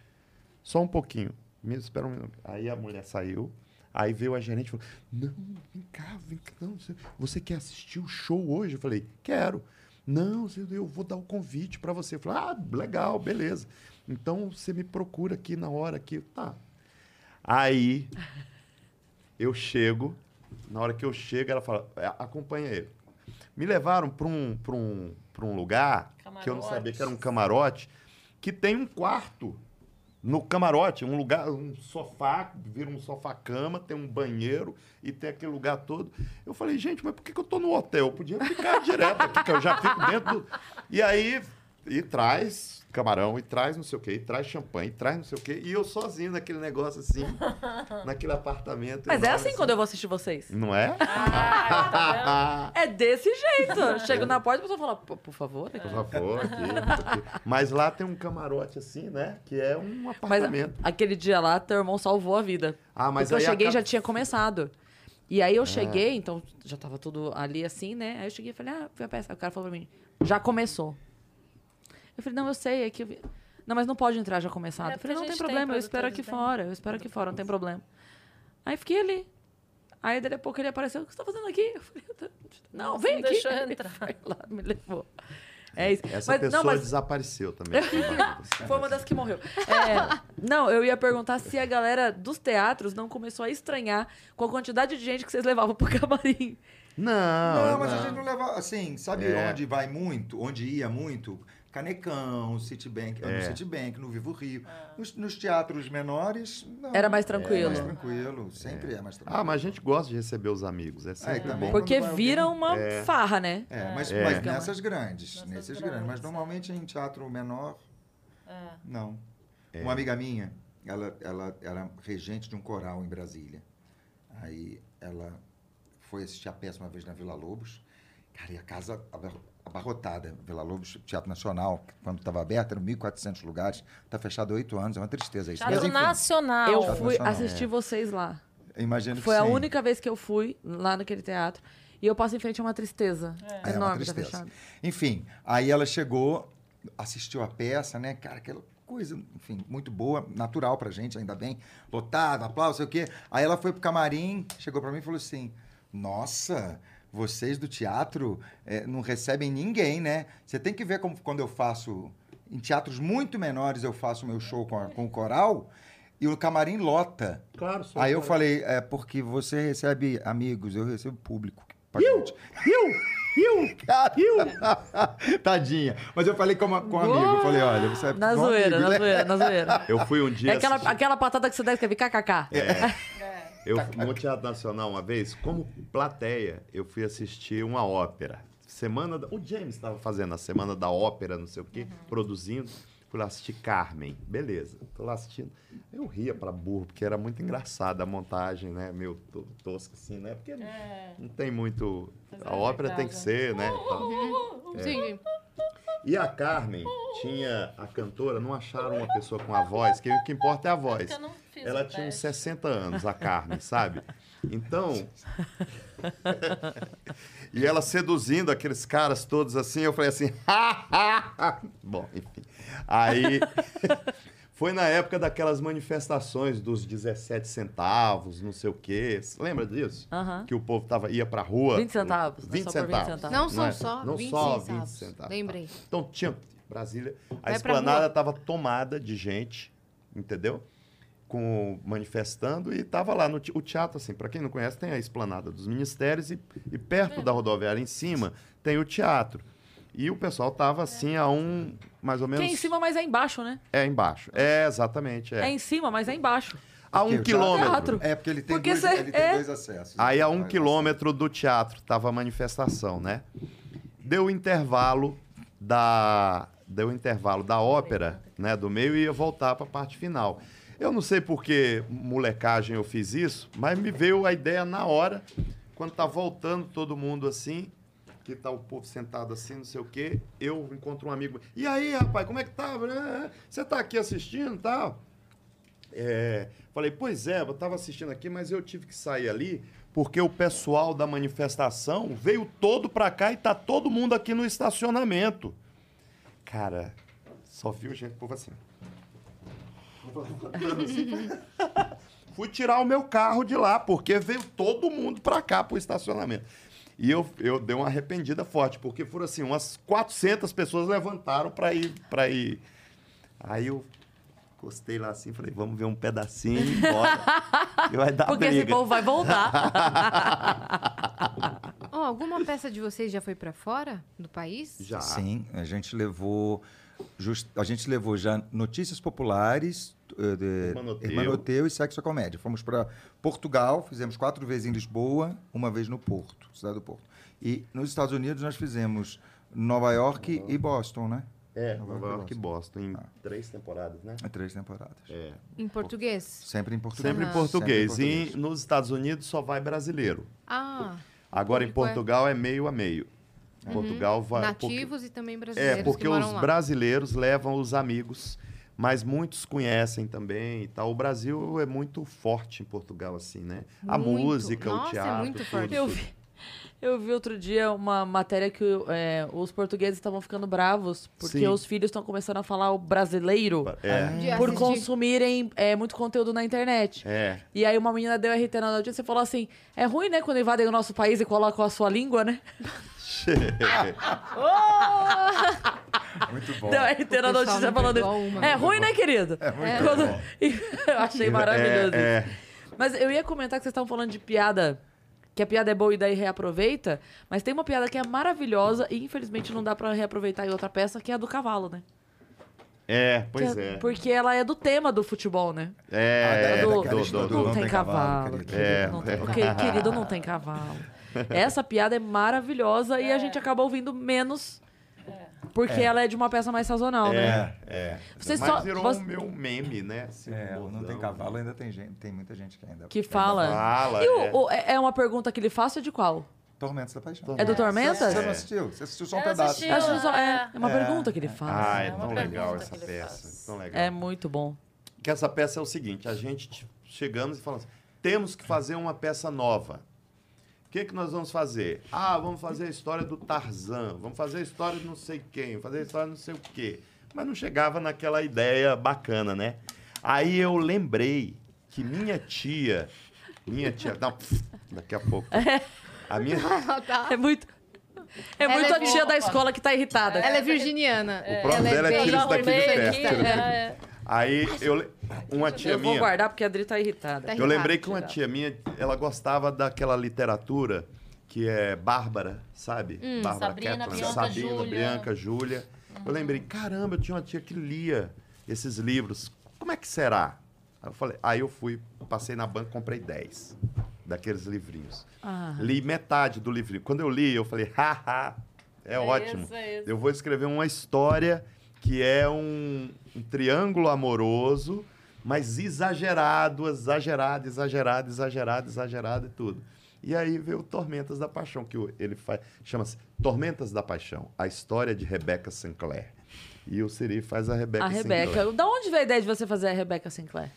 Só um pouquinho. Me espera um minuto. Aí a mulher saiu. Aí veio a gerente e falou: Não, vem cá, vem cá. Não, você, você quer assistir o show hoje? Eu falei: Quero. Não, você- eu vou dar o convite para você. Eu falei: Ah, legal, beleza. Então você me procura aqui na hora aqui. Tá. Aí eu chego. Na hora que eu chego, ela fala: "É, Acompanha ele. Me levaram para um, pra um, pra um lugar que eu não sabia que era um camarote, que tem um quarto no camarote, um lugar, um sofá, vira um sofá-cama, tem um banheiro e tem aquele lugar todo. Eu falei, gente, mas por que, que eu tô no hotel? Eu podia ficar direto aqui, que eu já fico dentro do... E aí, e traz camarão, e traz não sei o quê, e traz champanhe, e traz não sei o quê, e eu sozinho naquele negócio assim, naquele apartamento.
Mas é
enorme,
assim quando eu vou assistir vocês.
Não é?
É desse jeito. Chego na porta e a pessoa fala, "Pô, por favor. né?"
Por favor, aqui, aqui. Mas lá tem um camarote assim, né? Que é um
Mas
apartamento.
aquele dia lá, teu irmão salvou a vida.
ah, mas
Porque
aí É.
eu cheguei e
a...
já tinha começado. E aí eu cheguei, então já tava tudo ali assim, né? Aí eu cheguei e falei, ah, fui a peça. O cara falou pra mim, já começou. Eu falei, não, eu sei, é que eu vi... Não, mas não pode entrar já começado.
É,
eu falei,
porque
não
a
tem
gente
problema,
tem
eu espero aqui
produtores, né?
fora, eu espero aqui fora, não tem problema. Aí fiquei ali. Aí dali a pouco ele apareceu, o que você tá fazendo aqui? Eu falei, "Eu tô- não, vem
não
aqui.
deixou eu
Ele
entrar.
foi lá, me levou. É isso.
Essa
mas, não,
pessoa
mas
desapareceu também. assim.
foi uma das que morreu. É, não, eu ia perguntar se a galera dos teatros não começou a estranhar com a quantidade de gente que vocês levavam pro camarim.
Não,
Não, mas a gente não leva. Assim, sabe
É.
onde vai muito, onde ia muito? Canecão, Citibank,
É.
no Citibank, no Vivo Rio. Nos, nos teatros menores, não.
É. Era mais
É
tranquilo.
mais tranquilo, sempre é, mais tranquilo.
Ah, mas a gente gosta de receber os amigos. É
Ah, e
sempre
também
bom.
Porque
Quando vai
vira
alguém-
uma farra, né?
É, mas,
É.
mas nessas grandes,
Nessas
nesses
grandes,
grandes. Mas normalmente em teatro menor, não. Uma amiga minha, ela, ela era regente de um coral em Brasília. Aí ela foi assistir a peça uma vez na Vila Lobos. Cara, e a casa abar- abarrotada. Vila Lobos, Teatro Nacional, quando estava aberto, eram 1.400 lugares. Está fechado há oito anos, é uma tristeza isso.
Teatro
mas, enfim,
Nacional.
Eu
Teatro
fui
Nacional,
assistir vocês lá.
imagino que
Foi a
é. sim.
única vez que eu fui lá naquele teatro. E eu passo em frente a uma tristeza
É uma
enorme, tá
tristeza.
fechado.
Enfim, aí ela chegou, assistiu a peça, né? Cara, aquela coisa, enfim, muito boa, natural pra gente, ainda bem. Lotado, aplauso, sei o quê. Aí ela foi pro camarim, chegou pra mim e falou assim: Nossa, vocês do teatro eh, não recebem ninguém, né? Você tem que ver como quando eu faço. Em teatros muito menores eu faço meu show com, a- com o coral e o camarim lota.
Claro, só
Aí eu
agora.
falei, é porque você recebe amigos, eu recebo público.
Iu!
pagante."
Iu! Iu!
Cara,
Iu!
Tadinha. Mas eu falei com, uma, com um amigo, eu falei, olha, você é
Na
bom
zoeira,
amigo,
na
né?
zoeira, na zoeira.
Eu fui um
É
dia.
aquela,
assistir-
aquela patada que você deve escrever
É,
kkk.
Eu,
Tá,
no Teatro Nacional, uma vez, como plateia, eu fui assistir uma
Uhum.
ópera. Semana da- O James estava fazendo a Semana da Ópera, não sei o quê, produzindo. Fui lá assistir Carmen. Beleza, tô lá assistindo. Eu ria pra burro, porque era muito engraçada a montagem, né? Meio to- tosca assim, né? Porque não-
É.
não tem muito.
Mas
A
é
ópera tem que
verdade.
ser, né? e tal. É.
Sim,
E a Carmen tinha a cantora, não acharam uma pessoa com a voz, que o que importa é a voz.
Eu não fiz
Ela
o
tinha uns
teste.
60 anos, a Carmen, sabe? Então. e ela seduzindo aqueles caras todos assim, eu falei assim. "Ha, ha, ha." Bom, enfim. Aí. Foi na época daquelas manifestações dos 17 centavos, não sei o quê. Cê Lembra disso?
Ah.
Aham.
Que o povo tava, ia pra rua.
20 centavos, né?
20
Só por 20
centavos.
centavos.
Não são
é?
só
não
20
só
centavos.
20 centavos.
Tá. Lembrei.
Então tinha Brasília, a
Vai pra
esplanada
rua.
estava tomada de gente, entendeu? Com manifestando e tava lá no te- o teatro assim, para quem não conhece, tem a esplanada dos ministérios e, e
É.
perto da rodoviária em cima tem o teatro. E o pessoal tava assim a um mais ou
Que
menos
é em cima, mas é embaixo, né?
é embaixo. É exatamente,
É,
é.
em cima, mas é embaixo.
a
Porque
um
o
quilômetro.
teatro-
É, porque ele tem,
Porque
dois,
cê-
ele tem
é.
dois acessos.
Aí a um
Vai-
quilômetro do teatro tava a manifestação, né? Deu o intervalo da deu o intervalo da ópera, né, do meio e ia voltar para a parte final. Eu não sei por que molecagem eu fiz isso, mas me veio a ideia na hora, quando tá voltando todo mundo assim, que tá o povo sentado assim, não sei o quê, eu encontro um amigo. E aí, rapaz, como é que tá? Você tá aqui assistindo, e tal? É, falei, pois é, eu estava assistindo aqui, mas eu tive que sair ali porque o pessoal da manifestação veio todo pra cá e tá todo mundo aqui no estacionamento. Cara, só viu gente, o povo assim. Fui tirar o meu carro de lá, porque veio todo mundo pra cá, pro estacionamento. E eu, eu dei uma arrependida forte, porque foram assim, umas 400 pessoas levantaram pra ir, pra ir. Aí eu encostei lá assim, falei, vamos ver um pedacinho e bora. E vai dar
Porque
briga.
esse povo vai voltar.
Ó, alguma peça de vocês já foi pra fora do país?
Já.
Sim, a gente levou. jus- a gente levou já notícias populares, eh, de-
Hermanoteu.
Hermanoteu e Sexo e Comédia. Fomos para Portugal, fizemos quatro vezes em Lisboa, uma vez no Porto, cidade do Porto. E nos Estados Unidos nós fizemos Nova York e Boston, né?
É,
Nova
Nova York
York
e
e
Boston, em três temporadas, né? É.
Há É Três temporadas.
Em português?
Sempre em português.
Sempre em português.
Sempre em
E nos Estados Unidos só vai brasileiro. um
Ah,
Agora em
público é-
Portugal é meio a meio. Portugal vai.
Uhum. nativos e também
porque- É,
brasileiros
porque
que moram
os
lá.
brasileiros levam os amigos, mas muitos conhecem também e tal. O Brasil é muito forte em Portugal, assim, né? A
Muito.
música, o
Nossa, é
teatro.
muito
tudo,
forte.
tudo.
Eu vi, eu vi outro dia uma matéria que é, os portugueses estavam ficando bravos porque
Sim.
os filhos estão começando a falar o brasileiro
É,
De
por
assistir.
consumirem é, muito conteúdo na internet.
é.
E aí uma menina deu RT na notícia e falou assim, é ruim, né, quando invadem o nosso país e colocam a sua língua, né?
português. Muito bom.
Deu RT na
O pessoal
notícia
não
falando isso.
pegou uma,
É
né?
ruim, né, querido? É
muito bom.
eu achei maravilhoso
É, é.
Mas eu ia comentar que vocês estavam falando de piada. Que a piada é boa e daí reaproveita. Mas tem uma piada que é maravilhosa e infelizmente não dá pra reaproveitar em outra peça, que é a do cavalo, né?
É,
Que
pois é.
Porque ela é do tema do futebol, né?
Ah,
É,
É do,
daquela
do, do,
história
do,
do-
não tem cavalo,
querido.
querido,
É,
não tem- que- querido, não tem cavalo. Essa piada é maravilhosa e a gente acaba ouvindo menos porque ela é de uma peça mais sazonal, né?
É, é.
Vocês
Mas
só-
virou
voc-
um meu meme, né? Assim,
É,
um
não tem
bordão.
cavalo, ainda tem gente, tem muita gente que ainda.
Que fala.
Fala,
E o-
é.
o- é. é uma pergunta que lhe faço é de qual?
Tormentos da Paixão.
É do Tormentas?
Você não assistiu? Você assistiu só um
Eu não
pedaço.
assisti.
Eu acho que só- é,
É.
é uma pergunta que ele faz.
Ah, é
É uma
tão
pergunta
legal
que
essa
ele
peça.
faz.
Tão legal.
tá É muito bom.
Que essa peça é o seguinte: a gente t- chegamos e falamos, temos que fazer uma peça nova. O que, que nós vamos fazer? Ah, vamos fazer a história do Tarzan, vamos fazer a história de não sei quem, fazer a história de não sei o quê. Mas não chegava naquela ideia bacana, né? Aí eu lembrei que minha tia. Minha tia. Não, daqui a pouco. A minha.
É muito. É
Ela
muito
é
a tia
boa.
da escola que tá irritada.
Ela é virginiana.
O próprio dela é
bem-
tiro daqui de
Aqui,
festa. né?
é,
Aí eu. le- Uma tia
Eu vou
minha.
guardar porque a Adri tá irritada.
Tá
Eu lembrei
irritado.
que uma tia minha, ela gostava daquela literatura que é Bárbara, sabe? Bárbara
Hum, Sabrina,
Catlin,
Bianca,
Sabrina,
Júlia.
Bianca, Júlia. Eu lembrei, caramba, eu tinha uma tia que lia esses livros. Como é que será? Aí eu falei, aí eu fui, passei na banca, comprei 10 daqueles livrinhos.
Ah.
Li metade do livrinho. Quando eu li, eu falei, haha, é,
É
ótimo.
isso, é isso.
Eu vou escrever uma história que é um, um triângulo amoroso, mas exagerado, exagerado, exagerado, exagerado, exagerado e tudo. E aí veio Tormentas da Paixão, que o- ele faz. Chama-se Tormentas da Paixão, a história de Rebecca Sinclair. E o Siri faz a Rebecca
A
Sinclair.
Rebeca. Da onde veio a ideia de você fazer a Rebeca Sinclair?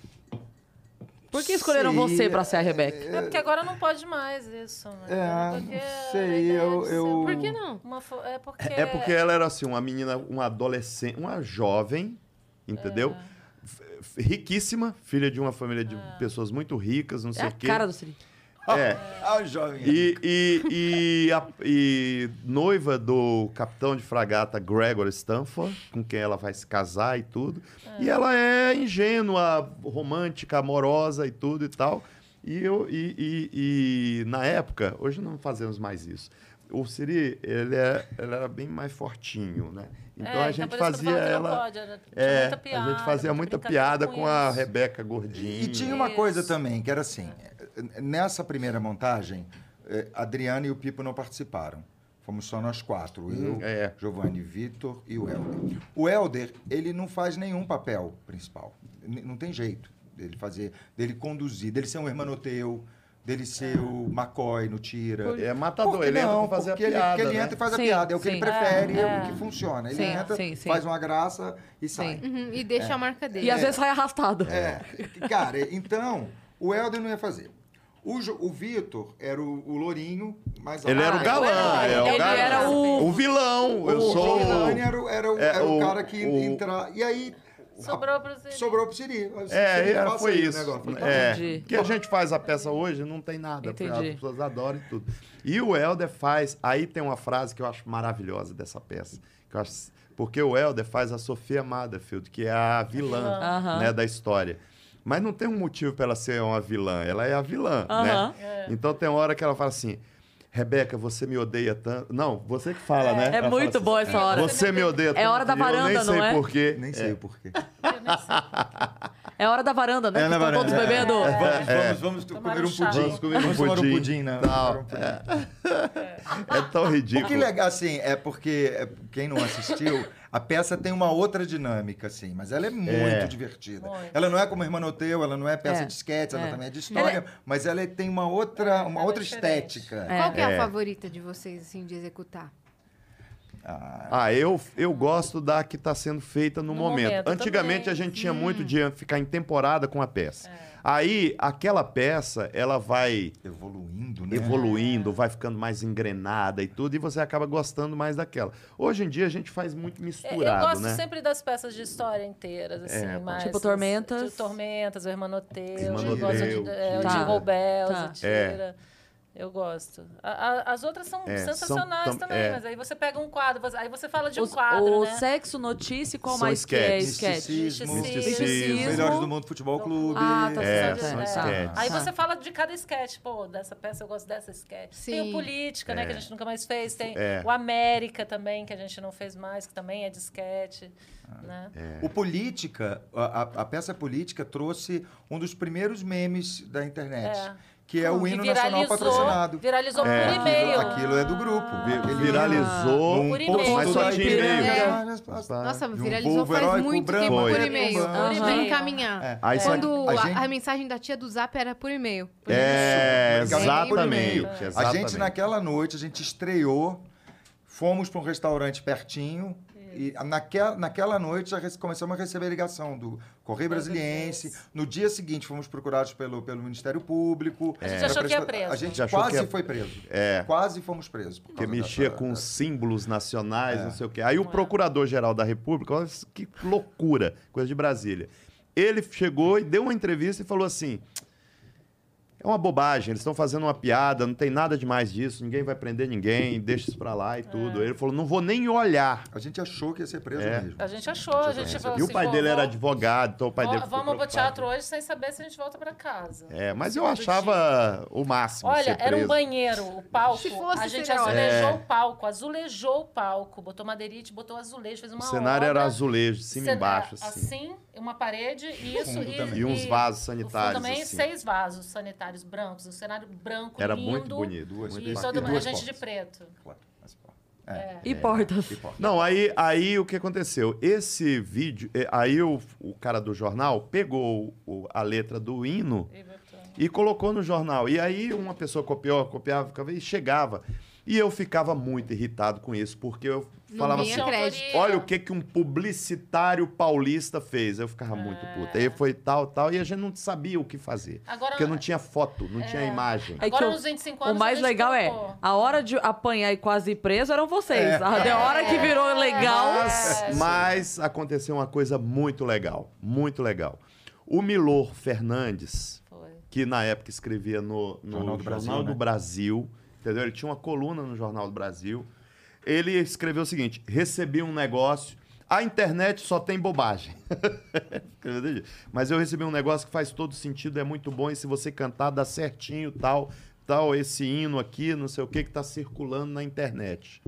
Por que escolheram
Sei,
você pra ser a Rebeca?
É porque agora não pode mais isso. né?
É,
Porque
não
a
sei,
ideia
eu-
de ser
eu-
uma-
Por que não?
uma fo- é porque...
É porque ela era assim, uma menina, uma adolescente, uma jovem, entendeu?
Ah.
F- f- Riquíssima, filha de uma família de pessoas muito ricas, não
É
sei
a
o quê.
cara do Siri.
É.
Ah, o jovem.
E, e- e a- e noiva do capitão de fragata Gregor Stanford, com quem ela vai se casar e tudo. E ela é ingênua, romântica, amorosa e tudo e tal. E, eu, e, e- e na época, hoje não fazemos mais isso. O Siri, ele, é- ele era bem mais fortinho, né?
É,
Então a gente
por isso que eu
fazia
falo que não
ela.
pode, era- tinha
É,
muita piada,
a gente fazia muita
brincadeira
piada com, a
isso.
Rebeca Gordinha.
E tinha uma coisa também, que era assim: eh, nessa primeira montagem, eh, Adriana e o Pipo não participaram. Fomos só nós quatro. Eu,
é.
Giovanni, Vitor e o Helder. O Helder, ele não faz nenhum papel principal. N- Não tem jeito dele fazer, dele conduzir, dele ser um hermanoteu, dele ser o McCoy no Tira.
É matador,
Porque
ele entra
um- não,
pra fazer a
porque ele-
piada.
porque ele,
né?
entra e faz
Sim,
a piada, é o que
sim.
ele prefere, é,
É,
o que funciona. Ele
Sim,
entra,
sim, sim.
faz uma graça e sai.
Sim.
Uhum, e
É.
deixa a marca dele.
E às vezes sai arrastado.
É, cara, então, o Helder não ia fazer. O, Jo- o Vitor era o, o lourinho, mas...
Ele era o
Ah,
galã.
ele
é o
era-
galã.
ele era o-
vilão. Eu
O
sou.
Giovanni era, o- era o,
é,
era o
o-
cara que
o-
entra... E aí...
Sobrou pro Zé.
Sobrou pro Siri. Aí o
É,
Siri
era-
passa
foi
aí o
isso.
negócio. Falei,
É,
né, Então Entendi.
que a gente faz a peça hoje, não tem nada. porque
Entendi.
As pessoas adoram e tudo. E o Helder faz. Aí tem uma frase que eu acho maravilhosa dessa peça. que eu acho- porque o Helder faz a Sofia Motherfield, que é a vilã
Aham.
né, da história. Mas não tem um motivo para ela ser uma vilã. Ela é a vilã,
Aham.
né? Então tem hora que ela fala assim. Rebeca, você me odeia tanto. Não, você que fala, né?
É
Ela fala
muito
assim,
boa essa hora.
Você me odeia tanto.
hora da
que eu
varanda, não
Nem
é?
sei por quê.
Nem sei o porquê.
É hora da varanda, né?
É
que
na
estão
varanda,
todos
é.
bebendo.
Vamos, vamos, vamos
Tomar
comer
um
um
chá.
pudim.
É. Vamos comer um
tomar
pudim.
um pudim, né?
Tal.
Vamos tomar um pudim.
É tão
O
ridículo.
que é legal, assim, é porque é, quem não assistiu, a peça tem uma outra dinâmica, assim, mas ela é muito
É.
divertida.
Muito.
Ela não é como Irmã Noteu, ela não é peça
É.
de esquete, ela
É.
também é de história, mas ela é, tem uma outra, uma
é
outra
diferente.
estética.
Qual que é, a
É.
favorita de vocês, assim, de executar?
Ah, eu, eu gosto da que está sendo feita no,
No
momento.
momento,
Antigamente
também.
a gente tinha muito de ficar em temporada com a peça. Aí aquela peça ela vai
Evoluindo, né?
evoluindo, vai ficando mais engrenada e tudo, e você acaba gostando mais daquela. Hoje em dia a gente faz muito
É,
misturado,
eu gosto
né?
sempre das peças de história inteiras, assim,
É,
mais...
Tipo Tormentas?
Tipo Tormentas, o Hermanoteu, eu
Hermanoteu,
gosto de, é, o
Tá.
Jingle Bells,
Tá.
o Tira. Eu gosto. A- a- as outras são
É, são
sensacionais
tam-
também,
é.
mas aí você pega um quadro, você- aí você fala de um
Os-
quadro,
o
né?
sexo, notícia e qual
São
mais
esquetes.
que é esquete?
Misticismo,
Misticismo.
Os melhores do mundo futebol clube.
Ah, tá
É,
certo.
são
é.
esquetes.
Aí
Tá.
você fala de cada sketch, pô, dessa peça eu gosto dessa sketch. Tem
Sim.
o Política, né, que a gente nunca mais fez. Tem
É.
o América também, que a gente não fez mais, que também é de sketch, né?
O Política, a, a- a peça Política trouxe um dos primeiros memes da internet,
É.
que é o
Que
hino nacional patrocinado.
Viralizou
É.
por e-mail.
Aquilo, aquilo é do grupo.
Vi-
Aquele hino.
Viralizou, um
Num
Por
posto
e-mail.
mas só
da
de
Ipiranga.
e-mail.
Nossa,
De um
viralizou
povo heróico
faz muito
branco,
tempo por
Foi.
e-mail.
Aham.
Por e-mail encaminhar.
É.
Aí só-
Quando
A
a,
gente-
a mensagem da tia do Zap era por e-mail. Por
É,
e-mail.
Ligava por
exatamente,
e-mail. A gente,
exatamente.
naquela noite, a gente estreou, fomos para um restaurante pertinho. E naquela, naquela noite já rece- começamos a receber ligação do Correio Brasiliense. No dia seguinte fomos procurados pelo, pelo Ministério Público.
A gente achou
Era
que ia
presta-
preso.
A gente
Já É. achou
quase
que ia-
foi preso.
É.
Quase fomos presos. por
Porque
causa
mexia
dessa-
com
dessa-
símbolos nacionais, não sei o quê. Aí
é.
o procurador-geral da República, olha que loucura, coisa de Brasília. Ele chegou e deu uma entrevista e falou assim: é uma bobagem, eles estão fazendo uma piada, não tem nada demais disso, ninguém vai prender ninguém, deixa isso pra
É.
lá e tudo. Ele falou: não vou nem olhar.
A gente achou que ia ser preso
É.
mesmo.
A gente achou, a gente falou
E o
assim,
pai
pô,
dele era
vamos-
advogado, então o pai dele.
Vamos
ficou
vamos pro
preocupado.
teatro hoje sem saber se a gente volta pra casa.
É, mas eu achava o máximo.
Olha,
ser
era um
preso.
banheiro, o palco.
Se fosse,
a gente
seria ótimo.
azulejou
né?
o palco, azulejou o palco, botou madeirite, botou azulejo, fez uma
O cenário
obra,
era azulejo, de cima e
cena-
embaixo, assim.
Assim, uma parede, isso
fundo
e,
também.
E uns vasos sanitários,
O é fundo também,
assim.
seis vasos sanitários brancos, um cenário branco
Era
lindo.
muito bonito.
Duas
muito
E
vezes.
bacana.
todo
E
mundo, a
duas
gente
portas.
de preto.
Claro, mas, pô.
É.
Então,
E portas.
Não, aí, aí o que aconteceu? Esse vídeo. eh, Aí o, o cara do jornal pegou o- a letra do hino
E botou.
e colocou no jornal. E aí uma pessoa copiou, copiava, ficava e chegava. E eu ficava muito irritado com isso, porque eu
Não
falava
vinha
assim:
Tinha
crédito.
autoria.
olha o que, que um publicitário paulista fez. Eu ficava muito puto.
Ah.
Aí foi tal, tal, e a gente não sabia o que fazer.
Agora-
porque não tinha foto, não tinha imagem.
É
Agora
que o-
nos 25
O
anos.
mais
a gente
legal é,
trocou.
a hora de apanhar e quase ir preso eram
É.
vocês. A de hora que virou legal.
Mas, mas aconteceu uma coisa muito legal, muito legal. O Milor Fernandes,
Foi.
que na época escrevia no, no Jornal, do, Brasil,
né?
entendeu? Ele tinha uma coluna no Jornal do Brasil. Ele escreveu o seguinte: recebi um negócio. A internet só tem bobagem. Escreveu desse jeito. Mas eu recebi um negócio que faz todo sentido, é muito bom, e se você cantar, dá certinho, tal, tal, esse hino aqui, não sei o que, que tá circulando na internet.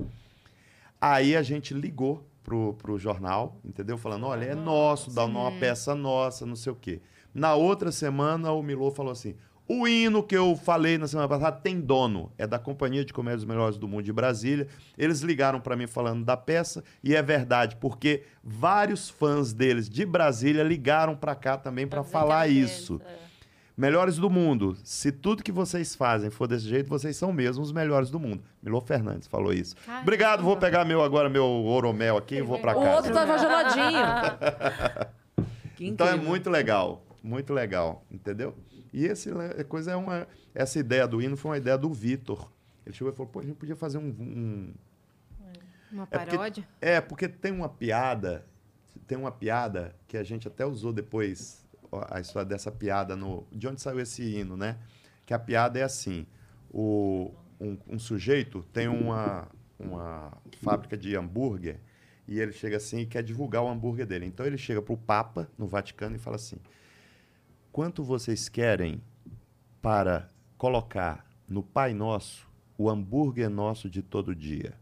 Aí a gente ligou pro, pro jornal, entendeu? Falando, olha, é nosso, dá uma peça nossa, não sei o quê. Na outra semana, o Milô falou assim, o hino que eu falei na semana passada tem dono, é da Companhia de Comédia dos Melhores do Mundo de Brasília. Eles ligaram para mim falando da peça e é verdade, porque vários fãs deles de Brasília ligaram para cá também para
Pra dizer
falar
que era deles,
isso.
é.
Melhores do mundo. Se tudo que vocês fazem for desse jeito, vocês são mesmo os melhores do mundo. Milô Fernandes falou isso.
Caramba.
Obrigado, vou pegar meu agora meu Oromel aqui e vou pra
O
casa.
outro tá tava geladinho. Que
Então é
incrível.
muito legal, muito legal, entendeu? E esse le- coisa é uma essa ideia do hino foi uma ideia do Vitor. Ele chegou e falou: "Pô, a gente podia fazer um, um-
Uma
É porque-
paródia?
é, porque tem uma piada, tem uma piada que a gente até usou depois, ó, a história dessa piada no. De onde saiu esse hino, né? Que a piada é assim: o, um, um sujeito tem uma, uma fábrica de hambúrguer e ele chega assim e quer divulgar o hambúrguer dele. Então ele chega para o Papa, no Vaticano, e fala assim: quanto vocês querem para colocar no Pai Nosso o hambúrguer nosso de todo dia?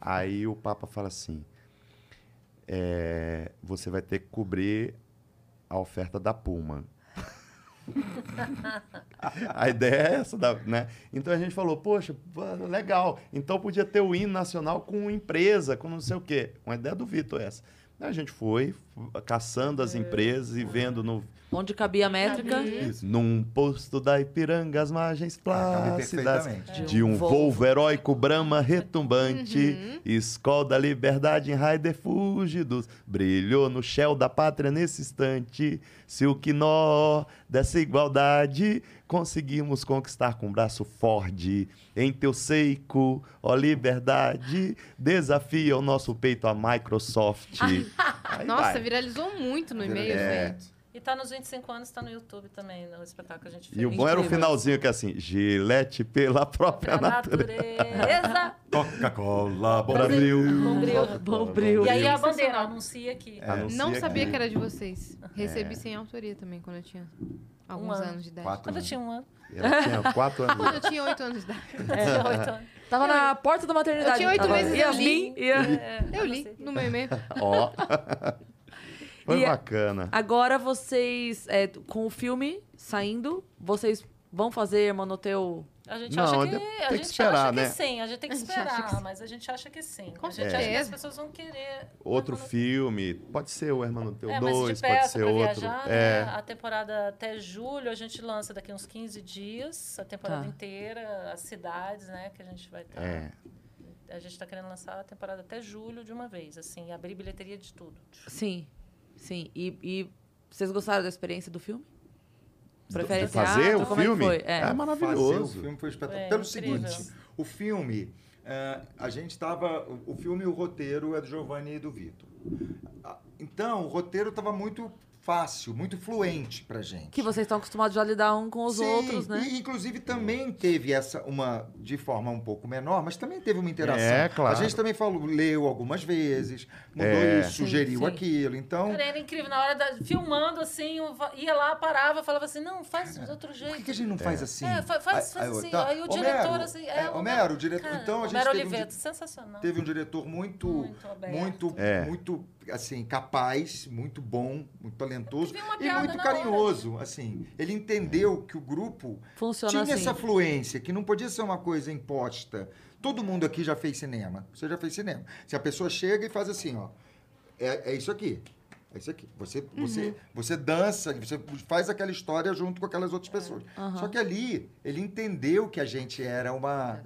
Aí o Papa fala assim: é, você vai ter que cobrir a oferta da Puma. a ideia é essa, da- né? Então a gente falou, poxa, pô, legal. Então podia ter o hino nacional com empresa, com não sei o quê. Uma ideia do Vitor essa. Aí A gente foi f- caçando as empresas e vendo no,
Onde cabia a métrica.
num posto da Ipiranga as margens Ah,
Cabe
plácidas
perfeitamente.
de um Volvo heróico brama retumbante, escol da liberdade em raio de fúlgidos, brilhou no shell da pátria nesse instante. Se o quinó dessa igualdade conseguimos conquistar com um braço forte, em teu seico, ó liberdade, desafia o nosso peito a Microsoft. Aí
Nossa,
vai.
viralizou muito no e-mail, assim.
É.
gente.
E tá nos 25 anos, tá no YouTube também, no espetáculo que a gente fez.
E o bom é era o
Incrível.
finalzinho que é assim, gilete pela própria
Pra
natureza.
natureza.
Coca-Cola,
Brasil.
Bombril.
Bombril.
E aí a bandeira anuncia aqui.
Anuncia
Não sabia
É, que-
que era de vocês. Recebi sem autoria também quando eu tinha alguns
ano.
anos de idade.
Quatro
Quando eu tinha um ano,
Ela tinha quatro anos.
Quando eu tinha oito anos de idade.
é.
tinha oito anos.
Tava na porta da maternidade.
Eu tinha oito
Tava-
meses, eu
Yasmin. Ia-
É,
Eu li no meu e-mail.
Ó. Foi
E-
bacana.
Agora vocês, é, com o filme saindo, vocês vão fazer Manoteu...
A gente
Não,
acha
de-
que,
tem
a
que
gente
esperar,
acha que
né?
sim, a gente tem que
A gente acha
esperar,
que sim.
mas a gente acha que sim.
Com
a gente acha que
certeza.
as pessoas vão querer.
Outro filme. Pode ser o Hermano Teu
é, mas
2,
de peça
pode ser
pra
outro.
viajar,
é.
né? A temporada até julho a gente lança daqui uns 15 dias, a temporada
Tá.
inteira, as cidades, né, que a gente vai estar.
É.
A gente está querendo lançar a temporada até julho de uma vez, assim, e abrir bilheteria de tudo.
Sim, sim. E, e vocês gostaram da experiência do filme? Preferem
De fazer
teatro?
o
Como é que
filme?
foi? É.
Fazer,
maravilhoso.
o filme foi espetacular.
É,
Pelo
incrível.
seguinte, o filme, eh, a gente estava... O, o filme e o roteiro é do Giovanni e do Vitor. Ah, Então, o roteiro estava muito fácil, muito fluente pra gente.
Que vocês estão acostumados já a lidar um com os
Sim,
outros, né?
E, inclusive, também teve essa, uma, de forma um pouco menor, mas também teve uma interação.
É, claro.
A gente também falou, leu algumas vezes, mudou
É.
isso, sugeriu
sim.
aquilo. Então,
Cara, era incrível, na hora da. filmando, assim, eu va- ia lá, parava, falava assim, não, faz de outro
por
jeito.
que, que a gente não faz assim?
É, fa- faz,
Aí-
faz
eu,
assim.
tá,
Aí o
Homero,
diretor, assim.
é, Homero, o diretor. então a gente
Homero
teve um di-
Oliveto, sensacional.
teve um diretor muito
Muito aberto.
muito
É.
muito assim capaz muito bom muito talentoso
Teve uma
e
piada
muito
na né?
carinhoso. Assim, ele entendeu que o grupo
Funciona
tinha
assim.
essa fluência, que não podia ser uma coisa imposta. Todo mundo aqui já fez cinema. Você já fez cinema. Se a pessoa chega e faz assim, ó, é, é isso aqui. É isso aqui. Você, você, você dança, você faz aquela história junto com aquelas outras pessoas. Só que ali, ele entendeu que a gente era uma.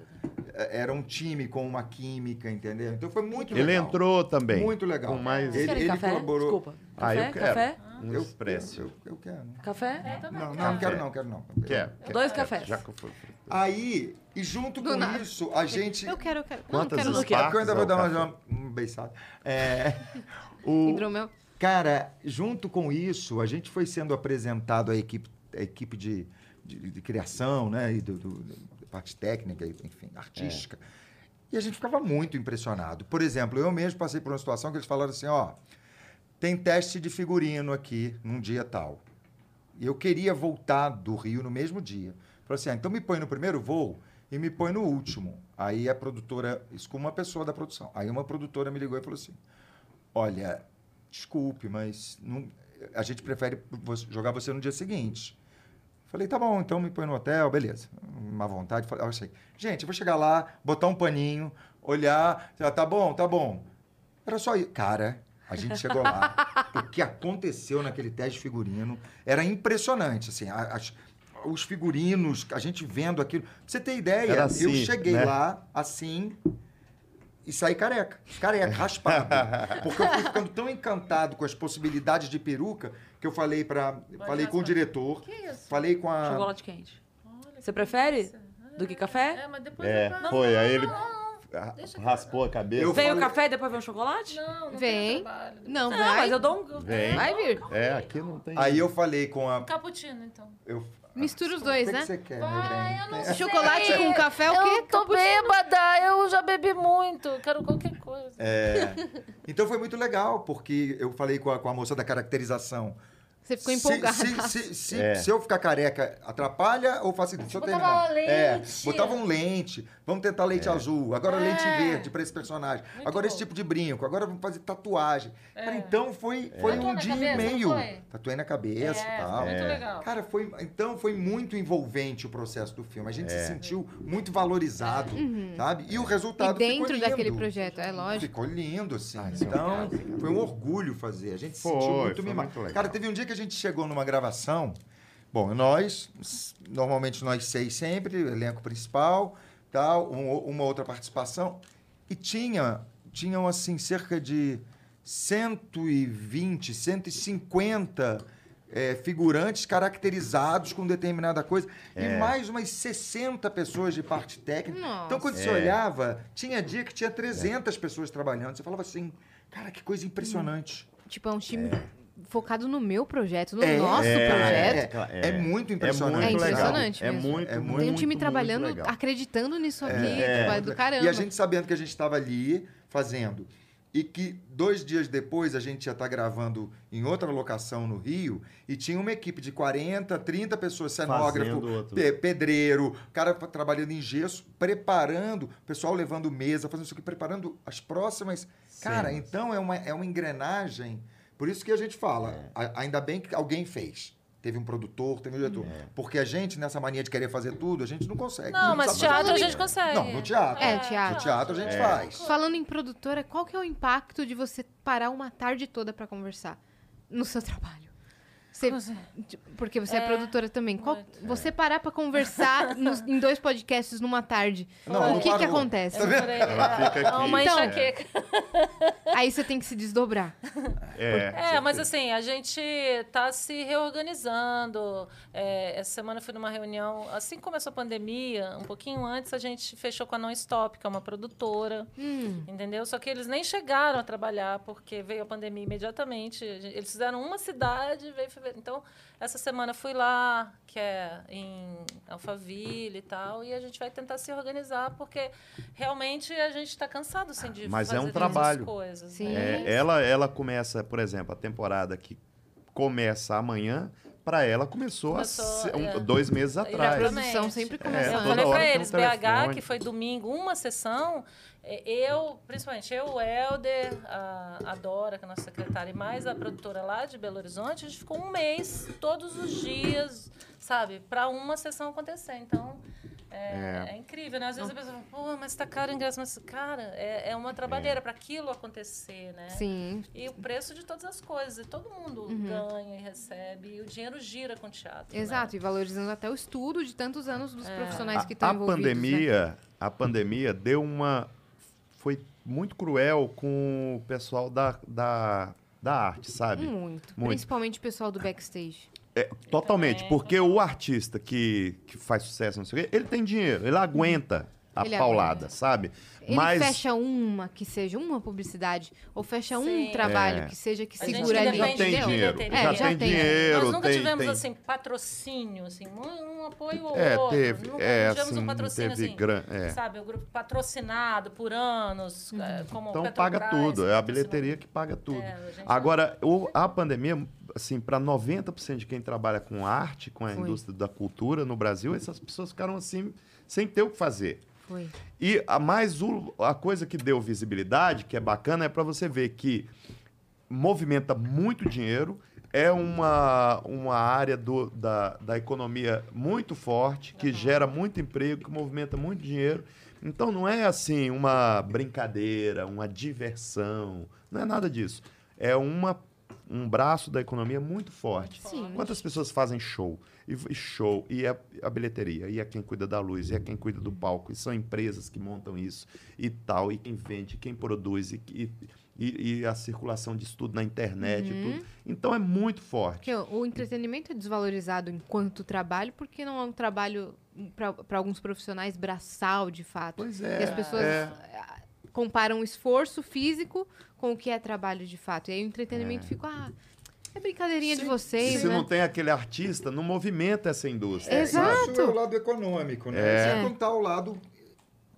Era um time com uma química, entendeu? Então foi muito
Ele
legal.
entrou também.
Muito legal.
Com mais...
Vocês
Ele-
querem
ele
café?
colaborou.
Desculpa.
Ah,
Café?
eu quero.
Café?
Um
Eu,
expresso.
eu, eu quero.
Café?
Eu também
Não,
quero.
não, quero não, quero não.
Quer, quer,
Dois
quer.
cafés.
Já que eu fui-
Aí, e junto
Do
com
nada.
isso, a gente.
Eu quero, eu quero. Não,
Quantas
não quero.
quê?
Sparks
Eu ainda vou
ao
dar mais
café?
uma um beiçada. É, o,
Hidromel.
cara, junto com isso, a gente foi sendo apresentado à equipe, à equipe de, de- de criação, né? E do, do- da parte técnica, e, enfim, artística. E a gente ficava muito impressionado. Por exemplo, eu mesmo passei por uma situação que eles falaram assim: ó, tem teste de figurino aqui num dia tal. E eu queria voltar do Rio no mesmo dia. Falei assim, ah, então me põe no primeiro voo e me põe no último. Aí a produtora, isso com uma pessoa da produção. Aí uma produtora me ligou e falou assim, olha, desculpe, mas não- a gente prefere vo- jogar você no dia seguinte. Falei, tá bom, então me põe no hotel, beleza. Uma vontade. Falei, eu achei, gente, eu vou chegar lá, botar um paninho, olhar, ah, tá bom, tá bom. Era só isso. Cara, a gente chegou lá. o que aconteceu naquele teste de figurino era impressionante, assim, a- as- os figurinos, a gente vendo aquilo. Pra você ter ideia,
Era assim,
eu cheguei
né?
lá assim e saí careca. Careca, é raspado. né? porque eu fui ficando tão encantado com as possibilidades de peruca que eu falei para falei com o
raspar.
diretor,
Que isso?
falei com a
Chocolate quente. Você prefere do que café?
É, mas depois...
É,
Não,
foi.
não,
Aí
não,
ele
não,
ra-
Deixa
raspou a cabeça.
Eu-
Vem o
falei-
café e depois vem o chocolate? Não,
Não, não
Vem.
tem trabalho.
Não, vai.
mas eu dou um...
Vem.
Vai vir.
É, aqui não tem...
Aí eu falei com a
Cappuccino, então.
eu
Mistura os
o
dois,
que,
né?
que você quer, meu
é." Vai,
Tá bem? É.
eu não sei.
Chocolate com café é o quê?
Eu tô bêbada, eu já bebi muito. Quero qualquer coisa.
É. Então foi muito legal, porque eu falei com a, com a moça da caracterização.
Você ficou
Se-
empolgada.
Se, se, se-
É.
se eu ficar careca, atrapalha ou faço Deixa eu
Botava
terminar.
uma lente.
É, botava um lente. Vamos tentar leite azul. Agora
É.
lente verde para esse personagem.
Muito
agora esse
bom. É.
tipo de brinco. Agora vamos fazer tatuagem. Cara, então foi, foi
Tatuou
um
na
dia
cabeça,
e
não
meio.
foi?
Tatuei na cabeça e
É,
tal.
muito legal.
Cara, foi, então foi muito envolvente o processo do filme. A
É.
gente se sentiu muito valorizado,
Uhum.
sabe? E o
E
resultado ficou
dentro
lindo.
daquele projeto, é lógico.
Ficou lindo, assim. então, foi um orgulho fazer. A gente se sentiu
Foi,
muito
foi
mimado.
muito legal.
Cara, teve um dia que a gente chegou numa gravação. Bom, nós, s- normalmente nós seis sempre, elenco principal, tal, um o- uma outra participação. E tinha, tinham assim, cerca de 120, 150 eh, figurantes caracterizados com determinada coisa.
É.
E mais umas 60 pessoas de parte técnica. Então, quando você
É.
olhava, tinha dia que tinha 300 pessoas trabalhando. Você falava assim, cara, que coisa impressionante.
Tipo, é um time focado no meu projeto, no
É.
nosso
É,
projeto.
é,
É muito impressionante.
É muito
É
legal.
impressionante
É
mesmo.
muito,
É
muito,
Tem um time
muito
trabalhando,
legal.
acreditando nisso aqui,
É.
tipo, é do caramba.
E a gente sabendo que a gente estava ali fazendo. E que dois dias depois a gente ia estar gravando em outra locação no Rio e tinha uma equipe de 40, 30 pessoas, cenógrafo,
Fazendo outro.
pe- pedreiro, cara fa- trabalhando em gesso, preparando, pessoal levando mesa, fazendo isso aqui, preparando as próximas. Cara, então é uma, é uma engrenagem. Por isso que a gente fala, a- ainda bem que alguém fez. Teve um produtor, teve um diretor. Porque a gente, nessa mania de querer fazer tudo, a gente não consegue.
Não, mas
sabe fazer
teatro a
tudo.
gente consegue.
Não, no teatro.
É, teatro.
No teatro a gente faz.
Falando em produtora, qual que é o impacto de você parar uma tarde toda pra conversar no seu trabalho? Você- tipo, porque você é, produtora também. Qual- você parar pra conversar nos- em dois podcasts numa tarde,
Não,
o
não
que que
parou.
acontece?
Tá vendo?
Ela fica aqui.
Uma
Então,
enxaqueca.
Aí você tem que se desdobrar.
É.
É, mas assim, a gente está se reorganizando. É, essa semana eu fui numa reunião, assim que começou a pandemia, um pouquinho antes, a gente fechou com a Non-Stop, que é uma produtora, entendeu? Só que eles nem chegaram a trabalhar, porque veio a pandemia imediatamente. A gente- Eles fizeram uma cidade, veio fevereiro. Então, essa semana eu fui lá, que é em Alphaville e tal, e a gente vai tentar se organizar, porque realmente a gente está cansado, assim, de
Mas é um
fazer todas as
trabalho.
coisas. né?
Sim.
É, ela, ela começa, por exemplo, a temporada que começa amanhã para ela começou, há
Começou,
se- um-
é.
dois meses
a
atrás.
produção
Produção sempre
É,
eu
toda
começando.
falei
hora
pra
tem um
eles,
telefone.
BH, que foi domingo, uma sessão, é, eu, principalmente eu, o Helder, a, a Dora, que é nossa secretária, e mais a produtora lá de Belo Horizonte, a gente ficou um mês, todos os dias, sabe, pra uma sessão acontecer. Então, é, é incrível, né? Às vezes a pessoa fala, pô, mas tá caro o ingresso. Mas, cara, é, é uma trabalheira pra aquilo acontecer, né?
Sim. Uhum.
E o preço de todas as coisas, e todo mundo ganha e recebe, e o dinheiro gira com o teatro. né?
Exato, e valorizando até o estudo de tantos anos dos profissionais
A-
que estão
a
envolvidos. né?
pandemia a pandemia deu uma foi muito cruel com o pessoal da, da, da arte sabe
Muito.
Muito.
Principalmente o pessoal do backstage.
totalmente
também,
porque o artista que, que faz sucesso não sei o quê, ele tem dinheiro ele aguenta a
Ele
paulada
aguenta.
sabe
Ele fecha uma que seja uma publicidade, ou fecha um
Sim.
trabalho
É.
que seja que
A gente
segura
ainda
ali.
já tem
entendeu?
dinheiro
É,
já,
já
tem,
tem.
dinheiro
Nós nunca
tem-
tivemos,
tem-
assim, patrocínio, assim, um, um apoio ou
é
outro.
teve
nunca
é
tivemos
assim
um
não
patrocínio,
teve
assim,
gran- é.
sabe, o grupo patrocinado por anos, é, como
Então
Petrobras,
paga tudo, é
patrocinou-
a bilheteria que paga tudo.
É, a gente-
Agora, o- a pandemia, assim, para 90% de quem trabalha com arte, com a
Foi.
indústria da cultura no Brasil, essas pessoas ficaram assim, sem ter o que fazer.
Foi.
E a mais o- a coisa que deu visibilidade, que é bacana, é para você ver que movimenta muito dinheiro, é uma, uma área do- da, da economia muito forte, que gera muito emprego, que movimenta muito dinheiro. Então não é assim uma brincadeira, uma diversão, não é nada disso. É uma, um braço da economia muito forte.
Sim.
Quantas pessoas fazem show? E v- e show, e a, a bilheteria, e é quem cuida da luz, e é quem cuida do palco, e são empresas que montam isso, e tal, e quem vende, quem produz, e, e, e- e a circulação disso tudo na internet
Uhum.
e tudo. Então é muito forte.
Porque o entretenimento é desvalorizado enquanto trabalho, porque não é um trabalho, para alguns profissionais, braçal, de fato.
Pois
E as
é.
pessoas
é.
ah, comparam o esforço físico com o que é trabalho de fato. E aí o entretenimento fica, ah, é brincadeirinha de
E
vocês,
se
né?
não tem aquele artista, não movimenta essa indústria.
Exato.
sabe?
Isso é o lado econômico, né?
É.
Sem contar o lado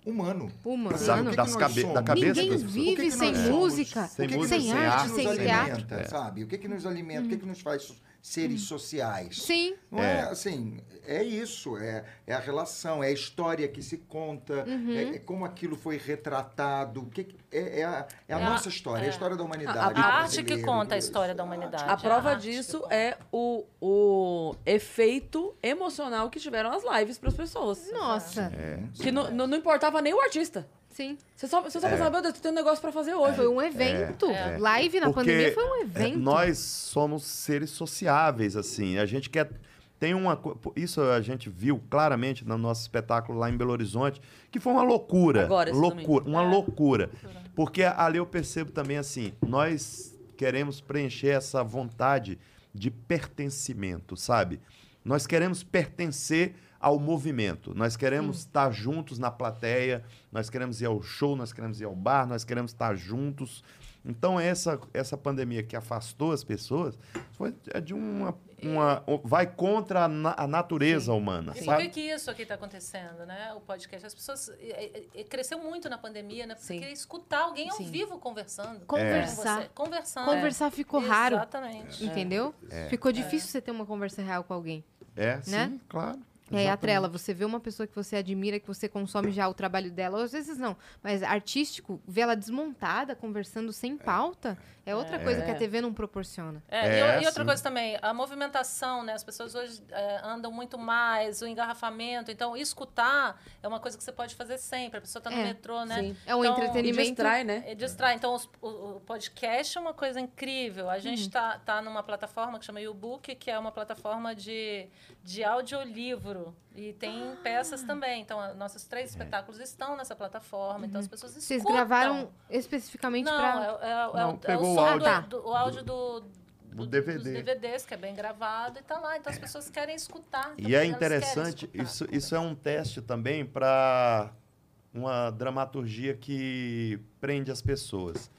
humano.
Humano.
Sabe,
o que que
das
nós
cabe- da
somos?
cabeça
Ninguém
das pessoas.
vive
O que que
sem
nós somos?
música,
Sem
O que que
música,
nos-
sem
o que
arte,
nos
sem Hum.
alimenta,
teatro.
Sabe? O que que nos alimenta? O que que nos faz seres sociais?
Sim.
Não é. assim, é isso, é, é a relação, é a história que se conta,
Uhum.
é, é como aquilo foi retratado, o que que- é, é a, é a
É a-
nossa história, é a
é.
história da humanidade.
A,
do
arte que
brasileiro,
conta a
do-
história da humanidade. é
A prova
Ah, arte tipo. que
disso
conta.
é o, o efeito emocional que tiveram as lives pras pessoas.
Nossa.
É.
Que não, não, não importava nem o artista.
Sim.
Você só, você só
É.
pensava, meu Deus, tem um negócio pra fazer hoje.
Foi um evento. Live na
Porque,
pandemia foi um
é,
evento.
Nós somos seres sociáveis, assim. A gente quer. Tem uma. co- pô, Isso a gente viu claramente no nosso espetáculo lá em Belo Horizonte, que foi uma loucura.
Agora, esse
loucura,
É.
uma loucura. Porque ali eu percebo também assim, nós queremos preencher essa vontade de pertencimento, sabe? Nós queremos pertencer ao movimento. Nós queremos
Hum.
estar juntos na plateia, nós queremos ir ao show, nós queremos ir ao bar, nós queremos estar juntos. Então, essa, essa pandemia que afastou as pessoas foi é de uma. uma
É.
o- vai contra a, na- a natureza humana,
E por que,
Né?
sabe?
que isso aqui está acontecendo, né? O podcast. As pessoas. e- e- e cresceu muito na pandemia, né? Porque
Sim.
queria escutar alguém ao
Sim.
vivo conversando.
Conversar.
Com você, Conversando.
Conversar
é.
ficou raro.
Exatamente.
Entendeu? Ficou difícil você ter uma conversa real com alguém.
É, sim,
Né?
claro.
E aí a
Exatamente.
trela, você vê uma pessoa que você admira, que você consome já o trabalho dela, ou às vezes não, mas artístico, vê ela desmontada, conversando sem pauta, é outra coisa que a TV não proporciona.
É, e
É,
o- e, outra
sim.
coisa também, a movimentação, né? As pessoas hoje é, andam muito mais, o engarrafamento. Então, escutar é uma coisa que você pode fazer sempre. A pessoa tá no
É,
metrô, né?
sim.
É um
Então,
E
entretenimento.
distrai, né?
É, Distrai. Então, os- o, o podcast é uma coisa incrível. A gente
Uhum.
está tá numa plataforma que chama YouBook, que é uma plataforma de, de audiolivro. E
Ah.
tem peças também. Então, a- nossos
É.
três espetáculos estão nessa plataforma. Então, as pessoas escutam.
Uhum. Vocês gravaram especificamente
Não,
pra.
é, é- é
Não,
o, é
pegou
o
o
som
áudio.
do-
Ah, tá.
do, o áudio do... do-
DVD.
Dos DVDs, que é bem gravado e tá lá. Então as pessoas querem escutar.
E é interessante, isso, isso é um teste também para uma dramaturgia que prende as pessoas.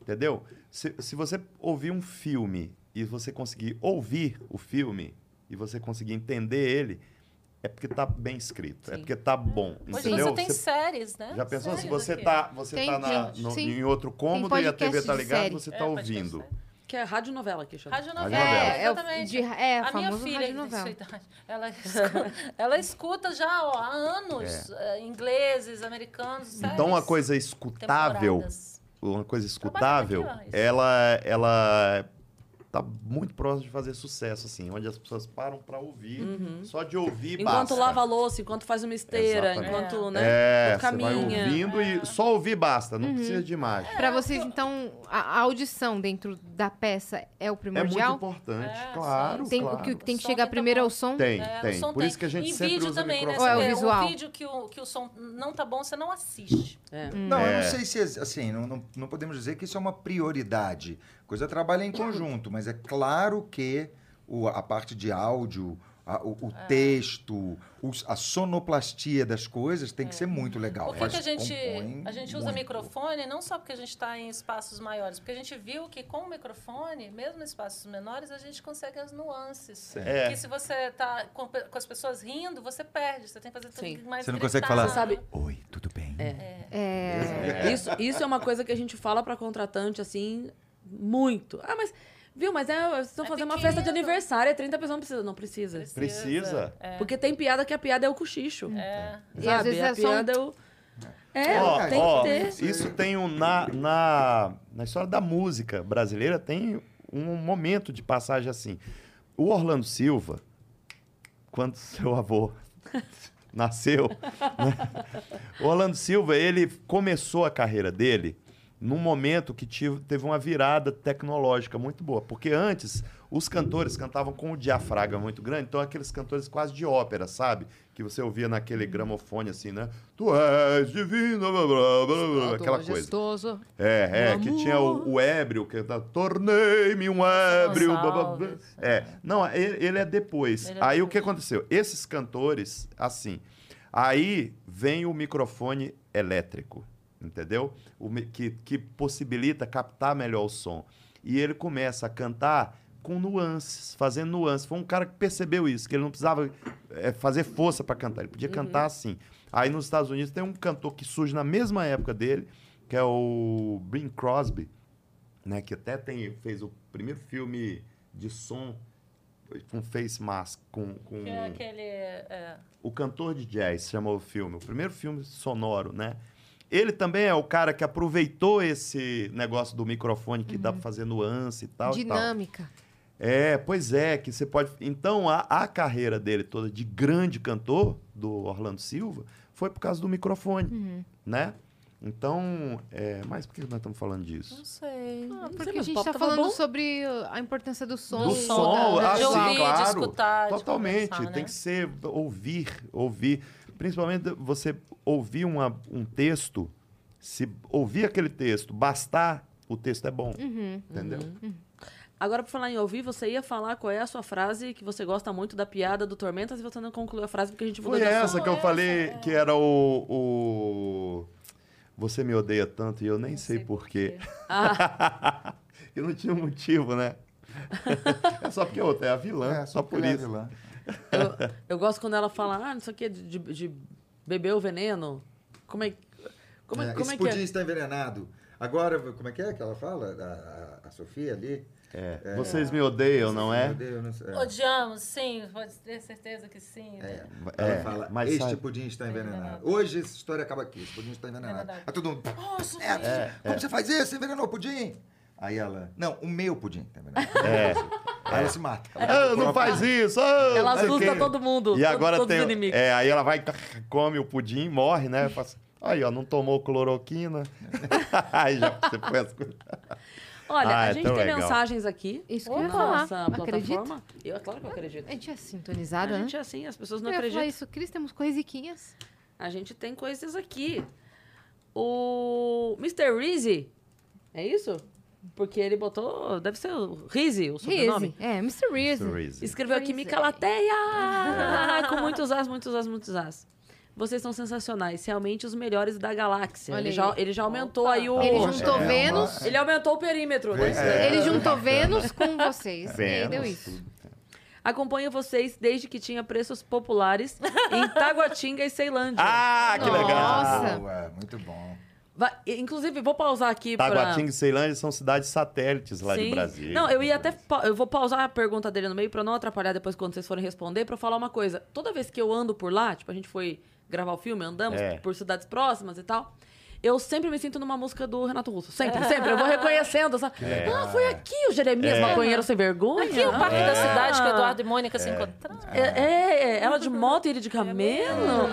Entendeu? Se, se você ouvir um filme e você conseguir ouvir o filme e você conseguir entender ele, é porque tá bem escrito, é
Sim.
porque tá bom.
Hoje
entendeu?
você tem
Você-
séries, né?
já pensou se
Séries
você
aqui.
tá, você
Tem,
tá na-
tem,
no-
sim.
em outro cômodo e a
podcast
TV tá
de
ligada,
série.
você
É,
tá
podcast,
ouvindo.
né?
Que é radionovela que chama.
Rádio
Rádio
novela,
novela.
É, é o-
exatamente.
de- é,
a minha
famoso
filha, que tem
radionovela.
sua idade, ela, escuta, ela escuta já ó, há anos eh, ingleses, americanos,
É. Então, uma
séries,
coisa escutável,
temporadas.
uma coisa escutável,
Trabalho aqui, ó, isso.
ela, ela tá muito próxima de fazer sucesso, assim, onde as pessoas param pra ouvir, só de ouvir
Uhum. Enquanto
basta.
lava a louça, enquanto faz uma esteira,
Exatamente.
enquanto, né?
É,
enquanto
você vai ouvindo e só ouvir basta, não precisa de imagem.
Pra vocês, então, a, a audição dentro da peça é o
É muito
primordial?
importante,
É,
claro,
tem,
claro.
O que o que tem que
Som
chegar
tem
primeiro é o
tamanho.
som?
Tem,
É, o
tem.
som
Por isso que a gente
em
sempre
vídeo
usa
também, né?
microfone.
Ou é o
Você vê
visual?
Um vídeo que o, que o som não tá bom, você não assiste.
É.
Não, eu não
É.
sei se, assim, não, não, não podemos dizer que isso é uma prioridade. Coisa trabalha em conjunto, mas é claro que o, a parte de áudio, a- o,
É.
o texto, os- a sonoplastia das coisas tem que ser muito legal.
É. Por que,
Mas
que a gente,
É. compõe
a gente usa
muito.
microfone não só porque a gente está em espaços maiores, porque a gente viu que com o microfone, mesmo em espaços menores, a gente consegue as nuances.
É.
Que se você tá com, pe- com as pessoas rindo, você perde. Você tem que fazer
Sim.
tudo mais
Você não consegue
gritado.
falar,
Você sabe-
Oi, tudo bem?
Isso, isso é uma coisa que a gente fala pra contratante, assim, muito. Ah, mas, viu, mas é, vocês estão
É
fazendo uma festa de
pequeno.
aniversário, é 30 pessoas, não precisa. Não precisa.
Precisa.
Porque tem piada que a piada é o cochicho.
É.
E às
Sabe?
vezes
a
é só um-
piada é o... É,
Ó,
tem
ó,
que ter.
Isso tem um. Na, na, na história da música brasileira, tem um momento de passagem assim. O Orlando Silva, quando seu avô nasceu, né? o Orlando Silva, ele começou a carreira dele num momento que tive- teve uma virada tecnológica muito boa. Porque antes, os cantores cantavam com o diafragma muito grande, então aqueles cantores quase de ópera, sabe? Que você ouvia naquele gramofone assim, né? Tu és divino, blá, blá, blá, blá, blá, aquela coisa.
Majestoso.
É, é, que tinha o, o ébrio, que tá, tornei-me um ébrio. blá, blá, blá.
Gonçalves,
É, não, ele, ele é depois.
Ele é
aí o
depois.
que aconteceu? Esses cantores, assim, aí vem o microfone elétrico, entendeu? O, mi- que, que possibilita captar melhor o som. E ele começa a cantar com nuances, fazendo nuances. Foi um cara que percebeu isso, que ele não precisava é, fazer força para cantar, ele podia
Uhum.
cantar assim. Aí nos Estados Unidos tem um cantor que surge na mesma época dele, que é o Bing Crosby, né, que até tem, fez o primeiro filme de som com face mask, com, com
Que é aquele. é,
o cantor de jazz, chamou o filme, o primeiro filme sonoro, né? Ele também é o cara que aproveitou esse negócio do microfone que
Uhum.
dá pra fazer nuance e tal e tal.
Dinâmica.
É, pois é, que você pode. Então, a, a carreira dele toda de grande cantor, do Orlando Silva, foi por causa do microfone,
Uhum.
né? Então, é... mas por que nós estamos falando disso?
não sei.
Ah,
sei,
porque a
mas o
gente
papo
tá
tava
falando
bom.
sobre uh, a importância do som.
Do
da-
som,
da-
ah,
de
sim,
ouvir,
claro.
de escutar. de
Totalmente,
conversar,
tem
né?
que ser ouvir, ouvir. Principalmente você ouvir uma- um texto, se ouvir aquele texto, bastar, o texto é bom.
Uhum,
Entendeu?
Agora, pra falar em ouvir, você ia falar qual é a sua frase que você gosta muito da piada do Tormentas e você não concluiu a frase porque a gente mudou
Foi
de assunto.
essa que eu falei
assim, é.
que era o, o Você me odeia tanto e eu nem sei, porquê.
Ah.
eu não tinha um motivo, né? é só porque outra é a vilã,
É,
só por isso.
Eu, eu gosto quando ela fala, ah, não sei o que, de, de- de beber o veneno. Como é, como é,
É,
como
esse
é que
pudim
é?
está envenenado. Agora, como é que é que ela fala? A, a- a Sofia ali?
É, Vocês me odeiam, não é?
Meu Deus, não sei. É.
Odiamos, sim, pode ter certeza que sim. né?
Ela
É,
fala,
mas
este
sabe-
pudim está
envenenado.
envenenado. Hoje essa história acaba aqui, esse pudim está envenenado.
Envenenado.
Aí todo mundo,
Nossa,
"Neto,
É,
como você faz isso? Você envenenou o pudim? Aí ela, não, o meu pudim está envenenado.
É.
Aí ela se mata.
Ah, não faz isso! ah,
Ela
não sei o
assusta
quê.
todo mundo.
E
todo-
agora
todos os
tem.
inimigos.
É, aí ela vai, come o pudim, morre, né? Faz- Aí, ó, não tomou cloroquina. aí já você põe as coisas.
Olha,
Ah,
a
é
gente
tão
tem
legal.
mensagens aqui.
Isso que eu ia
na
falar.
nossa
Acredita?
plataforma. Eu, é claro que eu acredito.
A gente é
A
sintonizada, né?
gente é assim, as pessoas não
eu ia falar
acreditam.
isso, Cris, temos coisiquinhas.
A gente tem coisas aqui. O Mr. Rizzi, é isso? Porque ele botou, deve ser o Rizzi, o sobrenome.
Reese. É, Mr. Reese.
Escreveu aqui, me calateia! Com muitos as, muitos as, muitos as. Vocês são sensacionais, realmente os melhores da galáxia.
Olha
Ele
aí.
já, ele já aumentou aí o.
Ele juntou
é,
Vênus.
Ele aumentou o perímetro. né?
Ele juntou Vênus com vocês. E aí deu
É. Vênus,
isso.
Acompanho vocês desde que tinha preços populares em Taguatinga e Ceilândia.
Ah, que legal!
Nossa.
Boa, muito bom.
Vai- inclusive, vou pausar aqui para...
Taguatinga e Ceilândia são cidades satélites lá de Brasília. né?
Não, eu ia até. pa- Eu vou pausar a pergunta dele no meio pra não atrapalhar depois quando vocês forem responder, pra eu falar uma coisa. Toda vez que eu ando por lá, tipo, a gente foi gravar o filme, andamos
É.
por cidades próximas e tal. Eu sempre me sinto numa música do Renato Russo. Sempre, sempre. Eu vou reconhecendo. sabe?
legal.
Ah, foi aqui o Jeremias
É.
Maconheiro Sem Vergonha.
Aqui é o Parque da
Ah.
Cidade que Eduardo e Mônica se encontraram.
É, é, ela de moto e ele de camelo.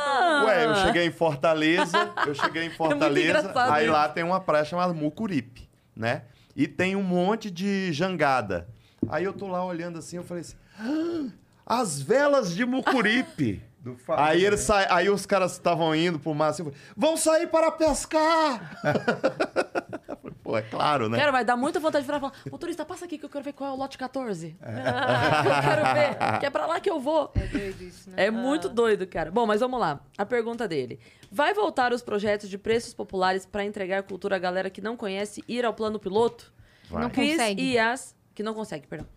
Ah.
Ué, eu cheguei em Fortaleza, eu cheguei em Fortaleza,
É engraçado
aí
isso.
lá tem uma praia chamada Mucuripe, né? E tem um monte de jangada. Aí eu tô lá olhando assim, eu falei assim, "Ah, as velas de Mucuripe.
Do fato,
Aí,
né?
eles sa... aí os caras estavam indo pro mar, assim, eu falei, vão sair para pescar! Eu falei, Pô, é claro, né?
Cara, vai dar muita vontade de virar e falar: motorista, passa aqui que eu quero ver qual é o lote 14. eu quero ver, que é pra lá que eu vou.
É doido isso, né?
É muito doido, cara. Bom, mas vamos lá. A pergunta dele. Vai voltar os projetos de preços populares pra entregar cultura à galera que não conhece ir ao plano piloto?
Vai.
Não
Cris
consegue.
e As... Que não consegue, perdão.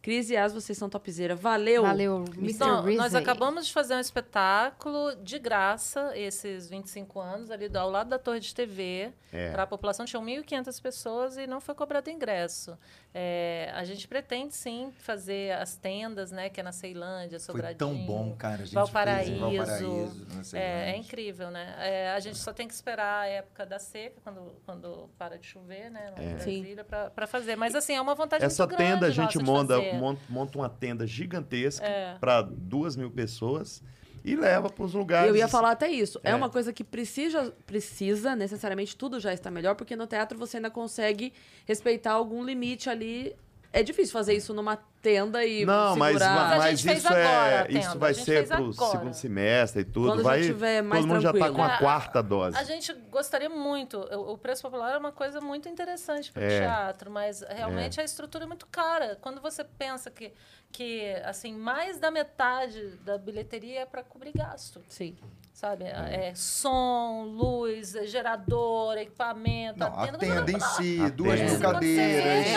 Cris e As, vocês são topzera. Valeu.
Valeu, Mr.
Então, nós
Risley.
acabamos de fazer um espetáculo de graça, esses 25 anos, ali do- ao lado da Torre de TV,
É.
para a população. Tinham 1.500 pessoas e não foi cobrado ingresso. É, a gente pretende, sim, fazer as tendas, né? Que é na Ceilândia,
Foi
Sobradinho.
tão bom, cara. A gente
Valparaíso.
Fez, em Valparaíso não sei
É, é
onde.
incrível, né? É, a gente só tem que esperar a época da seca, quando, quando para de chover, né? Lá em
Sim.
Brasília, para fazer. Mas, assim, é uma vontade
É. Essa
muito grande
tenda a gente
nossa de
monta,
fazer.
monta, monta uma tenda gigantesca
É.
pra duas mil pessoas e leva pros lugares.
Eu ia falar até isso. É,
É.
uma coisa que precisa, precisa, necessariamente tudo já está melhor, porque no teatro você ainda consegue respeitar algum limite ali. É difícil fazer isso numa tenda e
Não, mas,
segurar.
mas,
Mas a gente fez
isso
agora
é,
a tenda,
isso
a
vai
gente
ser
fez
pro
agora.
segundo semestre e tudo.
Quando já
vai,
tiver mais
todo mundo já tá
tranquilo.
com
É,
a
a-
quarta dose.
A gente gostaria muito. O, o preço popular é uma coisa muito interessante para o
É.
teatro, mas realmente a estrutura é muito cara. Quando você pensa que, que assim, mais da metade da bilheteria é para cobrir gasto,
Sim.
sabe? É. som, luz, é gerador, equipamento,
Não, a
não é
tenda em si,
A
duas
tenda.
mil
Quando
cadeiras.
você
É.
vê,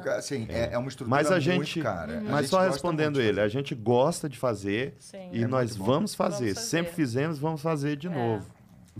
cara.
Assim, é, é uma estrutura
Mas a
muito
gente-
cara. A
Mas
gente
só
gosta
respondendo
muito de
ele, a gente gosta de fazer
Sim.
e
É
nós
muito bom.
vamos fazer.
Vamos fazer.
Sempre fizemos, vamos fazer de
É.
novo.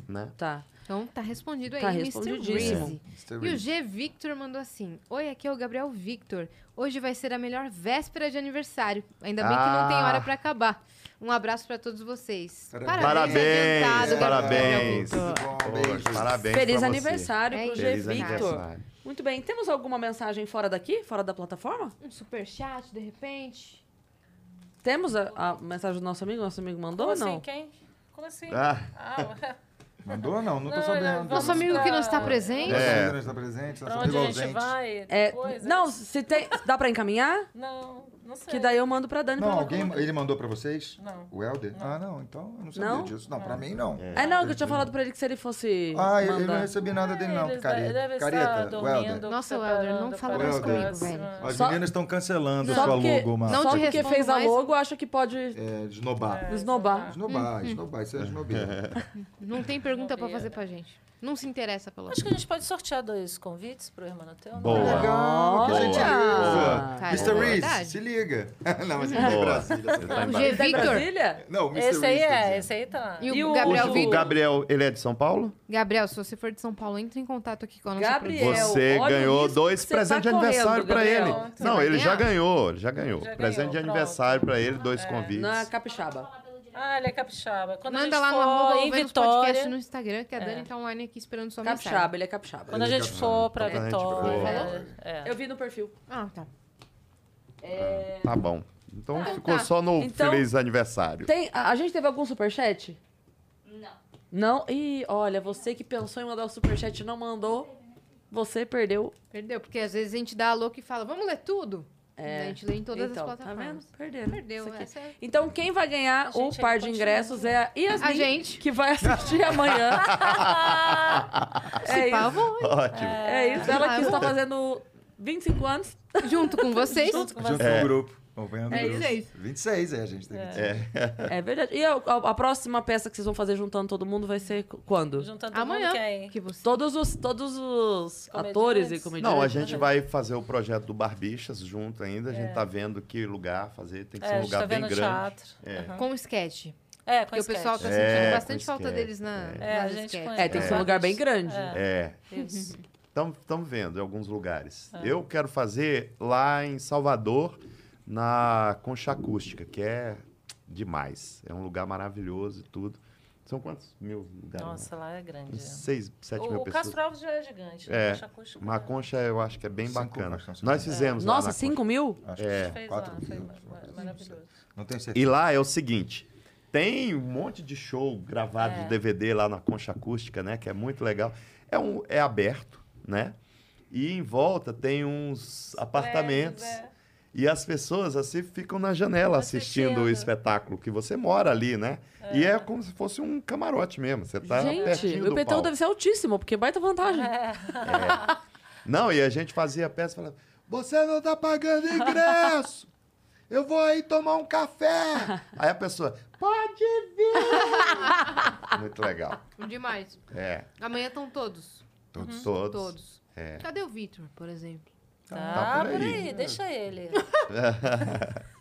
Né?
Tá.
Então tá respondido aí,
Tá
Mr.
respondidíssimo.
Breezy.
é-
fazer.
E o G Victor mandou assim: Oi, aqui é o Gabriel Victor. Hoje vai ser a melhor véspera de aniversário. Ainda bem que não tem
Ah.
hora pra acabar. Um abraço pra todos vocês.
Parabéns.
Parabéns,
adiantado, Gabriel
parabéns.
Victor.
Tudo bom,
Poxa,
beijos.
parabéns pra
Feliz
você.
aniversário
É
pro
isso.
G.
Feliz
Victor.
aniversário.
Muito bem. Temos alguma mensagem fora daqui? Fora da plataforma?
Um superchat, de repente.
Temos a, a mensagem do nosso amigo? Nosso amigo mandou
Como
ou
assim?
não?
Quem? Como assim?
Ah,
Ah,
Mandou ou não? Não tô
Não,
sabendo. Tá É.
não,
Nosso
Vamos
amigo que não
pra-
está presente.
Nosso
É.
amigo não está presente, nosso
pra onde
amigo
a gente
ausente.
vai?
É,
depois,
não,
né?
se tem. Dá pra encaminhar?
não, não sei.
Que daí eu mando pra Dani pra
Não,
ela
alguém.
colocar.
Ele mandou pra vocês?
Não.
O Helder? Ah, não, então eu não sabia
Não?
disso. Não, pra mim não.
É, não, que eu tinha falado pra ele que se ele fosse.
Ah, eu, eu não
mandar.
recebi nada dele, não,
Eles
careta.
devem estar
careta, o Helder.
dormindo,
Nossa,
preparando
Helder, não
para
fala
as
mais comigo,
próximas.
velho.
As
Só-
meninas estão cancelando
Só
sua
porque,
logo, mano.
Não
só
te
porque
respondo
fez a
mais.
logo, acho que pode
É, desnobar.
esnobar.
Desnobar, desnobar, isso é desnobeira.
Não tem pergunta pra fazer pra gente. Não se interessa pelo
Acho que a gente pode sortear dois convites pro Irmão Teu. né?
Boa.
Legal, que
Boa.
gentileza.
Cara,
Mr.
é
Reese,
verdade.
se liga. não, mas ele tá em
Boa.
Brasília.
Ele tá em
O G
Tá em
Victor
Brasília?
Não, o Mr.
Esse aí
Reese tá dizendo.
é, esse aí tá.
e o,
E o-
Gabriel
o,
Victor.
Gabriel, ele é de São Paulo?
Gabriel, se você for de São Paulo, entre em contato aqui com a nossa
Gabriel.
produção.
Você
olha o
ganhou
risco
dois
que você
presentes
tá
de
correndo,
aniversário pra
Gabriel.
ele.
Você
não,
vai
ele já
ganhar?
ganhou, já ganhou.
Já
presente
ganhou,
de
pronto.
aniversário pra ele, dois convites.
Na é capixaba.
Ah, ele é capixaba. Quando a
Manda
gente
lá no
for
arroba
em
ou vê nos né? podcast
Vitória,
no Instagram, que a Dani tá online aqui esperando sua mensagem.
Capixaba, ele é capixaba.
quando a gente for pra
Quando a gente
Vitória... é.
Eu vi no perfil.
Ah, tá.
Tá bom. Então ficou
tá.
só no
Então-
feliz aniversário.
Tem, a, a gente teve algum superchat? Não. Não? Ih, olha, você que pensou em mandar o superchat e não mandou, você perdeu.
Perdeu, porque às vezes a gente dá a louca e fala, vamos ler tudo.
É.
A gente lê em todas
então,
as plataformas.
Tá vendo? Perdeu.
Perdeu,
Isso aqui.
essa é-
Então, quem vai ganhar o
gente
par de
ainda
ingressos é a Yasmin,
A gente.
que vai assistir amanhã. é, isso,
Pavor,
Ótimo.
é isso. Ela que está fazendo 25 anos.
junto é com vocês.
Junto com o grupo. Acompanhando
É
o grupo.
isso
aí.
26, é, a gente tem 26.
É verdade. E a, a- a próxima peça que vocês vão fazer juntando todo mundo vai ser c- quando?
Juntando todo mundo
Amanhã.
quem? é.
Que você...
Todos os, todos os atores e comediantes.
Não, a gente vai fazer o projeto do Barbixas junto ainda. A gente tá vendo que lugar fazer. Tem que
É,
ser
a
um
gente tá
lugar bem
vendo
grande.
teatro.
É.
Aham.
Com sketch.
É, É, com
Porque o
sketch.
pessoal tá
É,
sentindo
com
bastante falta
sketch,
deles na.
É, a
nas
gente
sketches.
conhece
É, tem que ser um lugar bem grande.
É.
Isso.
Estão vendo em alguns lugares.
Ah.
Eu quero fazer lá em Salvador, na Concha Acústica, que é demais. É um lugar maravilhoso e tudo. São quantos mil lugares? lá?
Nossa, lá é grande.
Tá. Uns
é.
seis, sete
O,
mil
o
pessoas.
Castro Alves já é gigante.
É,
né? Concha acústica,
Uma concha eu acho que é bem
Cinco
bacana.
conchas são
Nós fizemos lá
Nossa,
na
5 mil?
Acho
a
É.
gente fez
quatro
lá,
mil,
foi
eu
ma-
acho.
ma- maravilhoso.
Não tenho certeza.
E lá é o seguinte: tem um monte de show gravado
É.
de DVD lá na Concha Acústica, né? Que é muito legal. É, um, é aberto, né? E em volta tem uns apartamentos.
Prédios, é.
E as pessoas assim ficam na janela assistindo,
Assistindo.
o espetáculo, que você mora ali, né? E é como se fosse um camarote mesmo. Você tá
Gente,
pertinho do
o
palco.
peitão deve ser altíssimo, porque é baita vantagem.
É.
Não, e a gente fazia a peça falando: você não tá pagando ingresso! Eu vou aí tomar um café! Aí a pessoa, pode vir! Muito legal.
Demais.
É.
Amanhã estão todos.
Todos. Todos. É.
Todos. Cadê o Vitor, por exemplo?
Tá,
Tá por
por
aí.
aí, deixa ele.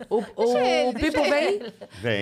O, o
ele, deixa
Pipo vem.
Vem.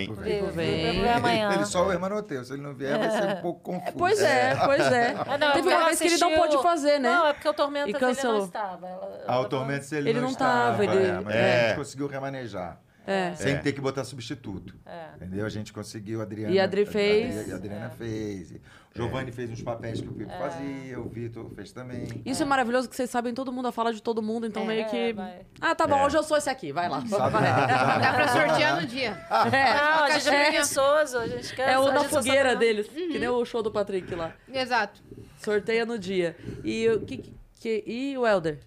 Viu,
vem.
viu, viu, amanhã.
Ele só o Hermanoteu. Se ele não vier, vai ser um pouco confuso.
Pois é, pois é.
Ah, não, é
Teve
porque
uma
ela
vez que ele não
assistiu-
pôde fazer, né?
Não, é porque o Tormenta
E
dele
cancelou.
não estava. Ela- ela
Ah, o
tá
Tormento, se ele,
Ele não tava, ele-
é, mas
É.
a gente conseguiu remanejar.
É.
Sem
É.
ter que botar substituto.
É.
Entendeu? A gente conseguiu, a Adriana.
E a Adri
a- a-
fez.
A Adriana fez. O Giovanni fez uns papéis que o Pipo fazia, o Vitor fez também.
Isso é. maravilhoso que vocês sabem, todo mundo a fala de todo mundo, então meio que.
É, vai.
Ah, tá
É.
bom, hoje eu sou esse aqui, vai lá.
Sabe
Vai.
nada, sabe
Dá pra
nada.
sortear no dia.
Não, a gente é
É.
preguiçoso, a gente cansa.
É o
a
na
gente só tá- sabe
fogueira
não. Uhum.
deles, que nem o show do Patrick lá.
Exato.
Sorteia no dia. E o que, que- e o Helder?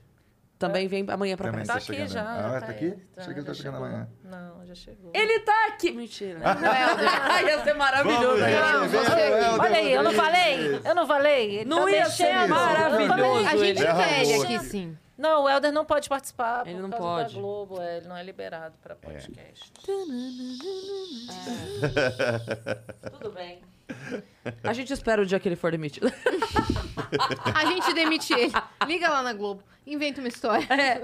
Também vem amanhã pra
Também
cá.
Tá
Tá
aqui
chegando.
já.
Ah,
já
tá
aí.
aqui? Achei que ele
já
tá chegando
chegou.
amanhã.
Não, já chegou.
Ele tá aqui! Mentira.
é
ia ser maravilhoso. né?
Vamos receber o
você-
é,
Helder
Olha aí, eu não
Rodrigues.
falei? Eu não falei? Ele
Não
tá
ia ser
mexendo.
maravilhoso
A gente
ele.
Derramou
pede
aqui.
aqui, sim.
Não, o Helder não pode participar
Ele
por
não
causa
pode.
da Globo. é, ele não é liberado pra podcast. É. Tudo bem.
A gente espera o dia que ele for demitido.
A gente demite ele. Liga lá na Globo. Inventa uma história.
É.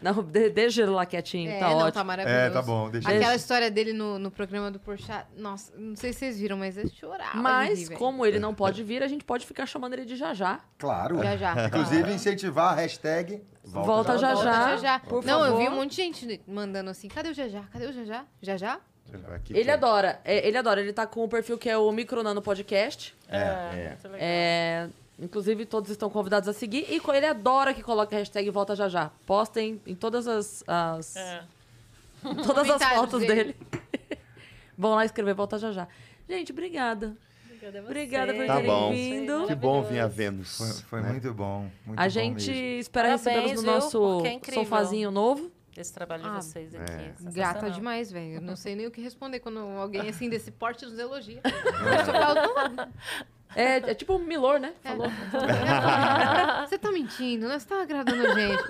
Não, de- deixa ele lá quietinho,
É,
tá
não,
ótimo.
tá maravilhoso.
É, tá bom, deixa
Aquela
eu.
história dele no, no programa do Porchat, nossa, não sei se vocês viram, mas é eu chorava. de rir,
Mas,
velho.
como ele não pode vir, a gente pode ficar chamando ele de já já.
Claro.
Já, já.
Inclusive, incentivar a hashtag Volta,
Volta já
Volta,
já.
já.
por
não, eu vi um
favor.
monte de gente mandando assim, cadê o Jajá? Cadê o Jajá? Jajá?
Aqui,
Ele
que-
adora, é, ele adora. Ele tá com o perfil que é o Micronano Podcast.
É, muito legal.
É, inclusive, todos estão convidados a seguir. E co- ele adora que coloque a hashtag Volta Já Já. Postem em todas as, as-
É.
todas as
Comentários
fotos
dele.
dele. Vão lá escrever Volta Já Já. Gente, obrigada.
Obrigada, a você.
Obrigada por
Tá
terem
bom.
vindo.
Que bom vir a Vênus.
Foi, foi
né?
muito bom. Muito
A
bom
gente
mesmo.
espera
Parabéns,
recebê-los no
viu?
nosso
Porque é incrível.
sofazinho novo.
Esse trabalho de
Ah,
vocês aqui. é
Grata
sensacional.
demais, velho. Eu não sei nem o que responder quando alguém assim desse porte nos elogia. Eu só falo, "Não,
É, é tipo um Milor, né? Falou.
Você tá mentindo, né? Você tá agradando a gente.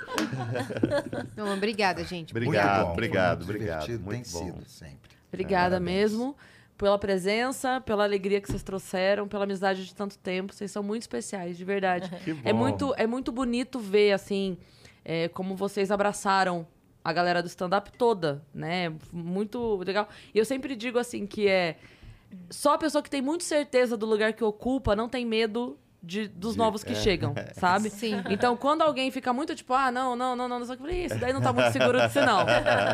Não, obrigada, gente.
Muito
Obrigado,
bom,
obrigado,
foi muito
obrigado.
divertido,
Muito
tem
bom.
sido sempre.
Obrigada
parabéns.
mesmo pela presença, pela alegria que vocês trouxeram, pela amizade de tanto tempo. Vocês são muito especiais, de verdade.
Que bom.
É muito, é muito bonito ver, assim, é, como vocês abraçaram a galera do stand-up toda, né? Muito legal. E eu sempre digo, assim, que é... Só a pessoa que tem muito certeza do lugar que ocupa não tem medo de, dos
De-
novos que
é.
chegam, sabe?
Sim.
Então, quando alguém fica muito tipo, ah, não, não, não, não, não, só que eu falei, isso daí não tá muito seguro de si, não.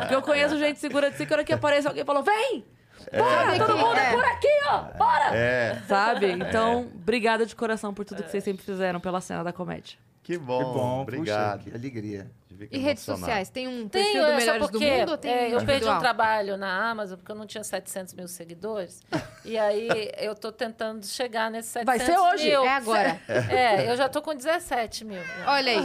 Porque eu conheço gente segura de si, que a hora que aparece alguém falou, vem! Bora,
É.
todo mundo é.
É.
por aqui, ó! Bora!
É,
Sabe? É. Então, obrigada de coração por tudo que vocês sempre fizeram pela cena da comédia.
que bom.
que bom,
obrigado.
Puxa, que alegria.
Fico
E redes
emocionado.
sociais? Tem um
Tenho,
perfil do
é, só
Melhores do
porque
Mundo ou tem
é, eu perdi
individual?
um trabalho na Amazon porque eu não tinha 700 mil seguidores. e aí eu tô tentando chegar nesses 700
Vai
mil.
ser hoje.
É agora.
É, eu já tô com 17 mil.
Olha aí.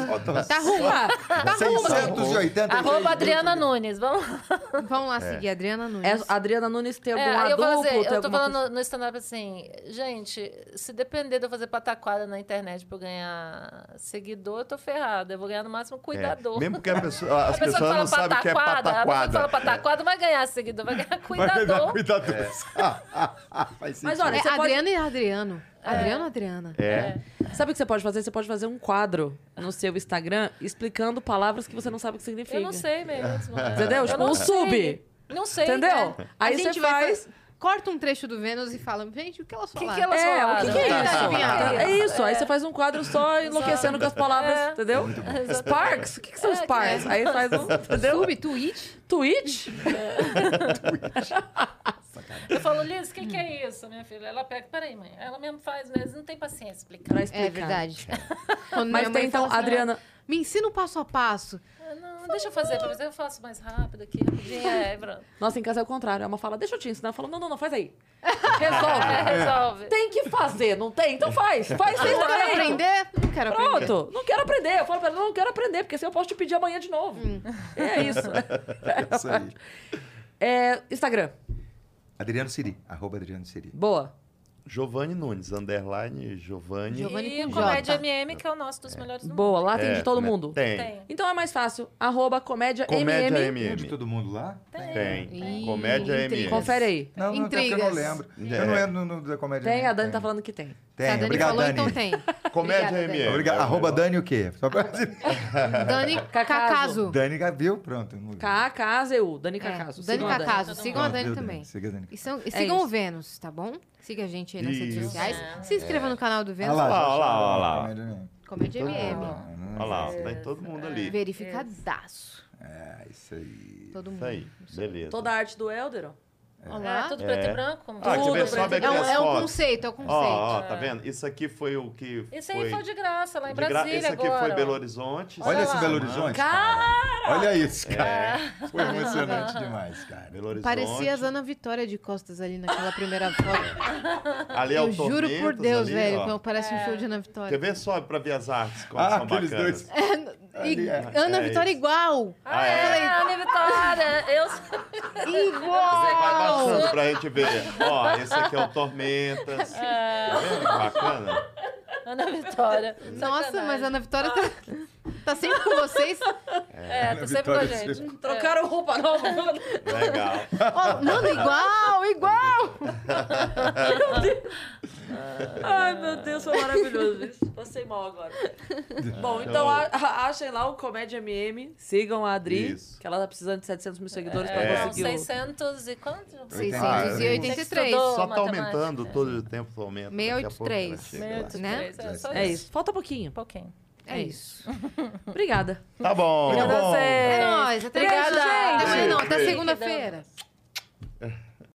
Tá ruim. Tá ruim.
680
Arroba Adriana Nunes, vamos lá.
Vamos lá seguir a Adriana Nunes.
É, Adriana Nunes tem algum
É, aí
adulto?
eu, vou dizer,
tem
eu tô
alguma
falando
coisa-
no stand-up assim, gente, se depender de eu fazer pataquada na internet pra eu ganhar seguidor, eu tô ferrada. Eu vou ganhar no máximo
É,
cuidador.
Mesmo que a pessoa, as
tá A pessoa que
pessoas
fala
não sabem o que é
pataquada, a pessoa que fala
pataquada.
pataquada vai ganhar seguidor, vai ganhar cuidador.
Cuidado. Faz
Mas
sentido.
olha,
É
você pode-
Adriana e Adriano. Adriano e Adriana.
É,
sabe o que você pode fazer? Você pode fazer um quadro no seu Instagram explicando palavras que você não sabe o que significa.
Eu não sei mesmo.
Entendeu?
Eu
Tipo,
não
um
sei. É.
sub.
Não sei. né?
Entendeu? Aí
a
você
gente
faz.
Vai, corta um trecho do Vênus e fala, gente, o que elas
O que,
falaram?
que elas
é, o
falaram?
que, que é
Tá,
isso?
tá, tá.
É isso. Aí você faz um quadro só enlouquecendo com as palavras,
É.
entendeu? Sparks? O que, que são
É,
Sparks?
que
Aí faz um. Entendeu?
Sub, tweet?
Twitch?
Eu falo, Liz, o que, que é isso, minha filha? Ela pega, peraí, mãe. Ela mesmo faz, mas não tem paciência explicar.
Pra
É
explicar.
verdade. Quando minha
Mas
mãe
tem então,
fala assim,
Adriana.
Me ensina o passo a passo.
Ah, Não, deixa eu fazer pra você, eu faço mais rápido aqui, rapidinho. É, pronto.
Nossa, em casa é o contrário. É uma fala, deixa eu te ensinar. Eu falo, não, não, não, faz aí. Resolve.
É, resolve.
Tem que fazer, não tem? Então faz. Faz vocês
Não quero
também.
aprender? Não quero aprender. Tá,
Pronto, não quero aprender. Eu falo pra ela, não quero aprender, porque assim eu posso te pedir amanhã de novo.
Hum.
É isso.
É isso aí.
É, Instagram,
Adriano Siri, arroba Adriano Siri.
boa.
Giovanni Nunes, underline Giovanni.
Giovanni
E o
com J.
Comédia MM, que é o nosso dos melhores do mundo.
Boa, lá tem
É,
de todo
né?
mundo.
Tem.
Tem.
Então é mais fácil. Arroba comédia,
Comédia
MM.
MM.
Tem um de todo mundo lá?
Tem.
Ih,
Comédia MM.
intriga.
Confere aí.
Não, não tem, porque eu não
Intrigas.
lembro.
É.
Eu não lembro no, no, da comédia.
Tem,
né?
a Dani tá falando que tem.
Se
Tem,
a Dani
obrigado,
falou,
Dani.
então tem.
Comédia
Obrigada,
MM.
Obrigado.
É o
Arroba
melhor.
Dani o quê? Só pra...
Dani Cacaso.
Dani Gabriel, pronto. eu não lembro.
K-A-K-A-Z-U. Dani
É,
Cacaso.
Dani
Sigam a É
Cacaso.
Todo
Sigam a
Pronto,
Dani
viu,
também.
Siga a Dani.
E, são- e sigam
isso.
o Vênus, tá bom? Siga a gente aí nas redes
Isso.
sociais. Se
é.
inscreva no canal do
Olha
Vênus.
lá, já
Olha lá,
acharam
olha
a
lá.
comédia, né?
Comédia MM.
Olha lá, ó, tá em todo mundo ali.
É. Verificadaço.
É, isso aí.
Todo
Isso
mundo.
aí, beleza.
Toda a arte do Elder, ó.
Olha
É,
lá.
tudo preto e branco. como tudo
Ah, quer ver
preto
só
e
a
É
branco.
um, é um
Foto.
conceito, é um
Ó, ó,
conceito.
tá vendo? Isso aqui foi o que
Isso aí foi de graça, lá em
de gra-
Brasília
Esse aqui
agora.
foi
ó.
Belo Horizonte.
Olha
lá.
esse Belo Horizonte. cara. Olha isso, cara. Foi emocionante demais, cara.
Belo Horizonte.
Parecia a Ana Vitória de Costas ali naquela primeira foto.
Ali é o
Eu juro por
Tormentas,
Deus,
ali,
velho,
ó.
quando parece um show de Ana
Quer
Vitória.
ver? Sobe pra ver as artes, como
Ah,
são
aqueles
bacanas.
dois.
E
Ali é.
Ana
É
Vitória
isso.
igual.
Ah, é, Ana Vitória. Eu
Vai
Igual!
baixando pra gente ver. Ó, esse aqui é o Tormentas.
Ah.
Tá vendo que bacana?
Ana Vitória.
Nossa, mas a
Ana...
Ana Vitória tá, tá sempre com vocês.
É, tá sempre com a
Vitória
gente.
Trocaram roupa nova.
Legal.
Ó, mano, igual, igual!
É.
Ai, meu Deus, foi maravilhoso isso. Passei mal agora. Bom, então a- a- achem lá o Comédia MM. Sigam a Adri,
Isso.
que ela tá precisando de 700 mil seguidores
É.
pra
Não,
conseguir. o-
600 e quanto? Você
683.
estudou?
Só tá
matemática.
aumentando, todo o tempo aumenta. Daqui a pouco ela
683.
chega lá.
Né?
É, só
É isso. Falta pouquinho.
Pouquinho.
É isso.
Obrigada.
Tá bom.
Tá bom.
Eh
É nóis, até
Obrigada,
segunda-
gente.
Até- Não, até
Beijo.
segunda-feira.